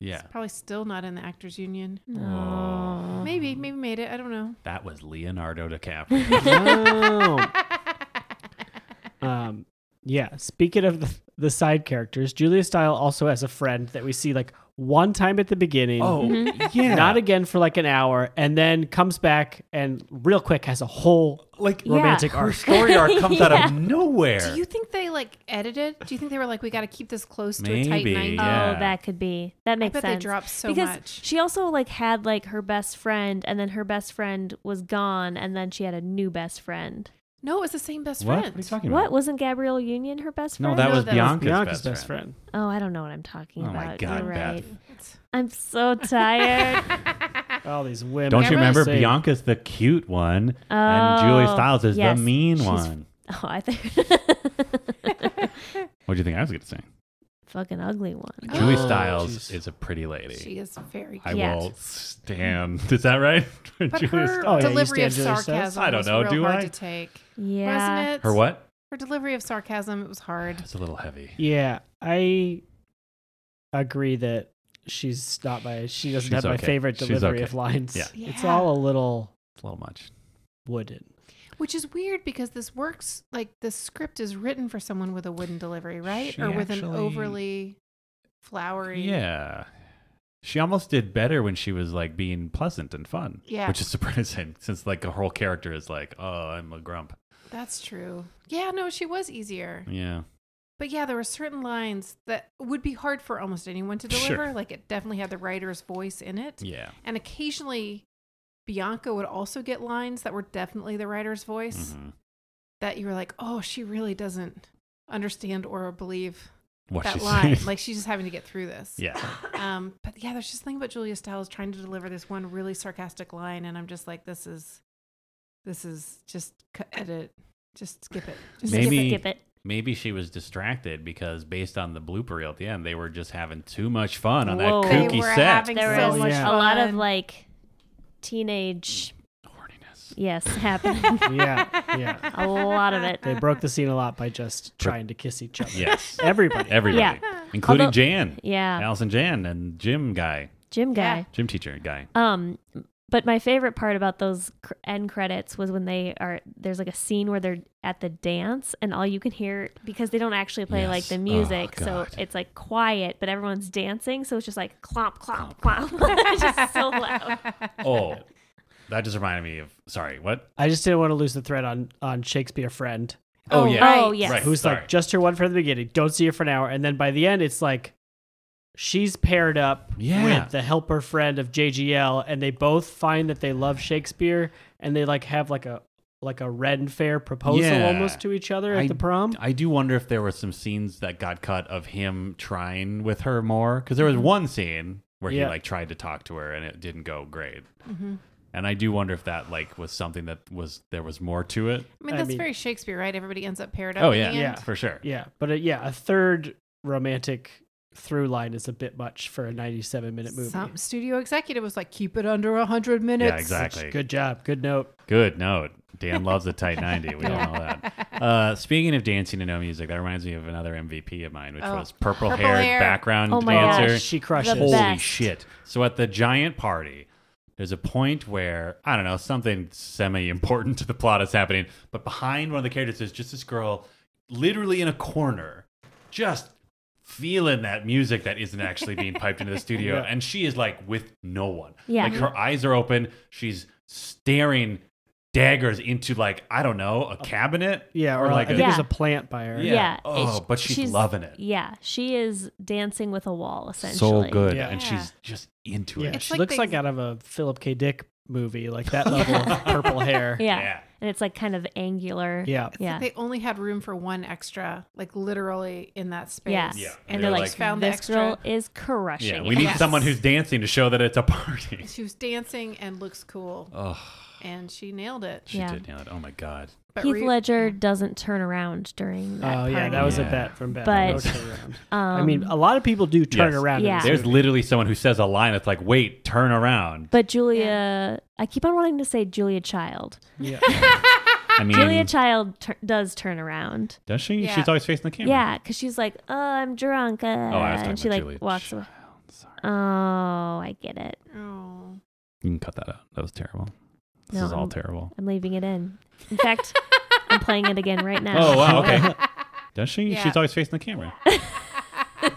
[SPEAKER 2] Yeah.
[SPEAKER 3] It's probably still not in the actors union.
[SPEAKER 2] Oh.
[SPEAKER 4] No.
[SPEAKER 3] Maybe, maybe made it. I don't know.
[SPEAKER 2] That was Leonardo DiCaprio.
[SPEAKER 1] Wow. Oh, um, yeah. Speaking of the, the side characters, Julia Style also has a friend that we see like one time at the beginning.
[SPEAKER 2] Oh,
[SPEAKER 3] Mm-hmm.
[SPEAKER 2] yeah.
[SPEAKER 1] Not again for like an hour, and then comes back and real quick has a whole
[SPEAKER 2] like
[SPEAKER 4] Yeah.
[SPEAKER 1] romantic
[SPEAKER 2] our
[SPEAKER 1] arc.
[SPEAKER 2] story arc comes out
[SPEAKER 4] Yeah.
[SPEAKER 2] of nowhere.
[SPEAKER 3] Do you think they like edited? Do you think they were like, we got to keep this close to a tight
[SPEAKER 2] Maybe,
[SPEAKER 3] 90?
[SPEAKER 2] yeah.
[SPEAKER 4] Oh, that could be. That makes
[SPEAKER 3] bet they
[SPEAKER 4] sense.
[SPEAKER 3] dropped so
[SPEAKER 4] because
[SPEAKER 3] much.
[SPEAKER 4] she also like had like her best friend, and then her best friend was gone, and then she had a new best friend.
[SPEAKER 3] No, it was the same best
[SPEAKER 2] what? What
[SPEAKER 3] friend.
[SPEAKER 2] are you talking
[SPEAKER 4] What
[SPEAKER 2] about?
[SPEAKER 4] wasn't Gabrielle Union her best
[SPEAKER 2] No,
[SPEAKER 4] friend?
[SPEAKER 2] that
[SPEAKER 3] No,
[SPEAKER 2] was
[SPEAKER 3] that was
[SPEAKER 2] Bianca's,
[SPEAKER 1] Bianca's
[SPEAKER 2] best friend.
[SPEAKER 4] Oh, I don't know what I'm talking
[SPEAKER 2] Oh
[SPEAKER 4] about.
[SPEAKER 2] my God,
[SPEAKER 4] You're right.
[SPEAKER 2] Beth.
[SPEAKER 4] I'm so tired.
[SPEAKER 1] All these women.
[SPEAKER 2] Don't you
[SPEAKER 3] Gabrielle's-
[SPEAKER 2] remember?
[SPEAKER 1] Same.
[SPEAKER 2] Bianca's the cute one, and Julia
[SPEAKER 4] Oh,
[SPEAKER 2] Stiles is
[SPEAKER 4] yes.
[SPEAKER 2] the mean
[SPEAKER 4] She's-
[SPEAKER 2] one.
[SPEAKER 4] oh, I think
[SPEAKER 2] What do you think I was going to say?
[SPEAKER 4] fucking ugly one.
[SPEAKER 2] Julia
[SPEAKER 1] Oh,
[SPEAKER 2] Styles
[SPEAKER 1] jeez.
[SPEAKER 2] is a pretty lady.
[SPEAKER 3] she is very cute.
[SPEAKER 2] I
[SPEAKER 4] Yeah.
[SPEAKER 2] will stand. Is that right?
[SPEAKER 3] But
[SPEAKER 2] Julia
[SPEAKER 3] her
[SPEAKER 1] Oh, yeah,
[SPEAKER 2] Stiles.
[SPEAKER 1] you
[SPEAKER 3] delivery of
[SPEAKER 1] stand Julia Stiles?
[SPEAKER 3] sarcasm
[SPEAKER 2] I don't
[SPEAKER 3] was
[SPEAKER 2] know,
[SPEAKER 3] real
[SPEAKER 2] do
[SPEAKER 3] hard
[SPEAKER 2] I?
[SPEAKER 3] to take. Wasn't
[SPEAKER 4] Yeah.
[SPEAKER 3] it?
[SPEAKER 2] Her what?
[SPEAKER 3] Her delivery of sarcasm, it was hard.
[SPEAKER 2] That's a little heavy.
[SPEAKER 1] Yeah, I agree that she's not my. She doesn't
[SPEAKER 2] She's
[SPEAKER 1] have my
[SPEAKER 2] okay.
[SPEAKER 1] favorite
[SPEAKER 2] She's
[SPEAKER 1] delivery
[SPEAKER 2] okay.
[SPEAKER 1] of lines.
[SPEAKER 2] Yeah.
[SPEAKER 1] it's
[SPEAKER 3] Yeah.
[SPEAKER 1] all a little
[SPEAKER 2] It's a little much.
[SPEAKER 1] wooden.
[SPEAKER 3] Which is weird because this works like the script is written for someone with a wooden delivery, right?
[SPEAKER 2] She
[SPEAKER 3] or with an
[SPEAKER 2] actually-
[SPEAKER 3] overly flowery.
[SPEAKER 2] Yeah. She almost did better when she was like being pleasant and fun.
[SPEAKER 3] Yeah.
[SPEAKER 2] Which is surprising since like her whole character is like, oh, I'm a grump.
[SPEAKER 3] That's true. Yeah, no, she was easier.
[SPEAKER 2] Yeah.
[SPEAKER 3] But yeah, there were certain lines that would be hard for almost anyone to
[SPEAKER 2] Sure.
[SPEAKER 3] deliver. Like it definitely had the writer's voice in it.
[SPEAKER 2] Yeah.
[SPEAKER 3] And occasionally Bianca would also get lines that were definitely the writer's voice
[SPEAKER 2] Mhm.
[SPEAKER 3] that you were like, "Oh, she really doesn't understand or believe
[SPEAKER 2] What
[SPEAKER 3] that
[SPEAKER 2] she's
[SPEAKER 3] line.
[SPEAKER 2] saying.
[SPEAKER 3] Like she's just having to get through this.
[SPEAKER 2] yeah.
[SPEAKER 3] Um, but yeah, there's just something about Julia Stiles trying to deliver this one really sarcastic line, and I'm just like, this is, this is just cut edit, just skip it. Just skip
[SPEAKER 2] Maybe-
[SPEAKER 4] skip it.
[SPEAKER 2] Maybe she was distracted because based on the blooper reel at the end, they were just having too much fun on
[SPEAKER 4] Whoa.
[SPEAKER 2] that
[SPEAKER 3] They
[SPEAKER 2] kooky
[SPEAKER 3] were
[SPEAKER 2] set.
[SPEAKER 3] having
[SPEAKER 4] There
[SPEAKER 1] so
[SPEAKER 4] was
[SPEAKER 1] much
[SPEAKER 4] a lot
[SPEAKER 3] fun.
[SPEAKER 4] of like teenage
[SPEAKER 2] Horniness.
[SPEAKER 4] yes happening.
[SPEAKER 1] Yeah, yeah.
[SPEAKER 4] a lot of it.
[SPEAKER 1] They broke the scene a lot by just trying to kiss each other.
[SPEAKER 2] Yes.
[SPEAKER 1] Everybody.
[SPEAKER 2] Everybody.
[SPEAKER 3] Yeah.
[SPEAKER 2] Including
[SPEAKER 4] Although-
[SPEAKER 2] Jan.
[SPEAKER 4] Yeah,
[SPEAKER 2] Allison Jan and Jim guy.
[SPEAKER 4] gym guy.
[SPEAKER 3] Yeah.
[SPEAKER 2] Gym teacher guy.
[SPEAKER 4] Um, but my favorite part about those cr- end credits was when they are there's like a scene where they're at the dance and all you can hear because they don't actually play like
[SPEAKER 2] Yes.
[SPEAKER 4] the
[SPEAKER 2] Oh,
[SPEAKER 4] music, so
[SPEAKER 2] God.
[SPEAKER 4] it's like quiet, but everyone's dancing, so it's just like clomp, clomp, clomp, just so loud.
[SPEAKER 2] Oh. That just reminded me of sorry, what?
[SPEAKER 1] I just didn't want to lose the thread on on Shakespeare friend,
[SPEAKER 2] Oh, yeah.
[SPEAKER 3] right.
[SPEAKER 4] Oh yes,
[SPEAKER 2] Right.
[SPEAKER 1] who's
[SPEAKER 2] Sorry.
[SPEAKER 1] like just her one from the beginning. Don't see her for an hour, and then by the end, it's like she's paired up
[SPEAKER 2] Yeah.
[SPEAKER 1] with the helper friend of JGL, and they both find that they love Shakespeare, and they like have like a like a Ren Fair proposal
[SPEAKER 2] Yeah.
[SPEAKER 1] almost to each other at
[SPEAKER 2] I-
[SPEAKER 1] the prom.
[SPEAKER 2] I do wonder if there were some scenes that got cut of him trying with
[SPEAKER 3] Mm-hmm.
[SPEAKER 2] her more because there was one scene where
[SPEAKER 1] Yeah.
[SPEAKER 3] Mm-hmm.
[SPEAKER 2] he like tried to talk to her and it didn't go great. And I do wonder if that like was something that was there was more to it.
[SPEAKER 3] I mean,
[SPEAKER 1] I
[SPEAKER 3] that's
[SPEAKER 1] mean-
[SPEAKER 3] very Shakespeare, right? Everybody ends up paired up.
[SPEAKER 2] Oh
[SPEAKER 3] in
[SPEAKER 2] yeah,
[SPEAKER 3] the end.
[SPEAKER 1] Yeah.
[SPEAKER 2] for sure.
[SPEAKER 1] Yeah, but uh, yeah, a third romantic through line is a bit much for a 97 minute movie.
[SPEAKER 3] Some studio executive was like, "Keep it under hundred minutes."
[SPEAKER 2] Yeah, exactly.
[SPEAKER 1] Good job. Good note.
[SPEAKER 2] Good note. Dan loves a tight 90. We all know that. Uh, speaking of dancing to no music, that reminds me of another MVP of mine, which
[SPEAKER 3] Oh.
[SPEAKER 2] was purple,
[SPEAKER 3] Purple
[SPEAKER 2] haired
[SPEAKER 3] hair.
[SPEAKER 2] background
[SPEAKER 4] Oh my
[SPEAKER 2] dancer.
[SPEAKER 4] gosh.
[SPEAKER 1] She crushes.
[SPEAKER 4] The
[SPEAKER 2] Holy
[SPEAKER 4] best.
[SPEAKER 2] shit. So at the giant party, there's a point where, I don't know, something semi important to the plot is happening, but behind one of the characters is just this girl literally in a corner, just feeling that music that isn't actually being piped into the studio.
[SPEAKER 1] Yeah.
[SPEAKER 2] And she is like with no one.
[SPEAKER 4] Yeah.
[SPEAKER 2] Like her eyes are open. She's staring daggers into like, I don't know, a cabinet.
[SPEAKER 1] Yeah, or, like I
[SPEAKER 2] a,
[SPEAKER 1] think there's
[SPEAKER 4] Yeah.
[SPEAKER 1] a plant by her.
[SPEAKER 2] Yeah. Oh,
[SPEAKER 4] it's-
[SPEAKER 2] but she's loving it.
[SPEAKER 4] Yeah, she is dancing with a wall essentially.
[SPEAKER 2] so good.
[SPEAKER 1] Yeah.
[SPEAKER 2] And
[SPEAKER 3] Yeah.
[SPEAKER 2] she's just into
[SPEAKER 1] Yeah,
[SPEAKER 2] it.
[SPEAKER 3] It's
[SPEAKER 1] she
[SPEAKER 3] like
[SPEAKER 1] looks
[SPEAKER 3] they-
[SPEAKER 1] like out of a Philip K. Dick movie, like that level of purple hair.
[SPEAKER 4] Yeah.
[SPEAKER 2] Yeah.
[SPEAKER 4] and it's like kind of angular.
[SPEAKER 1] Yeah.
[SPEAKER 3] It's like
[SPEAKER 4] Yeah.
[SPEAKER 3] they only had room for one extra, like literally in that space.
[SPEAKER 4] Yeah.
[SPEAKER 2] Yeah.
[SPEAKER 4] And
[SPEAKER 2] They
[SPEAKER 4] they're
[SPEAKER 2] were
[SPEAKER 4] like,
[SPEAKER 2] like,
[SPEAKER 3] found the
[SPEAKER 4] this
[SPEAKER 3] extra-
[SPEAKER 4] girl is crushing.
[SPEAKER 2] Yeah,
[SPEAKER 4] it."
[SPEAKER 2] we need
[SPEAKER 3] Yes.
[SPEAKER 2] someone who's dancing to show that it's a party.
[SPEAKER 3] She was dancing and looks cool,
[SPEAKER 2] Oh,
[SPEAKER 3] and she nailed it.
[SPEAKER 2] she
[SPEAKER 4] Yeah.
[SPEAKER 2] did nail it. Oh my god.
[SPEAKER 3] But
[SPEAKER 4] Heath
[SPEAKER 3] re-
[SPEAKER 4] Ledger doesn't turn around during
[SPEAKER 1] Oh
[SPEAKER 4] that
[SPEAKER 1] yeah,
[SPEAKER 4] party.
[SPEAKER 1] that was a
[SPEAKER 2] Yeah.
[SPEAKER 1] bet from Ben.
[SPEAKER 4] But-
[SPEAKER 1] No turn around. I
[SPEAKER 4] Um,
[SPEAKER 1] mean, a lot of people do turn
[SPEAKER 2] Yes.
[SPEAKER 1] around. in
[SPEAKER 4] Yeah.
[SPEAKER 1] this
[SPEAKER 2] There's
[SPEAKER 1] movie.
[SPEAKER 2] literally someone who says a line that's like, "Wait, turn around."
[SPEAKER 4] but Julia, I keep on wanting to say Julia Child.
[SPEAKER 1] yeah.
[SPEAKER 2] I mean,
[SPEAKER 4] Julia Child tur does turn around.
[SPEAKER 2] does she?
[SPEAKER 3] Yeah.
[SPEAKER 2] She's always facing the camera.
[SPEAKER 4] Yeah, because she's like, "Oh, I'm drunk," uh,
[SPEAKER 2] I was talking
[SPEAKER 4] and she
[SPEAKER 2] about
[SPEAKER 4] like
[SPEAKER 2] Julia
[SPEAKER 4] walks
[SPEAKER 2] Child,
[SPEAKER 4] away. Oh, I get it.
[SPEAKER 3] Oh.
[SPEAKER 2] You can cut that out. That was terrible. This
[SPEAKER 4] No,
[SPEAKER 2] is all
[SPEAKER 4] I'm-
[SPEAKER 2] terrible.
[SPEAKER 4] I'm leaving it in. In fact, I'm playing it again right now.
[SPEAKER 2] Oh wow. Okay. Does she?
[SPEAKER 3] Yeah.
[SPEAKER 2] She's always facing the camera.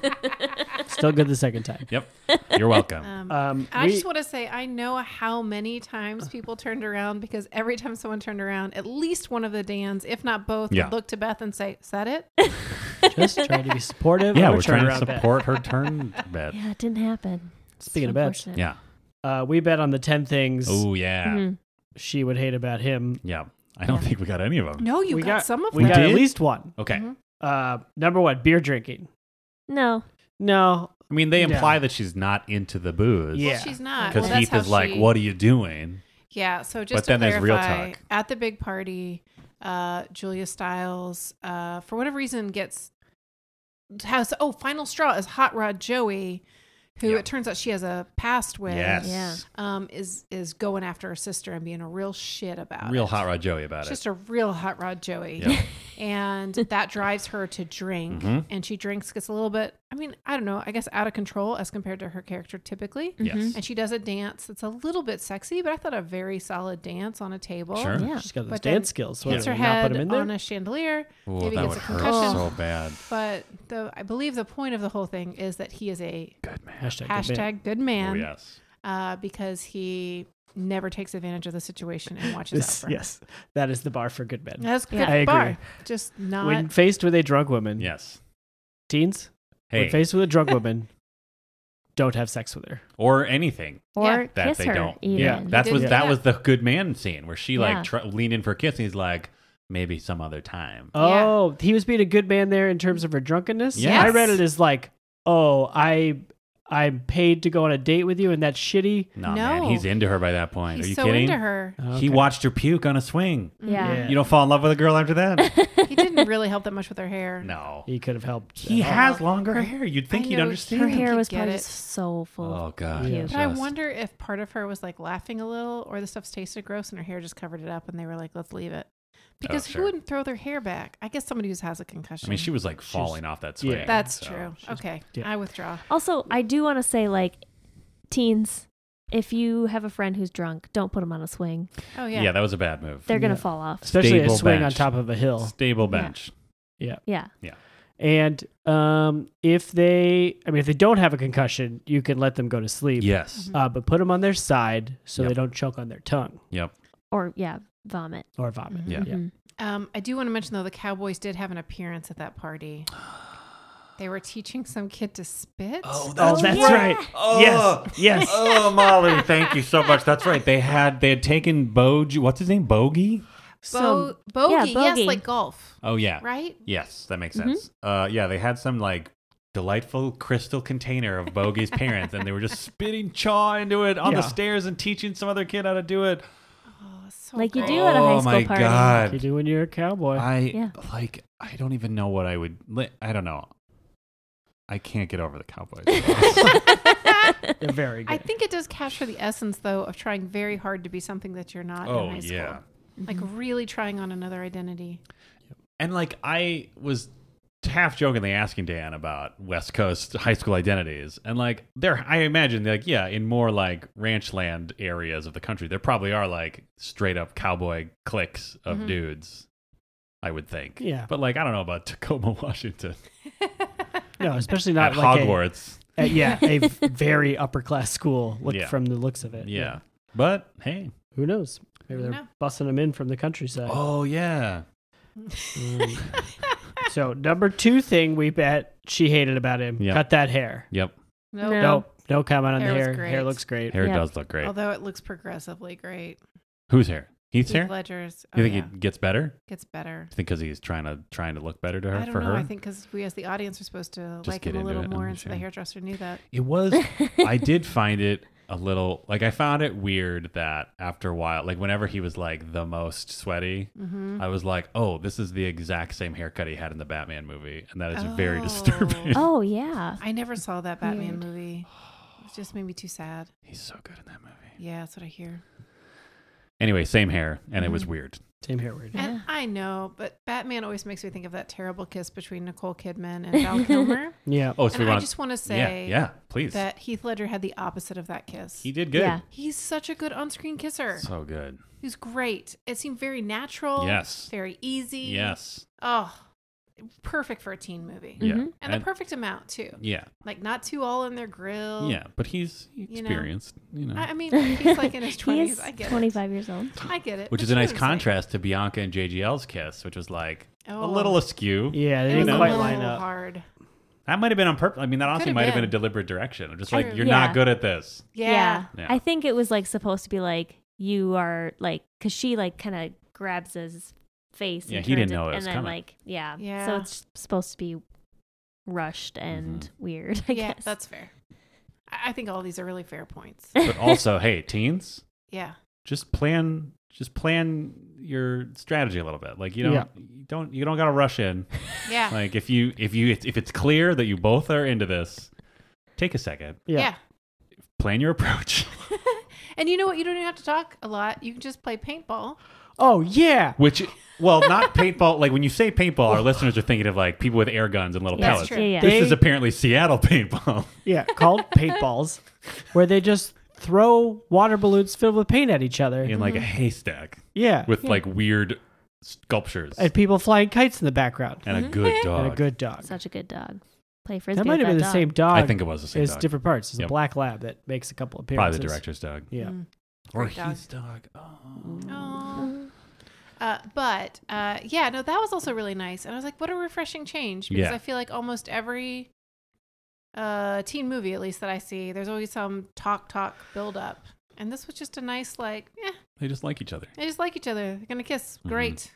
[SPEAKER 1] Still good the second time.
[SPEAKER 2] Yep. You're welcome.
[SPEAKER 3] Um,
[SPEAKER 1] Um,
[SPEAKER 3] I
[SPEAKER 1] we-
[SPEAKER 3] just want to say I know how many
[SPEAKER 2] Uh.
[SPEAKER 3] times people turned around because every time someone turned around, at least one of the Dans, if not both,
[SPEAKER 2] Yeah.
[SPEAKER 3] would look to Beth and say, "Is that it?"
[SPEAKER 1] just trying to be supportive.
[SPEAKER 2] yeah,
[SPEAKER 1] of a
[SPEAKER 2] we're trying to
[SPEAKER 1] turnaround bet.
[SPEAKER 2] support her turn bet.
[SPEAKER 4] Yeah, it didn't happen.
[SPEAKER 1] Speaking of bets,
[SPEAKER 4] Unfortunate.
[SPEAKER 2] Yeah.
[SPEAKER 1] uh, we bet on the ten things
[SPEAKER 2] Oh yeah.
[SPEAKER 4] Mhm.
[SPEAKER 1] she would hate about him.
[SPEAKER 2] Yeah. I don't think we got any of them.
[SPEAKER 3] No, you
[SPEAKER 1] we
[SPEAKER 3] got, some of
[SPEAKER 1] we
[SPEAKER 3] them.
[SPEAKER 1] got at
[SPEAKER 2] did?
[SPEAKER 1] least one.
[SPEAKER 2] Okay.
[SPEAKER 3] Mhm.
[SPEAKER 1] Uh, number one, beer drinking.
[SPEAKER 4] No,
[SPEAKER 1] No,
[SPEAKER 2] I mean, they
[SPEAKER 1] Yeah.
[SPEAKER 2] imply that she's not into the booze.
[SPEAKER 1] Yeah.
[SPEAKER 3] Well, she's not.
[SPEAKER 2] Because
[SPEAKER 3] Well, that's
[SPEAKER 2] Heath
[SPEAKER 3] how
[SPEAKER 2] is like,
[SPEAKER 3] she-
[SPEAKER 2] "What are you doing?"
[SPEAKER 3] Yeah. So just
[SPEAKER 2] But then
[SPEAKER 3] to
[SPEAKER 2] there's real
[SPEAKER 3] clarify,
[SPEAKER 2] talk.
[SPEAKER 3] at the big party, uh, Julia Stiles, uh, for whatever reason, gets has oh final straw is Hot Rod Joey, who
[SPEAKER 2] Yeah.
[SPEAKER 3] it turns out she has a past with.
[SPEAKER 2] Yes.
[SPEAKER 4] Yeah.
[SPEAKER 3] Um, is is going after her sister and being a real shit about
[SPEAKER 2] Real
[SPEAKER 3] it.
[SPEAKER 2] hot rod Joey about
[SPEAKER 3] Just a real hot rod Joey.
[SPEAKER 2] Yeah.
[SPEAKER 3] and that drives her to drink.
[SPEAKER 2] Mhm.
[SPEAKER 3] And she drinks, gets a little bit, I mean, I don't know, I guess out of control as compared to her character typically.
[SPEAKER 1] Mm-hmm.
[SPEAKER 2] it. Yes.
[SPEAKER 3] And she does a dance that's a little bit sexy, but I thought a very solid dance on a table.
[SPEAKER 2] Sure.
[SPEAKER 4] yeah.
[SPEAKER 1] she's got those
[SPEAKER 3] But then
[SPEAKER 1] dance skills. What,
[SPEAKER 3] Hits
[SPEAKER 1] do
[SPEAKER 3] her
[SPEAKER 1] we not
[SPEAKER 3] head
[SPEAKER 1] put them in there?
[SPEAKER 3] on a chandelier.
[SPEAKER 2] Ooh,
[SPEAKER 3] Maybe
[SPEAKER 2] that
[SPEAKER 3] gets
[SPEAKER 2] would
[SPEAKER 3] a
[SPEAKER 2] hurt
[SPEAKER 3] concussion.
[SPEAKER 2] so bad.
[SPEAKER 3] But the I believe the point of the whole thing is that he is a
[SPEAKER 2] Good man.
[SPEAKER 1] Hashtag, good man.
[SPEAKER 3] hashtag good man
[SPEAKER 2] Oh, yes.
[SPEAKER 3] uh, because he never takes advantage of the situation and watches
[SPEAKER 1] This-
[SPEAKER 3] out for her.
[SPEAKER 1] yes, that is the bar for good men.
[SPEAKER 3] That's good
[SPEAKER 4] Yeah.
[SPEAKER 1] I agree.
[SPEAKER 3] bar. Just not
[SPEAKER 1] When faced with a drunk woman,
[SPEAKER 2] Yes.
[SPEAKER 1] teens, when
[SPEAKER 2] Hey,
[SPEAKER 1] faced with a drunk woman, don't have sex with her.
[SPEAKER 2] or anything
[SPEAKER 4] or
[SPEAKER 2] that
[SPEAKER 4] kiss
[SPEAKER 2] they
[SPEAKER 4] her.
[SPEAKER 2] don't.
[SPEAKER 4] Even.
[SPEAKER 1] Yeah.
[SPEAKER 2] That was
[SPEAKER 3] didn't-
[SPEAKER 2] that
[SPEAKER 3] yeah.
[SPEAKER 2] was the good man scene where she
[SPEAKER 4] Yeah.
[SPEAKER 2] like tr- leaned in for a kiss and he's like, maybe some other time.
[SPEAKER 3] Yeah.
[SPEAKER 1] Oh, he was being a good man there in terms of her drunkenness.
[SPEAKER 2] Yes.
[SPEAKER 1] I read it as like, oh, I I'm paid to go on a date with you, and that's shitty.
[SPEAKER 2] no, man,
[SPEAKER 3] No.
[SPEAKER 2] he's into her by that point.
[SPEAKER 3] He's
[SPEAKER 2] Are you
[SPEAKER 3] so
[SPEAKER 2] kidding?
[SPEAKER 3] into her.
[SPEAKER 1] Okay.
[SPEAKER 2] He watched her puke on a swing.
[SPEAKER 4] Mm-hmm. Yeah.
[SPEAKER 1] Yeah.
[SPEAKER 2] You don't fall in love with a girl after that.
[SPEAKER 3] He didn't really help that much with her hair.
[SPEAKER 2] no.
[SPEAKER 1] He could have helped.
[SPEAKER 2] He
[SPEAKER 1] at all.
[SPEAKER 2] has longer hair. You'd think
[SPEAKER 3] I
[SPEAKER 2] he'd
[SPEAKER 3] know,
[SPEAKER 4] Her
[SPEAKER 3] I
[SPEAKER 2] understand.
[SPEAKER 3] think
[SPEAKER 4] hair
[SPEAKER 3] you
[SPEAKER 4] was
[SPEAKER 3] get
[SPEAKER 4] probably
[SPEAKER 3] it.
[SPEAKER 4] just so full.
[SPEAKER 2] Oh
[SPEAKER 4] of
[SPEAKER 2] god.
[SPEAKER 4] Puke.
[SPEAKER 3] But I
[SPEAKER 2] Just-
[SPEAKER 3] wonder if part of her was like laughing a little, or the stuff's tasted gross, and her hair just covered it up, and they were like, "Let's leave it," because
[SPEAKER 2] Oh, sure.
[SPEAKER 3] who wouldn't throw their hair back? I guess somebody who has a concussion.
[SPEAKER 2] I mean, she was like falling off that swing.
[SPEAKER 1] yeah.
[SPEAKER 3] That's
[SPEAKER 2] so-
[SPEAKER 3] true. Okay,
[SPEAKER 1] yeah.
[SPEAKER 3] I withdraw.
[SPEAKER 4] Also, I do want to say, like, teens, if you have a friend who's drunk, don't put them on a swing.
[SPEAKER 3] Oh
[SPEAKER 2] Yeah.
[SPEAKER 3] yeah,
[SPEAKER 2] that was a bad move.
[SPEAKER 4] They're gonna
[SPEAKER 1] Yeah.
[SPEAKER 4] fall off.
[SPEAKER 1] especially a
[SPEAKER 2] Stable
[SPEAKER 1] swing on
[SPEAKER 2] bench.
[SPEAKER 1] top of a hill.
[SPEAKER 2] Stable
[SPEAKER 4] Yeah.
[SPEAKER 2] bench.
[SPEAKER 1] Yeah.
[SPEAKER 4] Yeah.
[SPEAKER 1] And um, if they, I mean, if they don't have a concussion, you can let them go to sleep.
[SPEAKER 2] Yes.
[SPEAKER 1] Uh, but put them on their side so
[SPEAKER 2] Yep.
[SPEAKER 1] they don't choke on their tongue
[SPEAKER 2] Yep.
[SPEAKER 4] Or yeah, vomit.
[SPEAKER 1] or vomit.
[SPEAKER 3] Mhm.
[SPEAKER 2] Yeah.
[SPEAKER 4] Mhm.
[SPEAKER 3] Um, I do want to mention though, the Cowboys did have an appearance at that party. They were teaching some kid to spit.
[SPEAKER 1] Oh, that's
[SPEAKER 4] yeah.
[SPEAKER 1] right. Yes. Yes.
[SPEAKER 2] Oh, Molly, thank you so much. That's right. They had they had taken Boge. What's his name? Bogey.
[SPEAKER 3] Bo-
[SPEAKER 1] Some-
[SPEAKER 3] bogey,
[SPEAKER 4] Yeah,
[SPEAKER 3] yes,
[SPEAKER 4] bogey.
[SPEAKER 3] like golf,
[SPEAKER 2] Oh yeah.
[SPEAKER 3] right?
[SPEAKER 4] Mm-hmm.
[SPEAKER 2] Yes, that makes sense. Uh, yeah, they had some like delightful crystal container of Bogey's parents, and they were just spitting chaw into it on the
[SPEAKER 1] Yeah.
[SPEAKER 2] stairs and teaching some other kid how to do it.
[SPEAKER 3] Oh, so
[SPEAKER 4] Like you
[SPEAKER 3] great.
[SPEAKER 4] do at a high
[SPEAKER 2] oh
[SPEAKER 4] school
[SPEAKER 2] my
[SPEAKER 4] party.
[SPEAKER 1] What you
[SPEAKER 2] god!
[SPEAKER 1] do when you're a cowboy.
[SPEAKER 2] I
[SPEAKER 4] Yeah.
[SPEAKER 2] like. I don't even know what I would. li- I don't know. I can't get over the Cowboys. Oh,
[SPEAKER 1] They're very good.
[SPEAKER 3] I think it does capture the essence, though, of trying very hard to be something that you're not.
[SPEAKER 2] oh
[SPEAKER 3] in high school.
[SPEAKER 2] yeah.
[SPEAKER 3] like really trying on another identity.
[SPEAKER 2] And like I was half jokingly asking Dan about West Coast high school identities, and like there, I imagine like yeah, in more like ranch land areas of the country, there probably are like straight up cowboy cliques of
[SPEAKER 3] Mhm.
[SPEAKER 2] dudes. I would think.
[SPEAKER 1] Yeah.
[SPEAKER 2] But like I don't know about Tacoma, Washington,
[SPEAKER 1] no, especially not
[SPEAKER 2] at
[SPEAKER 1] like a-
[SPEAKER 2] Hogwarts.
[SPEAKER 1] a- Uh, yeah, a v- very upper class school. Look
[SPEAKER 2] Yeah.
[SPEAKER 1] from the looks of it.
[SPEAKER 2] yeah. But hey,
[SPEAKER 1] Who knows? Maybe
[SPEAKER 3] You
[SPEAKER 1] they're
[SPEAKER 3] know.
[SPEAKER 1] bussing them in from the countryside.
[SPEAKER 2] oh yeah,
[SPEAKER 1] Mm. so number two thing we bet she hated about him:
[SPEAKER 2] Yeah.
[SPEAKER 1] cut that hair.
[SPEAKER 2] yep.
[SPEAKER 3] No.
[SPEAKER 4] No.
[SPEAKER 1] Nope, no comment on
[SPEAKER 3] Hair
[SPEAKER 1] the
[SPEAKER 3] was
[SPEAKER 1] hair.
[SPEAKER 3] great.
[SPEAKER 1] Hair looks great.
[SPEAKER 2] Hair
[SPEAKER 4] Yeah.
[SPEAKER 2] does look great.
[SPEAKER 3] Although it looks progressively great.
[SPEAKER 2] Whose hair? Heath's
[SPEAKER 3] Heath
[SPEAKER 2] hair.
[SPEAKER 3] Ledger's. Oh,
[SPEAKER 2] You think
[SPEAKER 3] yeah.
[SPEAKER 2] it gets better?
[SPEAKER 3] gets better.
[SPEAKER 2] You think because he's trying to trying to look better to her
[SPEAKER 3] I don't
[SPEAKER 2] for
[SPEAKER 3] know.
[SPEAKER 2] her?
[SPEAKER 3] I think because we as the audience are supposed to
[SPEAKER 2] Just
[SPEAKER 3] like
[SPEAKER 2] get
[SPEAKER 3] him a
[SPEAKER 2] into
[SPEAKER 3] little
[SPEAKER 2] it,
[SPEAKER 3] more,
[SPEAKER 2] I'm
[SPEAKER 3] and so the
[SPEAKER 2] sure.
[SPEAKER 3] hairdresser knew that.
[SPEAKER 2] It was. I did find it a little like I found it weird that after a while, like whenever he was like the most sweaty,
[SPEAKER 3] Mm-hmm.
[SPEAKER 2] I was like, oh, this is the exact same haircut he had in the Batman movie, and that is very
[SPEAKER 3] Oh.
[SPEAKER 2] disturbing.
[SPEAKER 4] oh yeah.
[SPEAKER 3] I never saw that Batman movie. It just made me too sad.
[SPEAKER 2] He's so good in that movie.
[SPEAKER 3] Yeah, that's what I hear.
[SPEAKER 2] Anyway, same hair, and it was
[SPEAKER 3] Mhm.
[SPEAKER 2] weird.
[SPEAKER 1] Same hair weird.
[SPEAKER 3] And I know, but Batman always makes me think of that terrible kiss between Nicole Kidman and Val Kilmer.
[SPEAKER 1] Yeah.
[SPEAKER 2] Oh, so we
[SPEAKER 3] and I
[SPEAKER 2] want
[SPEAKER 3] just want to
[SPEAKER 2] yeah,
[SPEAKER 3] say
[SPEAKER 2] yeah, please.
[SPEAKER 3] that Heath Ledger had the opposite of that kiss.
[SPEAKER 2] he did good.
[SPEAKER 4] Yeah.
[SPEAKER 3] He's such a good on-screen kisser.
[SPEAKER 2] So good.
[SPEAKER 3] He's great. It seemed very natural.
[SPEAKER 2] Yes.
[SPEAKER 3] Very easy.
[SPEAKER 2] Yes.
[SPEAKER 3] Oh, perfect for a teen movie.
[SPEAKER 2] Yeah.
[SPEAKER 4] Mhm.
[SPEAKER 3] Mm-hmm. And, the perfect amount too.
[SPEAKER 2] yeah.
[SPEAKER 3] Like not too all in their grill.
[SPEAKER 2] Yeah. But he's
[SPEAKER 3] know.
[SPEAKER 2] experienced, you know.
[SPEAKER 3] I, I mean, he's like in his
[SPEAKER 4] He
[SPEAKER 3] twenties.
[SPEAKER 4] is
[SPEAKER 3] I get it.
[SPEAKER 4] 25 years old.
[SPEAKER 3] I get it.
[SPEAKER 2] which
[SPEAKER 3] But
[SPEAKER 2] is a
[SPEAKER 3] you know
[SPEAKER 2] nice
[SPEAKER 3] what I'm saying.
[SPEAKER 2] contrast to Bianca and JGL's kiss, which was like a
[SPEAKER 3] Oh.
[SPEAKER 2] little askew.
[SPEAKER 1] Yeah, they
[SPEAKER 3] It was
[SPEAKER 1] didn't
[SPEAKER 3] a
[SPEAKER 1] quite
[SPEAKER 3] little
[SPEAKER 1] line up.
[SPEAKER 3] Hard.
[SPEAKER 2] That might have been on purpose. I mean, that honestly
[SPEAKER 3] Could've
[SPEAKER 2] might have been a
[SPEAKER 3] been.
[SPEAKER 2] deliberate direction. I'm just
[SPEAKER 3] True.
[SPEAKER 2] like, you're
[SPEAKER 4] Yeah.
[SPEAKER 2] not good at this.
[SPEAKER 3] Yeah.
[SPEAKER 2] Yeah.
[SPEAKER 4] I think it was like supposed to be like you are like because she like kind of grabs his face.
[SPEAKER 2] Yeah,
[SPEAKER 4] and
[SPEAKER 2] he
[SPEAKER 4] turns
[SPEAKER 2] didn't know it was
[SPEAKER 4] and then
[SPEAKER 2] coming.
[SPEAKER 4] like yeah,
[SPEAKER 3] Yeah.
[SPEAKER 4] So it's supposed to be rushed
[SPEAKER 1] Mm-hmm.
[SPEAKER 4] and weird. I
[SPEAKER 3] yeah.
[SPEAKER 4] guess
[SPEAKER 3] That's fair. I I think all these are really fair points.
[SPEAKER 2] But also, hey, teens,
[SPEAKER 3] Yeah.
[SPEAKER 2] just plan, just plan your strategy a little bit. Like you don't,
[SPEAKER 1] Yeah.
[SPEAKER 2] you don't, you don't gotta rush in.
[SPEAKER 3] Yeah.
[SPEAKER 2] Like if you, if you, if it's clear that you both are into this, take a second,
[SPEAKER 1] Yeah.
[SPEAKER 3] yeah.
[SPEAKER 2] plan your approach
[SPEAKER 3] And you know what? You don't even have to talk a lot. You can just play paintball.
[SPEAKER 1] Oh yeah.
[SPEAKER 2] Which, well, not paintball. Like when you say paintball, our listeners are thinking of like people with air guns and little
[SPEAKER 3] That's
[SPEAKER 2] pellets.
[SPEAKER 3] true.
[SPEAKER 4] yeah, yeah.
[SPEAKER 2] This
[SPEAKER 1] They-
[SPEAKER 2] is apparently Seattle paintball.
[SPEAKER 1] Yeah, called paintballs, where they just throw water balloons filled with paint at each other.
[SPEAKER 2] in like a haystack
[SPEAKER 1] Yeah.
[SPEAKER 2] with like weird sculptures
[SPEAKER 1] and people flying kites in the background.
[SPEAKER 3] Mm-hmm.
[SPEAKER 2] and a good dog.
[SPEAKER 1] And a good dog.
[SPEAKER 4] Such a good dog. Play frisbee.
[SPEAKER 1] That might have
[SPEAKER 4] with
[SPEAKER 1] been the
[SPEAKER 4] that
[SPEAKER 1] same
[SPEAKER 4] dog.
[SPEAKER 1] dog.
[SPEAKER 2] I think it was the same
[SPEAKER 1] It's
[SPEAKER 2] dog.
[SPEAKER 1] different parts. It's
[SPEAKER 2] Yep.
[SPEAKER 1] a black lab that makes a couple
[SPEAKER 2] Probably
[SPEAKER 1] appearances.
[SPEAKER 2] the director's dog.
[SPEAKER 1] Yeah.
[SPEAKER 3] Mm.
[SPEAKER 2] Or
[SPEAKER 3] Great dog.
[SPEAKER 2] his dog. Oh.
[SPEAKER 3] Aw. Uh, but uh, yeah, no, that was also really nice, and I was like, "What a refreshing change!" Because
[SPEAKER 2] Yeah.
[SPEAKER 3] I feel like almost every uh, teen movie, at least that I see, there's always some talk, talk, build up, and this was just a nice, like, yeah,
[SPEAKER 2] They just like each other.
[SPEAKER 3] they just like each other. They're gonna kiss,
[SPEAKER 1] Mm-hmm.
[SPEAKER 2] Mhm.
[SPEAKER 3] great,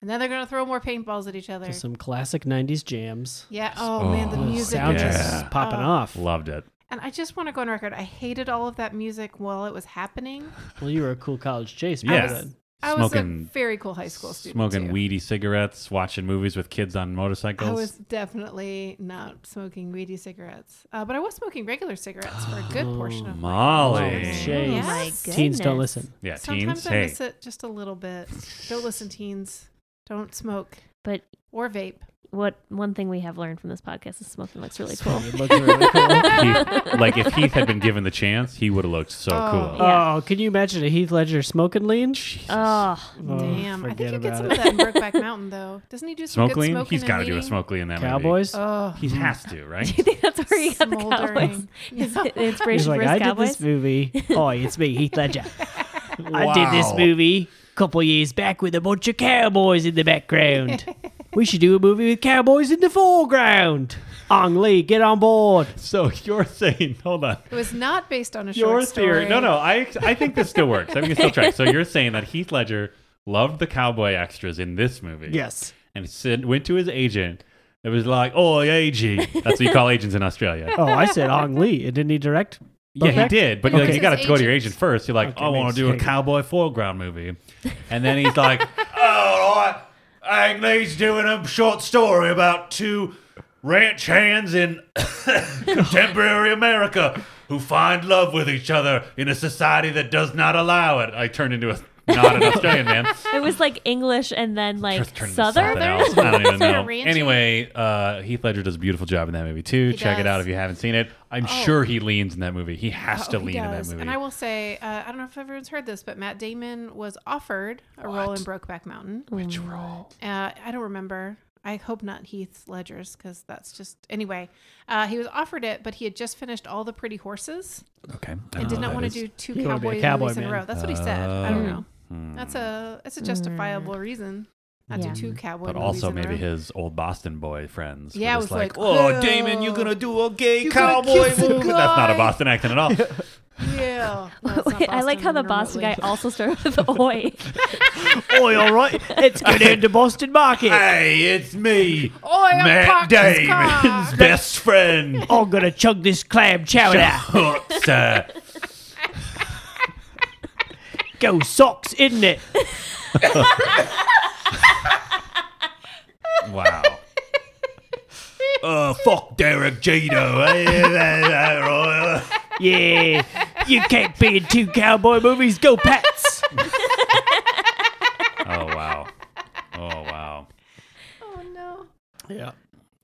[SPEAKER 3] and then they're gonna throw more paintballs at each other.
[SPEAKER 1] Just some classic 90s jams.
[SPEAKER 3] yeah. Oh, man, the
[SPEAKER 2] Oh,
[SPEAKER 3] music.
[SPEAKER 1] sound
[SPEAKER 3] was-
[SPEAKER 1] just popping
[SPEAKER 3] Oh.
[SPEAKER 1] off.
[SPEAKER 2] Loved it.
[SPEAKER 3] And I just want to go on record. I hated all of that music while it was happening.
[SPEAKER 1] Well, you were a cool college chase.
[SPEAKER 2] Yeah.
[SPEAKER 1] back then.
[SPEAKER 3] I was
[SPEAKER 2] Smoking,
[SPEAKER 3] a very cool high school student.
[SPEAKER 2] smoking
[SPEAKER 3] too.
[SPEAKER 2] weedy cigarettes, watching movies with kids on motorcycles.
[SPEAKER 3] I was definitely not smoking weedy cigarettes, uh, but I was smoking regular cigarettes for a good
[SPEAKER 2] Oh
[SPEAKER 3] portion of.
[SPEAKER 2] Molly.
[SPEAKER 1] Oh,
[SPEAKER 4] Oh
[SPEAKER 1] shit.
[SPEAKER 4] my
[SPEAKER 3] Yes.
[SPEAKER 4] goodness.
[SPEAKER 1] Teens don't listen.
[SPEAKER 2] Yeah,
[SPEAKER 3] Sometimes
[SPEAKER 2] teens.
[SPEAKER 3] I
[SPEAKER 2] Hey,
[SPEAKER 3] miss it just a little bit. Don't listen, teens. Don't smoke
[SPEAKER 4] But
[SPEAKER 3] or vape.
[SPEAKER 4] what one thing we have learned from this podcast is smoking looks really cool.
[SPEAKER 1] It looks really cool.
[SPEAKER 2] Heath- like if Heath had been given the chance, he would have looked so
[SPEAKER 3] Oh.
[SPEAKER 2] cool.
[SPEAKER 4] Yeah.
[SPEAKER 1] Oh, can you imagine a Heath Ledger smoking lean?
[SPEAKER 2] Jesus.
[SPEAKER 4] Oh,
[SPEAKER 1] Oh,
[SPEAKER 3] Damn, I think
[SPEAKER 1] forget
[SPEAKER 3] you get
[SPEAKER 1] about
[SPEAKER 3] some
[SPEAKER 1] it.
[SPEAKER 3] of that in Brokeback Mountain, though. Doesn't he do some
[SPEAKER 2] smoke
[SPEAKER 3] good
[SPEAKER 2] lean?
[SPEAKER 3] smoking
[SPEAKER 2] He's
[SPEAKER 3] and
[SPEAKER 2] got to do a
[SPEAKER 3] lean?
[SPEAKER 2] smoke lean in that
[SPEAKER 1] Cowboys?
[SPEAKER 3] Oh,
[SPEAKER 2] movie. He has to,
[SPEAKER 4] do
[SPEAKER 2] right?
[SPEAKER 4] you think that's where he got the cowboys?
[SPEAKER 3] smoldering.
[SPEAKER 4] His
[SPEAKER 3] Yeah.
[SPEAKER 1] He's
[SPEAKER 4] inspiration
[SPEAKER 1] like,
[SPEAKER 4] for his
[SPEAKER 1] I did
[SPEAKER 4] cowboys.
[SPEAKER 1] this movie. Oh, it's me, Heath Ledger. I did this
[SPEAKER 2] Wow.
[SPEAKER 1] movie a couple years back with a bunch of cowboys in the background. we should do a movie with cowboys in the foreground. Ang Lee, get on board.
[SPEAKER 2] So you're saying, hold on.
[SPEAKER 3] It was not based on a
[SPEAKER 2] your
[SPEAKER 3] short story. Oh,
[SPEAKER 2] theory. No, no, I I think this still works. I think it still tracks. So you're saying that Heath Ledger loved the cowboy extras in this movie,
[SPEAKER 1] Yes.
[SPEAKER 2] and said, went to his agent It was like, oh, AG. That's what you call agents in Australia.
[SPEAKER 1] Oh, I said Ong Lee. And didn't he direct?
[SPEAKER 2] Yeah, he
[SPEAKER 1] Perfect.
[SPEAKER 2] did, but
[SPEAKER 1] Okay. Oh,
[SPEAKER 2] like, you got to go to your
[SPEAKER 3] Agents.
[SPEAKER 2] agent first. You're like,
[SPEAKER 1] Okay,
[SPEAKER 2] I want
[SPEAKER 1] makes
[SPEAKER 2] to do a
[SPEAKER 1] sense.
[SPEAKER 2] cowboy foreground movie, and then he's like, "Oh, all right, Ang Lee's doing a short story about two ranch hands in contemporary America who find love with each other in a society that does not allow it." I turned into a not an Australian man.
[SPEAKER 4] It was like English and then like
[SPEAKER 2] Just turned into
[SPEAKER 4] Southern.
[SPEAKER 2] something else. I don't even
[SPEAKER 3] Sort of
[SPEAKER 2] know.
[SPEAKER 3] ranchy.
[SPEAKER 2] Anyway, uh, Heath Ledger does a beautiful job in that movie too.
[SPEAKER 3] He
[SPEAKER 2] Check it
[SPEAKER 3] does.
[SPEAKER 2] out if you haven't seen it. I'm sure he leans in that movie. He has to
[SPEAKER 3] Oh, he
[SPEAKER 2] lean in that
[SPEAKER 3] does.
[SPEAKER 2] movie.
[SPEAKER 3] And I will say, uh, I don't know if everyone's heard this, but Matt Damon was offered a role in Brokeback Mountain.
[SPEAKER 4] Which
[SPEAKER 3] role? Uh, I don't remember. I hope not Heath Ledger's because that's just anyway. Uh, he was offered it, but he had just finished all the Pretty Horses
[SPEAKER 2] okay.
[SPEAKER 3] and did not want to do two
[SPEAKER 1] He wanted to
[SPEAKER 3] cowboy,
[SPEAKER 1] be a cowboy
[SPEAKER 3] movies in a
[SPEAKER 1] man.
[SPEAKER 3] row. That's what he said. I
[SPEAKER 2] Oh.
[SPEAKER 3] don't know. That's a that's a justifiable reason not
[SPEAKER 4] Mm. Yeah.
[SPEAKER 3] to two cowboy.
[SPEAKER 2] But
[SPEAKER 3] movies
[SPEAKER 2] also
[SPEAKER 3] in a
[SPEAKER 2] maybe
[SPEAKER 3] row.
[SPEAKER 2] his old Boston boy friends.
[SPEAKER 3] Yeah,
[SPEAKER 2] were
[SPEAKER 3] it
[SPEAKER 2] just
[SPEAKER 3] was
[SPEAKER 2] like,
[SPEAKER 3] like,
[SPEAKER 2] oh,
[SPEAKER 3] "Oh,
[SPEAKER 2] Damon, you're gonna do a gay
[SPEAKER 3] you're gonna
[SPEAKER 2] cowboy
[SPEAKER 3] kiss a
[SPEAKER 2] movie. That's not a
[SPEAKER 3] guy."
[SPEAKER 2] Boston accent at all.
[SPEAKER 3] Yeah, No, it's not
[SPEAKER 4] I like how the
[SPEAKER 3] Boston
[SPEAKER 4] Boston guy
[SPEAKER 3] remotely.
[SPEAKER 4] also started with oi.
[SPEAKER 1] Oi, all right. Let's go down to Boston Market.
[SPEAKER 2] hey, it's me,
[SPEAKER 3] Oh, I got
[SPEAKER 2] Matt
[SPEAKER 3] Parker's
[SPEAKER 2] Damon's
[SPEAKER 3] car. Oh,
[SPEAKER 2] best friend.
[SPEAKER 1] I'm going to chug this clam chowder.
[SPEAKER 2] Shut up, sir.
[SPEAKER 1] Go socks, isn't it?
[SPEAKER 2] Wow. Oh, fuck Derek Jeter.
[SPEAKER 1] Yeah. You can't be in two cowboy movies. Go Pats.
[SPEAKER 2] oh, wow. Oh, wow.
[SPEAKER 3] Oh no.
[SPEAKER 1] Yeah.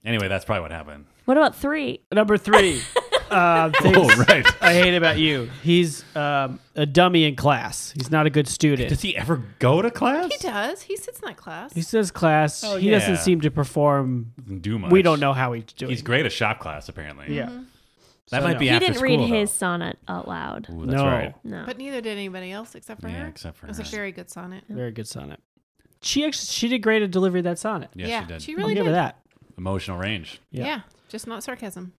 [SPEAKER 2] Anyway, that's probably what happened.
[SPEAKER 4] What about three?
[SPEAKER 1] Number three. Uh, things
[SPEAKER 2] Oh, right.
[SPEAKER 1] I hate about you. He's um, a dummy in class. He's not a good student.
[SPEAKER 2] Does he ever go to class?
[SPEAKER 3] He does. He sits in that class.
[SPEAKER 1] He says class.
[SPEAKER 2] Oh,
[SPEAKER 1] he doesn't
[SPEAKER 2] yeah.
[SPEAKER 1] seem to perform.
[SPEAKER 2] Doesn't do much.
[SPEAKER 1] We don't know how he's doing.
[SPEAKER 2] He's great at shop class, apparently.
[SPEAKER 1] Yeah.
[SPEAKER 3] Mm-hmm.
[SPEAKER 2] That
[SPEAKER 1] So
[SPEAKER 2] might
[SPEAKER 1] no.
[SPEAKER 2] be
[SPEAKER 1] He
[SPEAKER 4] He
[SPEAKER 2] after
[SPEAKER 4] didn't
[SPEAKER 2] school,
[SPEAKER 4] read
[SPEAKER 2] though.
[SPEAKER 4] his sonnet out loud.
[SPEAKER 2] Ooh, that's
[SPEAKER 1] No.
[SPEAKER 2] right.
[SPEAKER 4] No.
[SPEAKER 3] But neither did anybody else except for
[SPEAKER 2] Yeah,
[SPEAKER 3] her.
[SPEAKER 2] except for
[SPEAKER 3] it was
[SPEAKER 2] her.
[SPEAKER 3] a very good sonnet.
[SPEAKER 1] Very good sonnet. She actually she did great at delivering that sonnet.
[SPEAKER 2] Yes,
[SPEAKER 3] yeah,
[SPEAKER 2] she did.
[SPEAKER 1] I'll
[SPEAKER 3] really
[SPEAKER 1] give
[SPEAKER 3] did.
[SPEAKER 1] her that.
[SPEAKER 2] Emotional range.
[SPEAKER 1] Yeah.
[SPEAKER 3] Yeah. just not sarcasm.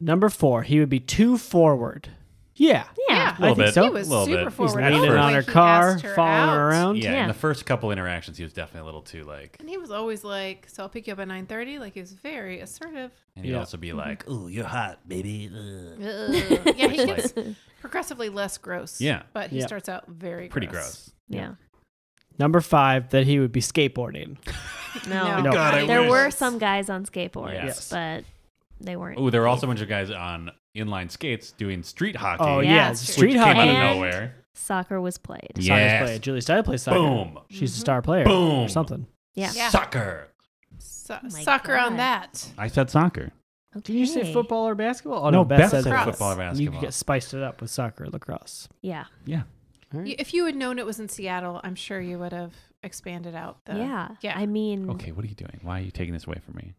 [SPEAKER 1] Number four, he would be too forward. Yeah.
[SPEAKER 4] yeah.
[SPEAKER 1] I
[SPEAKER 2] little
[SPEAKER 1] think
[SPEAKER 2] bit.
[SPEAKER 1] so.
[SPEAKER 3] He was
[SPEAKER 2] Little
[SPEAKER 3] super
[SPEAKER 2] bit.
[SPEAKER 1] He's
[SPEAKER 3] forward.
[SPEAKER 2] at
[SPEAKER 1] leaning
[SPEAKER 2] first.
[SPEAKER 1] on
[SPEAKER 3] Like,
[SPEAKER 1] her
[SPEAKER 3] he
[SPEAKER 1] car,
[SPEAKER 3] asked her
[SPEAKER 1] following her
[SPEAKER 3] out.
[SPEAKER 1] around.
[SPEAKER 2] Yeah,
[SPEAKER 4] Yeah.
[SPEAKER 2] in the first couple interactions, he was definitely a little too like.
[SPEAKER 3] And he was always like, "So I'll pick you up at 9.30. Like he was very assertive.
[SPEAKER 2] And he'd
[SPEAKER 1] Yeah.
[SPEAKER 2] also
[SPEAKER 3] Mm-hmm.
[SPEAKER 2] be like,
[SPEAKER 5] Ooh, you're hot, baby. Ugh.
[SPEAKER 3] Ugh. yeah, he
[SPEAKER 2] Like-
[SPEAKER 3] gets progressively less gross.
[SPEAKER 2] Yeah.
[SPEAKER 3] but he
[SPEAKER 1] Yeah.
[SPEAKER 3] starts out very
[SPEAKER 2] pretty gross.
[SPEAKER 4] Yeah.
[SPEAKER 1] Number five, that he would be skateboarding.
[SPEAKER 4] No.
[SPEAKER 3] No.
[SPEAKER 2] God, I
[SPEAKER 4] There
[SPEAKER 2] wish.
[SPEAKER 4] were some guys on skateboards,
[SPEAKER 2] Yes.
[SPEAKER 4] but they weren't.
[SPEAKER 2] Oh, there were also a bunch of guys on inline skates doing street hockey.
[SPEAKER 1] Oh yeah,
[SPEAKER 4] Yeah,
[SPEAKER 1] it's
[SPEAKER 3] sure.
[SPEAKER 2] Which
[SPEAKER 1] street
[SPEAKER 2] came
[SPEAKER 1] hockey.
[SPEAKER 2] out of
[SPEAKER 4] And-
[SPEAKER 2] nowhere.
[SPEAKER 4] Soccer was played.
[SPEAKER 2] Yeah.
[SPEAKER 1] Soccer's
[SPEAKER 2] Yes.
[SPEAKER 1] played. Julie Stein plays soccer.
[SPEAKER 2] Boom.
[SPEAKER 1] She's a star player.
[SPEAKER 2] Boom.
[SPEAKER 1] Or something.
[SPEAKER 4] Yeah.
[SPEAKER 3] Yeah.
[SPEAKER 2] Soccer.
[SPEAKER 3] So-
[SPEAKER 4] Oh my
[SPEAKER 3] sucker on
[SPEAKER 4] God.
[SPEAKER 3] that.
[SPEAKER 2] I said soccer.
[SPEAKER 4] Okay.
[SPEAKER 1] Did you say football or basketball? Oh,
[SPEAKER 2] no, Beth
[SPEAKER 1] said
[SPEAKER 2] said
[SPEAKER 3] lacrosse.
[SPEAKER 2] football or
[SPEAKER 1] You
[SPEAKER 2] basketball.
[SPEAKER 1] could get spiced it up with soccer, lacrosse.
[SPEAKER 4] Yeah.
[SPEAKER 2] yeah.
[SPEAKER 3] Y- If you had known it was in Seattle, I'm sure you would have expanded out. The,
[SPEAKER 4] yeah.
[SPEAKER 3] yeah.
[SPEAKER 4] I mean,
[SPEAKER 1] Mm.
[SPEAKER 2] Okay, what are you doing? Why are you taking this away from me?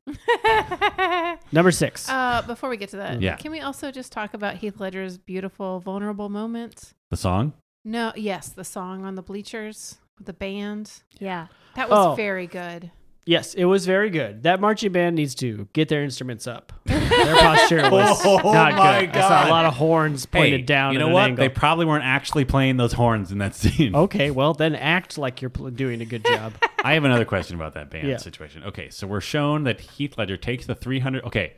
[SPEAKER 1] Number six.
[SPEAKER 3] uh, before we get to that,
[SPEAKER 2] Yeah.
[SPEAKER 3] can we also just talk about Heath Ledger's beautiful, vulnerable moments?
[SPEAKER 2] The song?
[SPEAKER 3] No, yes, the song on the bleachers with the band.
[SPEAKER 4] yeah.
[SPEAKER 3] That was
[SPEAKER 1] Oh.
[SPEAKER 3] very good.
[SPEAKER 1] yes, it was very good. That marching band needs to get their instruments up. their posture was
[SPEAKER 2] Oh,
[SPEAKER 1] not
[SPEAKER 2] my
[SPEAKER 1] good. I saw
[SPEAKER 2] God.
[SPEAKER 1] a lot of horns pointed
[SPEAKER 2] Hey,
[SPEAKER 1] down.
[SPEAKER 2] You
[SPEAKER 1] at
[SPEAKER 2] know
[SPEAKER 1] an
[SPEAKER 2] what?
[SPEAKER 1] angle. Oh.
[SPEAKER 2] They probably weren't actually playing those horns in that scene.
[SPEAKER 1] Okay, well then act like you're pl- doing a good job.
[SPEAKER 2] I have another question about that band
[SPEAKER 1] Yeah.
[SPEAKER 2] situation. Okay, so we're shown that Heath Ledger takes the three hundred. Okay,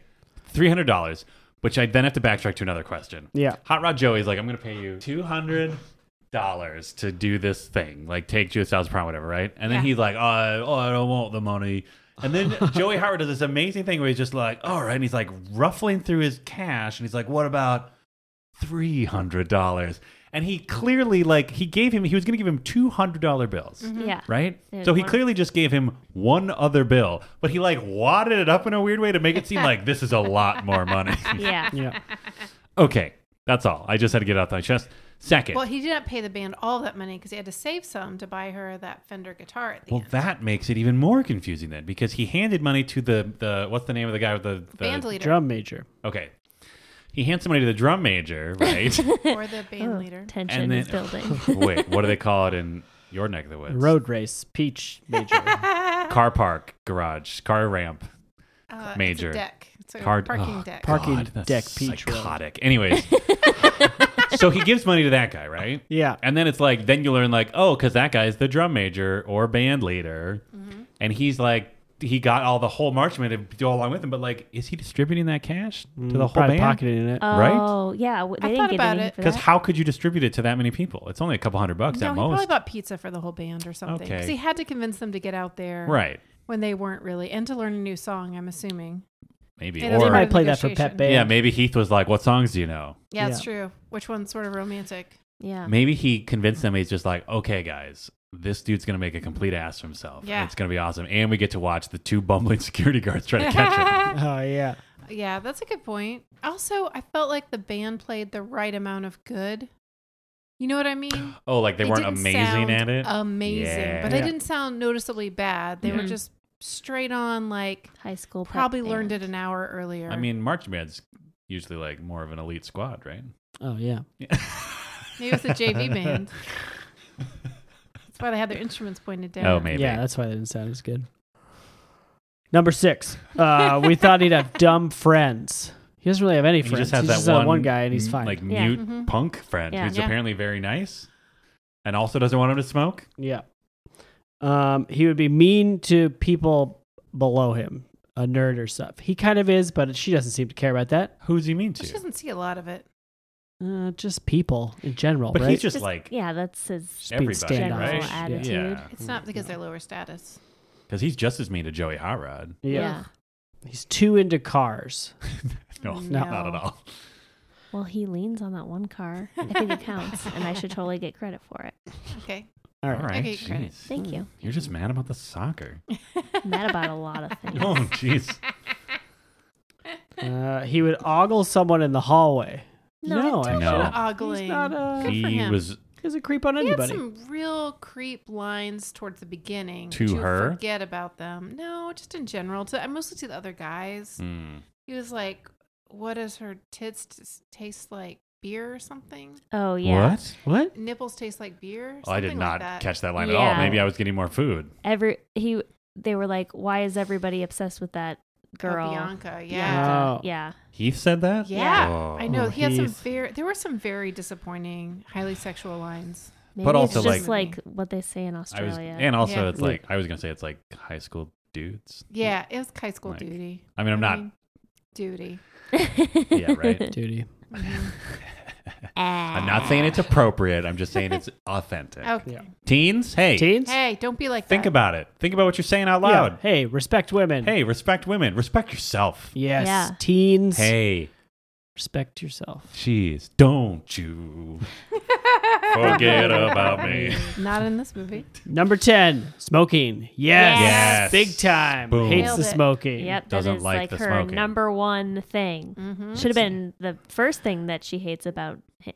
[SPEAKER 2] three hundred dollars, which I then have to backtrack to another question.
[SPEAKER 1] Yeah.
[SPEAKER 2] Hot Rod Joey's like, I'm going to pay you two hundred dollars to do this thing, like take Judith Styles prom, whatever, right? And then
[SPEAKER 3] Yeah.
[SPEAKER 2] he's like, oh, oh, I don't want the money. And then Joey Howard does this amazing thing where he's just like, all right, and he's like ruffling through his cash, and he's like, what about? three hundred dollars, and he clearly like he gave him he was going to give him two hundred dollar bills,
[SPEAKER 3] Mm-hmm.
[SPEAKER 4] Yeah.
[SPEAKER 2] right?
[SPEAKER 4] Mm. There's
[SPEAKER 2] so he
[SPEAKER 4] one.
[SPEAKER 2] clearly just gave him one other bill, but he like wadded it up in a weird way to make it seem like this is a lot more money.
[SPEAKER 4] Yeah.
[SPEAKER 1] Yeah.
[SPEAKER 2] okay, that's all. I just had to get it off my chest. Second,
[SPEAKER 3] Well,
[SPEAKER 2] well,
[SPEAKER 3] he did not pay the band all that money because he had to save some to buy her that Fender guitar at the end.
[SPEAKER 2] that makes it even more confusing then because he handed money to the the what's the name of the guy with the, the
[SPEAKER 3] band leader
[SPEAKER 1] Drum major.
[SPEAKER 2] Okay, he hands somebody to the drum major, right?
[SPEAKER 3] or the band leader.
[SPEAKER 4] Oh, Tension is building.
[SPEAKER 2] wait, what do they call it in your neck of the woods?
[SPEAKER 1] Road race. Peach major.
[SPEAKER 2] car park garage car ramp
[SPEAKER 3] Uh,
[SPEAKER 2] Major.
[SPEAKER 3] It's a deck. It's a
[SPEAKER 2] Card-
[SPEAKER 3] parking
[SPEAKER 2] oh,
[SPEAKER 3] deck.
[SPEAKER 1] Parking
[SPEAKER 2] God, that's
[SPEAKER 1] deck peach road.
[SPEAKER 2] psychotic anyways so he gives money to that guy right
[SPEAKER 1] Yeah.
[SPEAKER 2] and then it's
[SPEAKER 3] Mm-hmm.
[SPEAKER 2] like then you learn like oh because that guy's the drum major or band leader and he's like he got all the whole March Madness to go along with him. But like, is he distributing that cash to the whole
[SPEAKER 1] Probably
[SPEAKER 2] band?
[SPEAKER 1] pocketing it.
[SPEAKER 4] Oh,
[SPEAKER 2] Right?
[SPEAKER 4] yeah. w-
[SPEAKER 3] I
[SPEAKER 4] They
[SPEAKER 3] thought
[SPEAKER 4] didn't get
[SPEAKER 3] about
[SPEAKER 4] anything
[SPEAKER 3] it.
[SPEAKER 4] for
[SPEAKER 2] Because
[SPEAKER 4] that.
[SPEAKER 2] how could you distribute it to that many people? It's only a couple hundred bucks
[SPEAKER 3] No,
[SPEAKER 2] at
[SPEAKER 3] he
[SPEAKER 2] most.
[SPEAKER 3] probably bought pizza for the whole band or something. Because
[SPEAKER 2] Okay.
[SPEAKER 3] he had to convince them to get out there
[SPEAKER 2] right?
[SPEAKER 3] when they weren't really, and to learn a new song, I'm assuming.
[SPEAKER 2] Maybe
[SPEAKER 3] Yeah, that's
[SPEAKER 1] They
[SPEAKER 2] or
[SPEAKER 3] part of
[SPEAKER 1] might
[SPEAKER 3] the
[SPEAKER 1] play that for
[SPEAKER 3] negotiation.
[SPEAKER 1] Pep Band.
[SPEAKER 2] yeah, maybe Heath was like, "What songs do you know?"
[SPEAKER 3] Yeah, it's
[SPEAKER 1] Yeah.
[SPEAKER 3] true. Which one's sort of romantic?
[SPEAKER 4] yeah.
[SPEAKER 2] Maybe he convinced them. He's just like, "Okay, guys." This dude's gonna make a complete ass of himself.
[SPEAKER 3] Yeah.
[SPEAKER 2] It's gonna be awesome. And we get to watch the two bumbling security guards try to catch him.
[SPEAKER 1] Oh yeah.
[SPEAKER 3] yeah, that's a good point. Also, I felt like the band played the right amount of good. You know what I mean?
[SPEAKER 2] Oh, like they, weren't
[SPEAKER 3] didn't
[SPEAKER 2] amazing
[SPEAKER 3] sound Oh,
[SPEAKER 2] at it. Mm-hmm.
[SPEAKER 3] Amazing, but they
[SPEAKER 1] Yeah.
[SPEAKER 3] didn't sound noticeably bad. They were
[SPEAKER 4] Yeah.
[SPEAKER 3] just straight on, like
[SPEAKER 4] High school. pep
[SPEAKER 3] probably learned
[SPEAKER 4] band.
[SPEAKER 3] it an hour earlier.
[SPEAKER 2] I mean, marching band's usually like more of an elite squad, right?
[SPEAKER 1] Oh yeah.
[SPEAKER 3] maybe it's a JV band. That's why they had their instruments pointed down.
[SPEAKER 2] Oh, maybe.
[SPEAKER 1] Yeah, that's why they didn't sound as good. Number six. Uh, we thought he'd have dumb friends. He doesn't really have any
[SPEAKER 2] he
[SPEAKER 1] friends.
[SPEAKER 2] just has
[SPEAKER 1] He's
[SPEAKER 2] that
[SPEAKER 1] just
[SPEAKER 2] one,
[SPEAKER 1] that one guy, and he's
[SPEAKER 2] m-
[SPEAKER 1] fine.
[SPEAKER 2] Like
[SPEAKER 4] Yeah.
[SPEAKER 2] mute
[SPEAKER 3] Mhm.
[SPEAKER 2] punk friend
[SPEAKER 4] Yeah.
[SPEAKER 2] who's
[SPEAKER 3] Yeah.
[SPEAKER 2] apparently very nice and also doesn't want him to smoke.
[SPEAKER 1] yeah. Um, he would be mean to people below him, a nerd or stuff. He kind of is, but she doesn't seem to care about that.
[SPEAKER 2] Who's he mean
[SPEAKER 3] She
[SPEAKER 2] to?
[SPEAKER 3] doesn't see a lot of it.
[SPEAKER 1] Uh, just people in general,
[SPEAKER 2] But
[SPEAKER 1] right?
[SPEAKER 2] he's just, like
[SPEAKER 4] Yeah, that's his.
[SPEAKER 1] Just being
[SPEAKER 2] everybody,
[SPEAKER 1] standoffish.
[SPEAKER 4] right?
[SPEAKER 1] Yeah.
[SPEAKER 4] Attitude.
[SPEAKER 2] yeah,
[SPEAKER 3] It's not because they're lower status.
[SPEAKER 2] because he's just as mean to Joey Hot Rod.
[SPEAKER 1] Yeah. He's too into cars.
[SPEAKER 2] No,
[SPEAKER 3] No.
[SPEAKER 2] not at all.
[SPEAKER 4] Well, he leans on that one car. I think it counts, and I should totally get credit for it.
[SPEAKER 3] Okay.
[SPEAKER 1] All
[SPEAKER 2] All
[SPEAKER 1] right.
[SPEAKER 2] right,
[SPEAKER 3] Okay, credit.
[SPEAKER 2] jeez.
[SPEAKER 4] Thank you.
[SPEAKER 2] You're just mad about the soccer.
[SPEAKER 4] Mad about a lot of things.
[SPEAKER 2] oh, jeez.
[SPEAKER 1] Uh, he would ogle someone in the hallway.
[SPEAKER 4] No,
[SPEAKER 1] No,
[SPEAKER 4] that's
[SPEAKER 1] I-
[SPEAKER 2] No.
[SPEAKER 3] Ogling.
[SPEAKER 1] he's not a.
[SPEAKER 3] Good for
[SPEAKER 2] He
[SPEAKER 3] him.
[SPEAKER 2] was
[SPEAKER 1] He's a creep on
[SPEAKER 3] He had
[SPEAKER 1] anybody.
[SPEAKER 3] some real creep lines towards the beginning.
[SPEAKER 2] To her?
[SPEAKER 3] forget about them. No, just in general. To I mostly to the other guys.
[SPEAKER 2] mm,
[SPEAKER 3] He was like, "What does her tits t- taste like? Beer or something?
[SPEAKER 4] Oh yeah.
[SPEAKER 2] what?
[SPEAKER 1] What?
[SPEAKER 3] Nipples taste like beer?
[SPEAKER 2] Oh, I did
[SPEAKER 3] Something
[SPEAKER 2] not
[SPEAKER 3] like that.
[SPEAKER 2] catch that line at all.
[SPEAKER 4] Yeah.
[SPEAKER 2] Maybe I was getting more food.
[SPEAKER 4] Every he they were like, why is everybody obsessed with that
[SPEAKER 3] Oh,
[SPEAKER 4] girl?
[SPEAKER 3] Bianca. Yeah,
[SPEAKER 1] Yeah. Oh.
[SPEAKER 4] Yeah.
[SPEAKER 2] Heath said that.
[SPEAKER 3] yeah.
[SPEAKER 2] Oh.
[SPEAKER 3] I know.
[SPEAKER 1] Oh,
[SPEAKER 3] He had some
[SPEAKER 1] he's-
[SPEAKER 3] very. There were some very disappointing, highly sexual lines.
[SPEAKER 4] Maybe
[SPEAKER 2] But
[SPEAKER 4] it's
[SPEAKER 2] also,
[SPEAKER 4] just
[SPEAKER 3] like-
[SPEAKER 4] like, what they say in
[SPEAKER 2] I
[SPEAKER 4] Australia.
[SPEAKER 2] was, and also
[SPEAKER 3] Yeah.
[SPEAKER 2] it's like I was gonna say it's like high school dudes.
[SPEAKER 3] Yeah, it was high school
[SPEAKER 2] Like,
[SPEAKER 3] duty.
[SPEAKER 2] I mean, I'm
[SPEAKER 3] I
[SPEAKER 2] not.
[SPEAKER 3] mean, duty. Mm-hmm.
[SPEAKER 2] yeah, right.
[SPEAKER 1] Duty.
[SPEAKER 3] Mhm.
[SPEAKER 2] I'm not saying it's appropriate. I'm just saying it's authentic.
[SPEAKER 3] Okay.
[SPEAKER 1] Yeah.
[SPEAKER 2] Teens, hey,
[SPEAKER 1] Teens?
[SPEAKER 3] Hey, don't be like
[SPEAKER 2] think
[SPEAKER 3] that.
[SPEAKER 2] about it. Think about what you're saying out
[SPEAKER 1] Yeah.
[SPEAKER 2] loud.
[SPEAKER 1] Hey, respect women.
[SPEAKER 2] Hey, respect women. Respect yourself.
[SPEAKER 1] Yes.
[SPEAKER 4] Yeah.
[SPEAKER 1] Teens.
[SPEAKER 2] Hey,
[SPEAKER 1] Respect yourself.
[SPEAKER 2] jeez, don't you forget about me.
[SPEAKER 3] Not in this movie.
[SPEAKER 1] Number 10, smoking. Yes.
[SPEAKER 2] Yes.
[SPEAKER 1] Big time.
[SPEAKER 2] Boom.
[SPEAKER 1] Hates
[SPEAKER 3] Nailed
[SPEAKER 1] the
[SPEAKER 3] it.
[SPEAKER 1] smoking.
[SPEAKER 4] Yep, that
[SPEAKER 2] Doesn't
[SPEAKER 4] is
[SPEAKER 2] like
[SPEAKER 4] like,
[SPEAKER 2] the
[SPEAKER 4] her
[SPEAKER 2] smoking.
[SPEAKER 4] number one thing.
[SPEAKER 3] Mm-hmm.
[SPEAKER 4] Should have been the first thing that she hates about hi-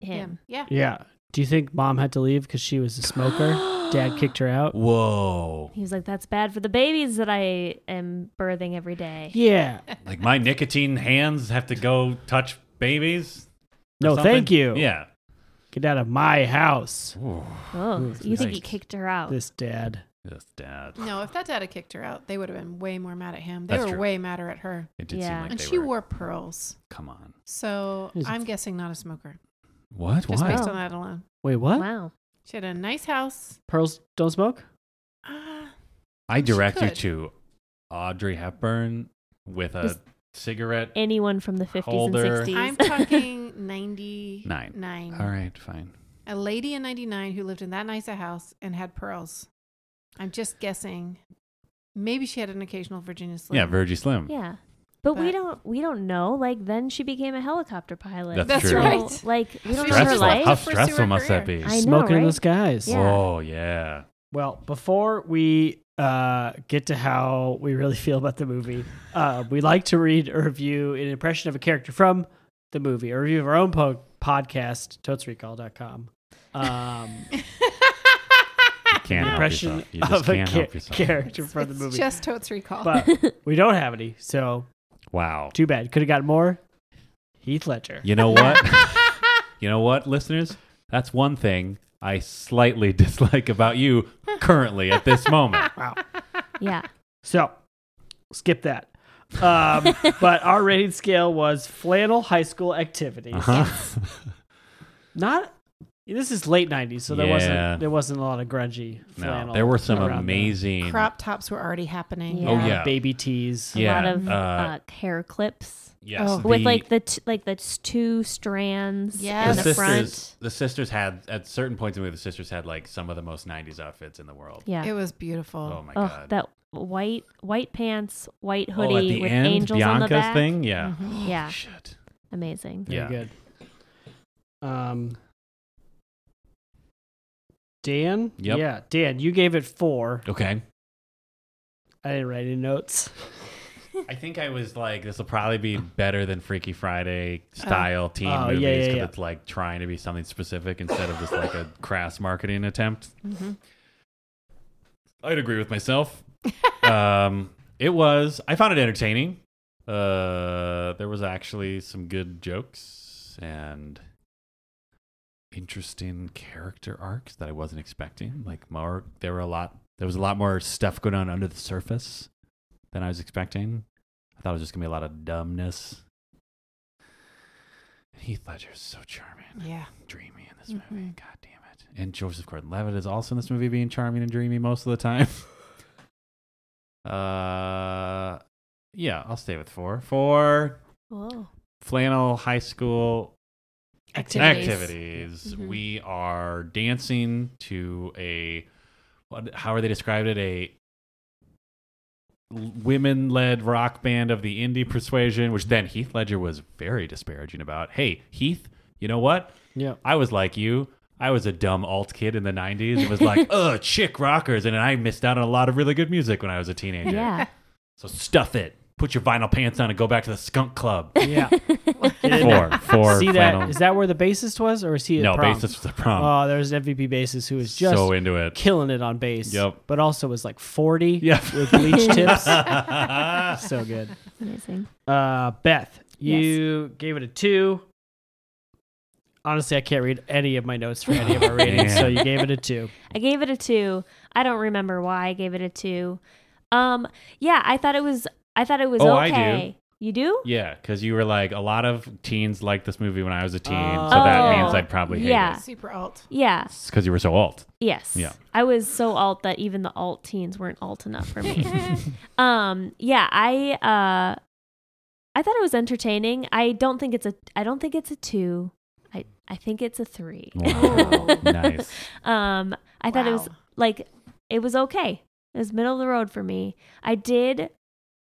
[SPEAKER 4] him.
[SPEAKER 3] Yeah.
[SPEAKER 1] Yeah. Do you think mom had to leave because she was a smoker? Dad kicked her out?
[SPEAKER 2] Whoa.
[SPEAKER 4] He's like, that's bad for the babies that I am birthing every day.
[SPEAKER 1] Yeah.
[SPEAKER 2] Like my nicotine hands have to go touch babies? or
[SPEAKER 1] No,
[SPEAKER 2] something?
[SPEAKER 1] thank you.
[SPEAKER 2] Yeah.
[SPEAKER 1] Get out of my house.
[SPEAKER 2] Ooh,
[SPEAKER 4] Oh,
[SPEAKER 1] Ooh,
[SPEAKER 4] you think he
[SPEAKER 2] nice.
[SPEAKER 4] kicked her out?
[SPEAKER 1] This dad.
[SPEAKER 2] this dad.
[SPEAKER 3] No, if that dad had kicked her out, they would have been way more mad at him. They
[SPEAKER 2] That's
[SPEAKER 3] were
[SPEAKER 2] true.
[SPEAKER 3] way madder at her.
[SPEAKER 2] It did
[SPEAKER 4] Yeah.
[SPEAKER 2] seem like
[SPEAKER 3] and
[SPEAKER 2] they
[SPEAKER 3] she
[SPEAKER 2] were.
[SPEAKER 3] wore pearls.
[SPEAKER 2] Come on.
[SPEAKER 3] So
[SPEAKER 1] Is it-
[SPEAKER 3] I'm guessing not a smoker.
[SPEAKER 2] What?
[SPEAKER 3] Just
[SPEAKER 2] Why?
[SPEAKER 3] based
[SPEAKER 4] Oh.
[SPEAKER 3] on that alone.
[SPEAKER 1] Wait, what?
[SPEAKER 4] Wow.
[SPEAKER 3] She had a nice house.
[SPEAKER 1] Pearls don't smoke?
[SPEAKER 3] Uh,
[SPEAKER 2] I direct you
[SPEAKER 3] could.
[SPEAKER 2] to Audrey Hepburn with a
[SPEAKER 4] Just-
[SPEAKER 2] cigarette.
[SPEAKER 4] Anyone from the 50s
[SPEAKER 2] Holder.
[SPEAKER 4] and 60s.
[SPEAKER 3] I'm talking 99.
[SPEAKER 2] All right, fine.
[SPEAKER 3] A lady in 99 who lived in that nice a house and had pearls. I'm just guessing. Maybe she had an occasional Virginia Slim.
[SPEAKER 2] Yeah, Virgie Slim.
[SPEAKER 4] yeah. But,
[SPEAKER 3] But-
[SPEAKER 4] we don't we don't know. Like then she became a helicopter pilot.
[SPEAKER 2] That's
[SPEAKER 3] That's
[SPEAKER 2] true.
[SPEAKER 3] right.
[SPEAKER 4] Like we don't know her
[SPEAKER 2] Stressful.
[SPEAKER 3] life.
[SPEAKER 2] How
[SPEAKER 4] life.
[SPEAKER 3] Pursue
[SPEAKER 2] stressful
[SPEAKER 3] her
[SPEAKER 2] must that
[SPEAKER 3] career.
[SPEAKER 2] be?
[SPEAKER 4] I know,
[SPEAKER 1] smoking in the
[SPEAKER 4] right?
[SPEAKER 1] skies.
[SPEAKER 4] Yeah.
[SPEAKER 2] Oh yeah.
[SPEAKER 1] Well, before we uh, get to how we really feel about the movie, uh, we like to read a review, an impression of a character from the movie, a review of our own po- podcast, totesrecall.com. Um,
[SPEAKER 2] Can't help
[SPEAKER 1] impression
[SPEAKER 2] yourself. You just
[SPEAKER 1] of a
[SPEAKER 2] can't
[SPEAKER 1] ca-
[SPEAKER 2] help yourself.
[SPEAKER 1] character from the
[SPEAKER 3] It's
[SPEAKER 1] movie.
[SPEAKER 3] just totes recall.
[SPEAKER 1] but we don't have any, so
[SPEAKER 2] Wow.
[SPEAKER 1] too bad. Could have got more. Heath Ledger.
[SPEAKER 2] You know what? you know what, listeners? That's one thing I slightly dislike about you currently at this moment.
[SPEAKER 1] Wow.
[SPEAKER 4] Yeah.
[SPEAKER 1] So skip that. Um, but our rating scale was flannel high school activities.
[SPEAKER 2] Uh-huh.
[SPEAKER 1] Not This is late '90s, so there
[SPEAKER 2] Yeah.
[SPEAKER 1] wasn't there wasn't a lot of grungy flannel.
[SPEAKER 2] No, there were some
[SPEAKER 1] around
[SPEAKER 2] amazing.
[SPEAKER 3] Crop tops were already happening.
[SPEAKER 4] Yeah.
[SPEAKER 1] then.
[SPEAKER 2] Oh, yeah.
[SPEAKER 1] baby tees.
[SPEAKER 4] a
[SPEAKER 2] Yeah,
[SPEAKER 4] lot of
[SPEAKER 2] uh,
[SPEAKER 4] uh, hair clips
[SPEAKER 2] Yes,
[SPEAKER 3] Oh.
[SPEAKER 4] with
[SPEAKER 2] the-
[SPEAKER 4] like the t- like the s- two strands
[SPEAKER 3] Yes.
[SPEAKER 4] in
[SPEAKER 2] the
[SPEAKER 4] the
[SPEAKER 2] sisters.
[SPEAKER 4] front.
[SPEAKER 2] The sisters had at certain points in the movie. The sisters had like some of the most '90s outfits in the world.
[SPEAKER 4] Yeah.
[SPEAKER 3] It was beautiful.
[SPEAKER 2] Oh my
[SPEAKER 4] oh,
[SPEAKER 2] god.
[SPEAKER 4] that white white pants, white
[SPEAKER 2] oh, at
[SPEAKER 4] hoodie
[SPEAKER 2] the
[SPEAKER 4] with
[SPEAKER 2] end,
[SPEAKER 4] angels
[SPEAKER 2] Bianca's
[SPEAKER 4] on the back. Mm-hmm.
[SPEAKER 2] thing. Yeah.
[SPEAKER 4] Yeah,
[SPEAKER 2] Oh, Shit.
[SPEAKER 4] amazing.
[SPEAKER 1] Very
[SPEAKER 2] Yeah.
[SPEAKER 1] good. Um, Dan.
[SPEAKER 2] Yep.
[SPEAKER 1] Yeah, Dan, you gave it four.
[SPEAKER 2] Okay.
[SPEAKER 1] I didn't write any notes.
[SPEAKER 2] I think I was like, this will probably be better than Freaky Friday
[SPEAKER 4] Uh,
[SPEAKER 2] style teen
[SPEAKER 1] Oh, yeah,
[SPEAKER 2] movies
[SPEAKER 1] yeah, yeah.
[SPEAKER 2] it's like trying to be something specific instead of just like a crass marketing attempt.
[SPEAKER 3] Mhm.
[SPEAKER 2] I'd agree with myself. um, it was. I found it entertaining. Uh, there was actually some good jokes and interesting character arcs that I wasn't expecting. Like more, there were a lot. There was a lot more stuff going on under the surface than I was expecting. I thought it was just gonna be a lot of dumbness. Heath Ledger is so charming
[SPEAKER 3] Yeah.
[SPEAKER 2] dreamy in this movie. God damn it. And Joseph Gordon Levitt is also in this movie being charming and dreamy most of the time. uh yeah, I'll stay with four. Four
[SPEAKER 4] Whoa.
[SPEAKER 2] flannel high school
[SPEAKER 3] Activities.
[SPEAKER 2] activities.
[SPEAKER 3] Mhm.
[SPEAKER 2] We are dancing to a what how are they described it? A women led rock band of the indie persuasion, which then Heath Ledger was very disparaging about. Hey, Heath, you know what?
[SPEAKER 1] Yep.
[SPEAKER 2] I was like you. I was a dumb alt kid in the 90s and was like, ugh, chick rockers. And I missed out on a lot of really good music when I was a teenager.
[SPEAKER 4] Yeah.
[SPEAKER 2] So stuff it. Put your vinyl pants on and go back to the skunk club.
[SPEAKER 1] Yeah.
[SPEAKER 2] Four. Four.
[SPEAKER 1] See
[SPEAKER 2] flannel.
[SPEAKER 1] that? Is that where the bassist was, or is he at
[SPEAKER 2] no,
[SPEAKER 1] prom?
[SPEAKER 2] basis was the prom.
[SPEAKER 1] Oh, there was an MVP bassist who was just
[SPEAKER 2] Um, so into it.
[SPEAKER 1] killing it on bass.
[SPEAKER 2] Yep.
[SPEAKER 1] But also was like 40
[SPEAKER 2] Yep.
[SPEAKER 1] with bleach tips. so good.
[SPEAKER 4] Amazing.
[SPEAKER 1] Uh, Beth, you gave it a two. Honestly, I can't read any of my notes for any of our ratings, so
[SPEAKER 2] Man.
[SPEAKER 1] you gave it a two.
[SPEAKER 4] I gave it a two. I don't remember why I gave it a two. Um, yeah, I thought it was. I thought it was
[SPEAKER 2] Oh, I do.
[SPEAKER 4] okay. You do?
[SPEAKER 2] Yeah, because you were like, a lot of teens liked this movie when I was a teen. so
[SPEAKER 1] Oh.
[SPEAKER 2] that means I'd probably hate
[SPEAKER 4] Yeah.
[SPEAKER 2] it.
[SPEAKER 3] Super alt.
[SPEAKER 4] Yeah.
[SPEAKER 2] because you were so alt.
[SPEAKER 4] Yes.
[SPEAKER 2] Yeah.
[SPEAKER 4] I was so alt that even the alt teens weren't alt enough for me. um, yeah, I uh I thought it was entertaining. I don't think it's a I don't think it's a 2. I I think it's a 3.
[SPEAKER 2] Wow. nice.
[SPEAKER 4] Um, I thought it was
[SPEAKER 3] Wow.
[SPEAKER 4] like it was okay. It was middle of the road for me. I did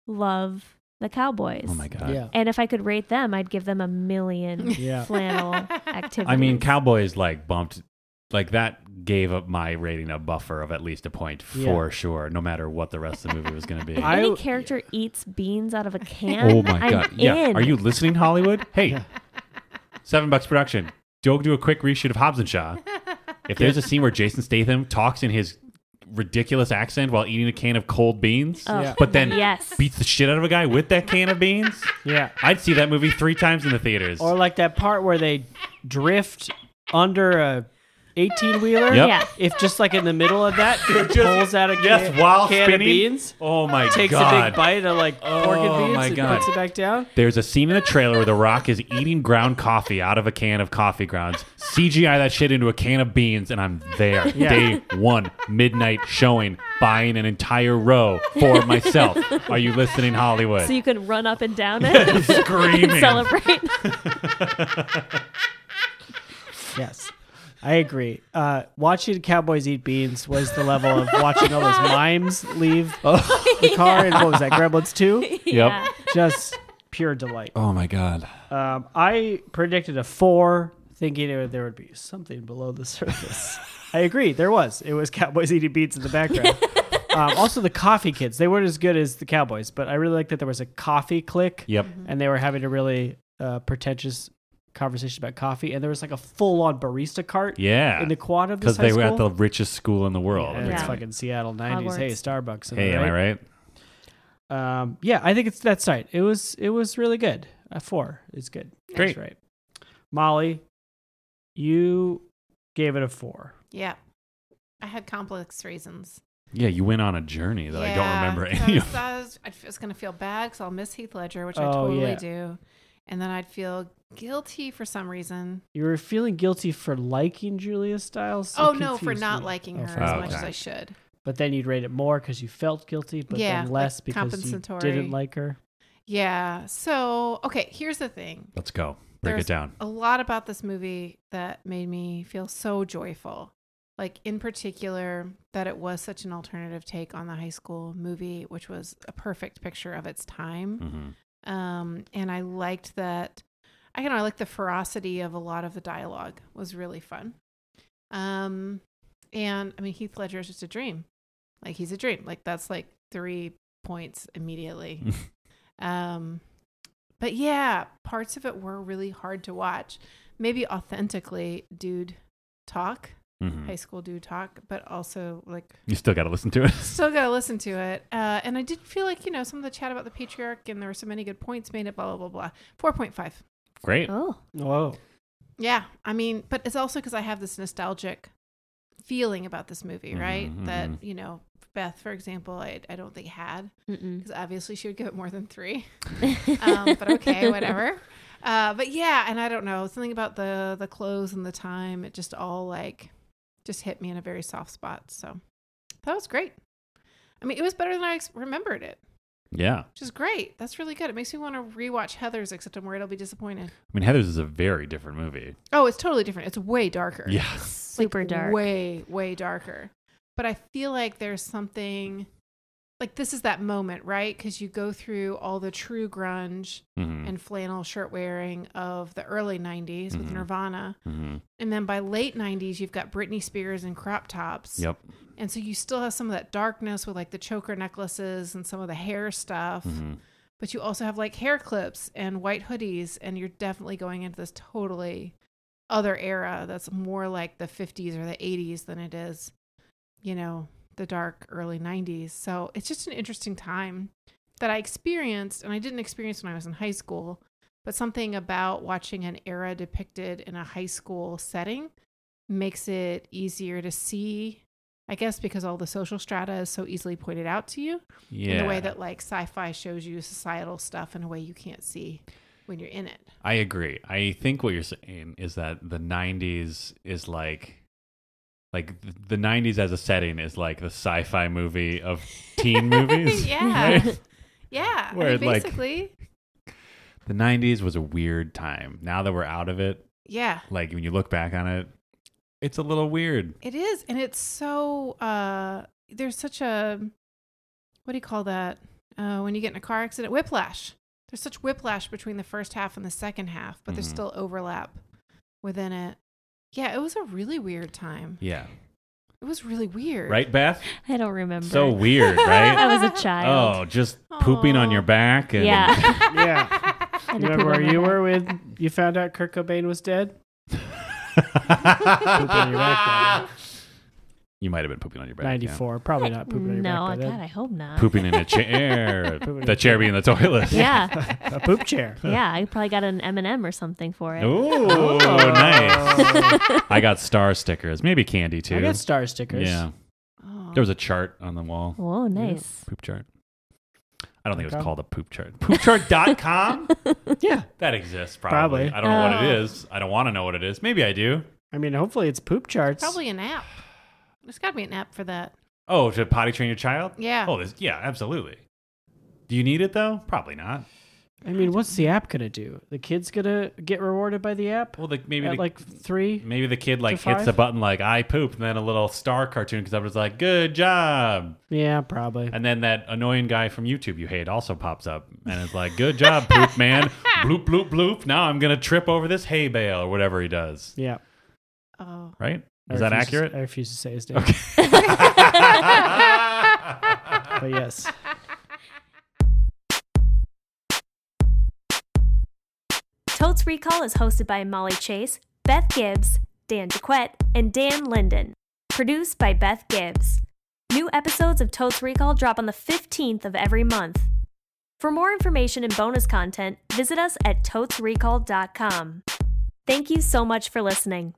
[SPEAKER 4] love the Cowboys.
[SPEAKER 2] Oh, my God.
[SPEAKER 1] Yeah.
[SPEAKER 4] And if I could rate them, I'd give them a million
[SPEAKER 1] Yeah.
[SPEAKER 4] flannel activities.
[SPEAKER 2] I mean, Cowboys like bumped, like that gave up my rating a buffer of at least a point
[SPEAKER 1] Yeah.
[SPEAKER 2] for sure, no matter what the rest of the movie was going to be.
[SPEAKER 1] I-
[SPEAKER 4] any character eats beans out of a can.
[SPEAKER 2] oh my
[SPEAKER 4] I'm
[SPEAKER 2] god! Yeah,
[SPEAKER 4] in.
[SPEAKER 2] are you listening, Hollywood? Hey,
[SPEAKER 1] Yeah.
[SPEAKER 2] Seven Bucks Production, go do a quick reshoot of Hobbs and Shaw. If there's a scene where Jason Statham talks in his ridiculous accent while eating a can of cold beans,
[SPEAKER 4] Oh,
[SPEAKER 1] Yeah.
[SPEAKER 2] but then
[SPEAKER 4] yes.
[SPEAKER 2] beats the shit out of a guy with that can of beans,
[SPEAKER 1] Yeah.
[SPEAKER 2] I'd see that movie three times in the theaters.
[SPEAKER 1] Or like that part where they drift under a 18 wheeler.
[SPEAKER 2] Yep.
[SPEAKER 4] Yeah.
[SPEAKER 1] If just like in the middle of that, it
[SPEAKER 2] just-
[SPEAKER 1] pulls out a
[SPEAKER 2] yes,
[SPEAKER 1] can,
[SPEAKER 2] while
[SPEAKER 1] can
[SPEAKER 2] spinning,
[SPEAKER 1] of beans,
[SPEAKER 2] Oh my
[SPEAKER 1] takes
[SPEAKER 2] god!
[SPEAKER 1] a big bite of like pork
[SPEAKER 2] Oh
[SPEAKER 1] and beans,
[SPEAKER 2] my
[SPEAKER 1] and
[SPEAKER 2] God.
[SPEAKER 1] puts it back down.
[SPEAKER 2] There's a scene in the trailer where The Rock is eating ground coffee out of a can of coffee grounds. CGI that shit into a can of beans, and I'm there.
[SPEAKER 1] Yeah.
[SPEAKER 2] Day one, midnight showing, buying an entire row for myself. Are you listening, Hollywood?
[SPEAKER 4] so you can run up and down it and
[SPEAKER 2] Screaming.
[SPEAKER 4] celebrate.
[SPEAKER 1] Yes. I agree. Uh, watching cowboys eat beans was the level of watching all those mimes leave the car. And what was that? Gremlins 2?
[SPEAKER 4] Yeah.
[SPEAKER 1] Just pure delight.
[SPEAKER 2] Oh my god.
[SPEAKER 1] Um, I predicted a four, thinking it, there would be something below the surface. I agree. There was. It was cowboys eating beans in the background. um, also, the coffee kids. They weren't as good as the cowboys, but I really liked that there was a coffee click
[SPEAKER 2] Yep.
[SPEAKER 1] and they were having a really uh, pretentious conversation about coffee. And there was like a full on barista cart
[SPEAKER 2] Yeah.
[SPEAKER 1] in the quad of
[SPEAKER 2] Because
[SPEAKER 1] this high
[SPEAKER 2] they were at
[SPEAKER 1] school?
[SPEAKER 2] the richest school in the world.
[SPEAKER 1] Yeah, It's
[SPEAKER 4] Yeah.
[SPEAKER 1] fucking Seattle 90s. Hey, Starbucks.
[SPEAKER 2] Hey, am I right?
[SPEAKER 1] right? Um, yeah, I think it's that's right. It was it was really good. A four is good.
[SPEAKER 2] Great.
[SPEAKER 1] That's right. Molly, you gave it a four.
[SPEAKER 3] Yeah. I had complex reasons.
[SPEAKER 2] Yeah, you went on a journey that I don't remember
[SPEAKER 3] so
[SPEAKER 2] any
[SPEAKER 3] I
[SPEAKER 2] of.
[SPEAKER 3] was, I was, I was going to feel bad because I'll miss Heath Ledger, which I
[SPEAKER 1] Oh,
[SPEAKER 3] totally
[SPEAKER 1] yeah.
[SPEAKER 3] do. and then I'd feel guilty for some reason.
[SPEAKER 1] You were feeling guilty for liking Julia Stiles. so
[SPEAKER 3] oh no, for
[SPEAKER 1] confused
[SPEAKER 3] not
[SPEAKER 1] me.
[SPEAKER 3] liking
[SPEAKER 1] Oh,
[SPEAKER 3] her
[SPEAKER 1] for
[SPEAKER 3] as
[SPEAKER 1] not
[SPEAKER 3] much
[SPEAKER 2] liking
[SPEAKER 3] as
[SPEAKER 2] her.
[SPEAKER 3] I should.
[SPEAKER 1] But then you'd rate it more because you felt guilty, but
[SPEAKER 3] Yeah,
[SPEAKER 1] then
[SPEAKER 3] like
[SPEAKER 1] less because you
[SPEAKER 3] compensatory.
[SPEAKER 1] didn't like her.
[SPEAKER 3] Yeah. So okay, here's the thing.
[SPEAKER 2] Let's go. Break
[SPEAKER 3] There's
[SPEAKER 2] it down.
[SPEAKER 3] a lot about this movie that made me feel so joyful. Like, in particular, that it was such an alternative take on the high school movie, which was a perfect picture of its time.
[SPEAKER 2] Mm-hmm.
[SPEAKER 3] Um, and I liked that. I don't know. I like the ferocity of a lot of the dialogue was really fun. Um, and I mean, Heath Ledger is just a dream. Like he's a dream. Like that's like three points immediately. um, but yeah, parts of it were really hard to watch. Maybe authentically, dude talk,
[SPEAKER 2] Mm-hmm.
[SPEAKER 3] high school dude talk, but also like
[SPEAKER 2] You still got to listen to it.
[SPEAKER 3] still gotta listen to it. Uh, and I did feel like you know some of the chat about the patriarch and there were so many good points made. It blah blah blah blah. Four point five.
[SPEAKER 2] Great.
[SPEAKER 4] Oh,
[SPEAKER 1] Whoa.
[SPEAKER 3] Yeah, I mean, but it's also because I have this nostalgic feeling about this movie, right?
[SPEAKER 2] Mhm, mhm.
[SPEAKER 3] That you know, Beth, for example, I I don't think had
[SPEAKER 4] Mm-mm.
[SPEAKER 3] because obviously she would give it more than three. Um, but okay, whatever. Uh, but yeah, and I don't know something about the the clothes and the time. It just all like just hit me in a very soft spot. So that was great. I mean, it was better than I ex- remembered it,
[SPEAKER 2] Yeah. I
[SPEAKER 3] which is great. That's really good. It makes me want to rewatch Heather's, except I'm worried I'll be disappointed.
[SPEAKER 2] mean, Heather's is a very different movie.
[SPEAKER 3] Oh, it's totally different. It's way darker.
[SPEAKER 2] Yeah.
[SPEAKER 3] like,
[SPEAKER 4] Super dark.
[SPEAKER 3] way way darker but i feel like there's something like this is that moment right because you go through all the true grunge
[SPEAKER 2] Mm-hmm.
[SPEAKER 3] and flannel shirt wearing of the early 90s with
[SPEAKER 2] Mhm.
[SPEAKER 3] nirvana
[SPEAKER 2] mm-hmm.
[SPEAKER 3] and then by late 90s you've got britney spears and crop tops
[SPEAKER 2] Yep.
[SPEAKER 3] and so you still have some of that darkness with like the choker necklaces and some of the hair stuff
[SPEAKER 2] Mm-hmm.
[SPEAKER 3] but you also have like hair clips and white hoodies and you're definitely going into this totally other era that's more like the 50s or the 80s than it is you know the dark early 90s so it's just an interesting time that i experienced and i didn't experience when i was in high school but something about watching an era depicted in a high school setting makes it easier to see i guess because all the social strata is so easily pointed out to you
[SPEAKER 2] Yeah.
[SPEAKER 3] in the way that like sci-fi shows you societal stuff in a way you can't see when you're in it.
[SPEAKER 2] I agree. I think what you're saying is that the 90s is like like th- the 90s as a setting is like the sci-fi movie of teen movies.
[SPEAKER 3] Yeah.
[SPEAKER 2] right?
[SPEAKER 3] Yeah, I
[SPEAKER 2] Where,
[SPEAKER 3] mean,
[SPEAKER 2] like-
[SPEAKER 3] basically,
[SPEAKER 2] The 90s was a weird time. Now that we're out of it,
[SPEAKER 3] yeah,
[SPEAKER 2] like when you look back on it, it's a little weird.
[SPEAKER 3] it is, and it's so uh, there's such a what do you call that uh, when you get in a car accident? Whiplash. There's such whiplash between the first half and the second half, but there's
[SPEAKER 2] Mhm.
[SPEAKER 3] still overlap within it. Yeah, it was a really weird time.
[SPEAKER 2] Yeah.
[SPEAKER 3] It was really weird,
[SPEAKER 2] Right, Beth?
[SPEAKER 4] I don't remember.
[SPEAKER 2] So weird, right?
[SPEAKER 4] I was a child.
[SPEAKER 2] Oh, just pooping on
[SPEAKER 3] Aw.
[SPEAKER 2] your back and
[SPEAKER 4] yeah.
[SPEAKER 1] Yeah.
[SPEAKER 4] I did
[SPEAKER 1] Remember
[SPEAKER 4] poop
[SPEAKER 1] where
[SPEAKER 4] on my
[SPEAKER 1] you
[SPEAKER 4] back.
[SPEAKER 1] were when you found out Kurt Cobain was dead? Pooping on your back,
[SPEAKER 2] you might have been pooping on your back. yeah.
[SPEAKER 1] 94. Probably not pooping on your
[SPEAKER 4] no,
[SPEAKER 1] back. by
[SPEAKER 4] God,
[SPEAKER 1] then.
[SPEAKER 4] I hope not.
[SPEAKER 2] Pooping in a chair.
[SPEAKER 1] Pooping in
[SPEAKER 2] the
[SPEAKER 1] a
[SPEAKER 2] chair being the toilet.
[SPEAKER 4] Yeah,
[SPEAKER 1] A poop chair.
[SPEAKER 4] yeah. I probably got an M and m or something for it.
[SPEAKER 2] Ooh, nice. I got star stickers, maybe candy too.
[SPEAKER 1] Oh. I got star stickers.
[SPEAKER 2] yeah,
[SPEAKER 3] Oh.
[SPEAKER 2] there was a chart on the wall,
[SPEAKER 4] Oh, nice.
[SPEAKER 2] poop chart. I don't think it
[SPEAKER 1] Okay.
[SPEAKER 2] was called a poop chart. Poopchart.com?
[SPEAKER 1] Yeah.
[SPEAKER 2] that exists probably.
[SPEAKER 1] Probably.
[SPEAKER 2] I don't know what it
[SPEAKER 4] Oh.
[SPEAKER 2] is. I don't want to know what it is. Maybe I do.
[SPEAKER 1] I mean, hopefully it's poop charts.
[SPEAKER 3] Oh, probably an app. There's got to be an app for that.
[SPEAKER 2] Oh, to potty train your child?
[SPEAKER 3] Yeah.
[SPEAKER 2] Oh, this, yeah, absolutely. Do you need it though? Probably not.
[SPEAKER 1] I mean, what's the app going to do? The kid's going to get rewarded by the app
[SPEAKER 2] Well, the, maybe
[SPEAKER 1] at
[SPEAKER 2] the, Mm.
[SPEAKER 1] like three?
[SPEAKER 2] maybe the kid like
[SPEAKER 1] to
[SPEAKER 2] hits
[SPEAKER 1] five?
[SPEAKER 2] the button like I poop, and then a little star cartoon comes up and it's like, "Good job."
[SPEAKER 1] Yeah, probably.
[SPEAKER 2] And then that annoying guy from YouTube you hate also pops up and is like, good job, poop man. bloop, bloop, bloop. Now I'm going to trip over this hay bale or whatever he does.
[SPEAKER 1] Yeah.
[SPEAKER 3] Oh.
[SPEAKER 2] Right?
[SPEAKER 1] I
[SPEAKER 2] Is that
[SPEAKER 1] refuse to-
[SPEAKER 2] accurate?
[SPEAKER 1] I refuse to say his name. But yes.
[SPEAKER 4] Totes Recall is hosted by Molly Chase, Beth Gibbs, Dan DeQuette, and Dan Linden. Produced by Beth Gibbs. New episodes of Totes Recall drop on the 15th of every month. For more information and bonus content, visit us at totesrecall.com. Thank you so much for listening.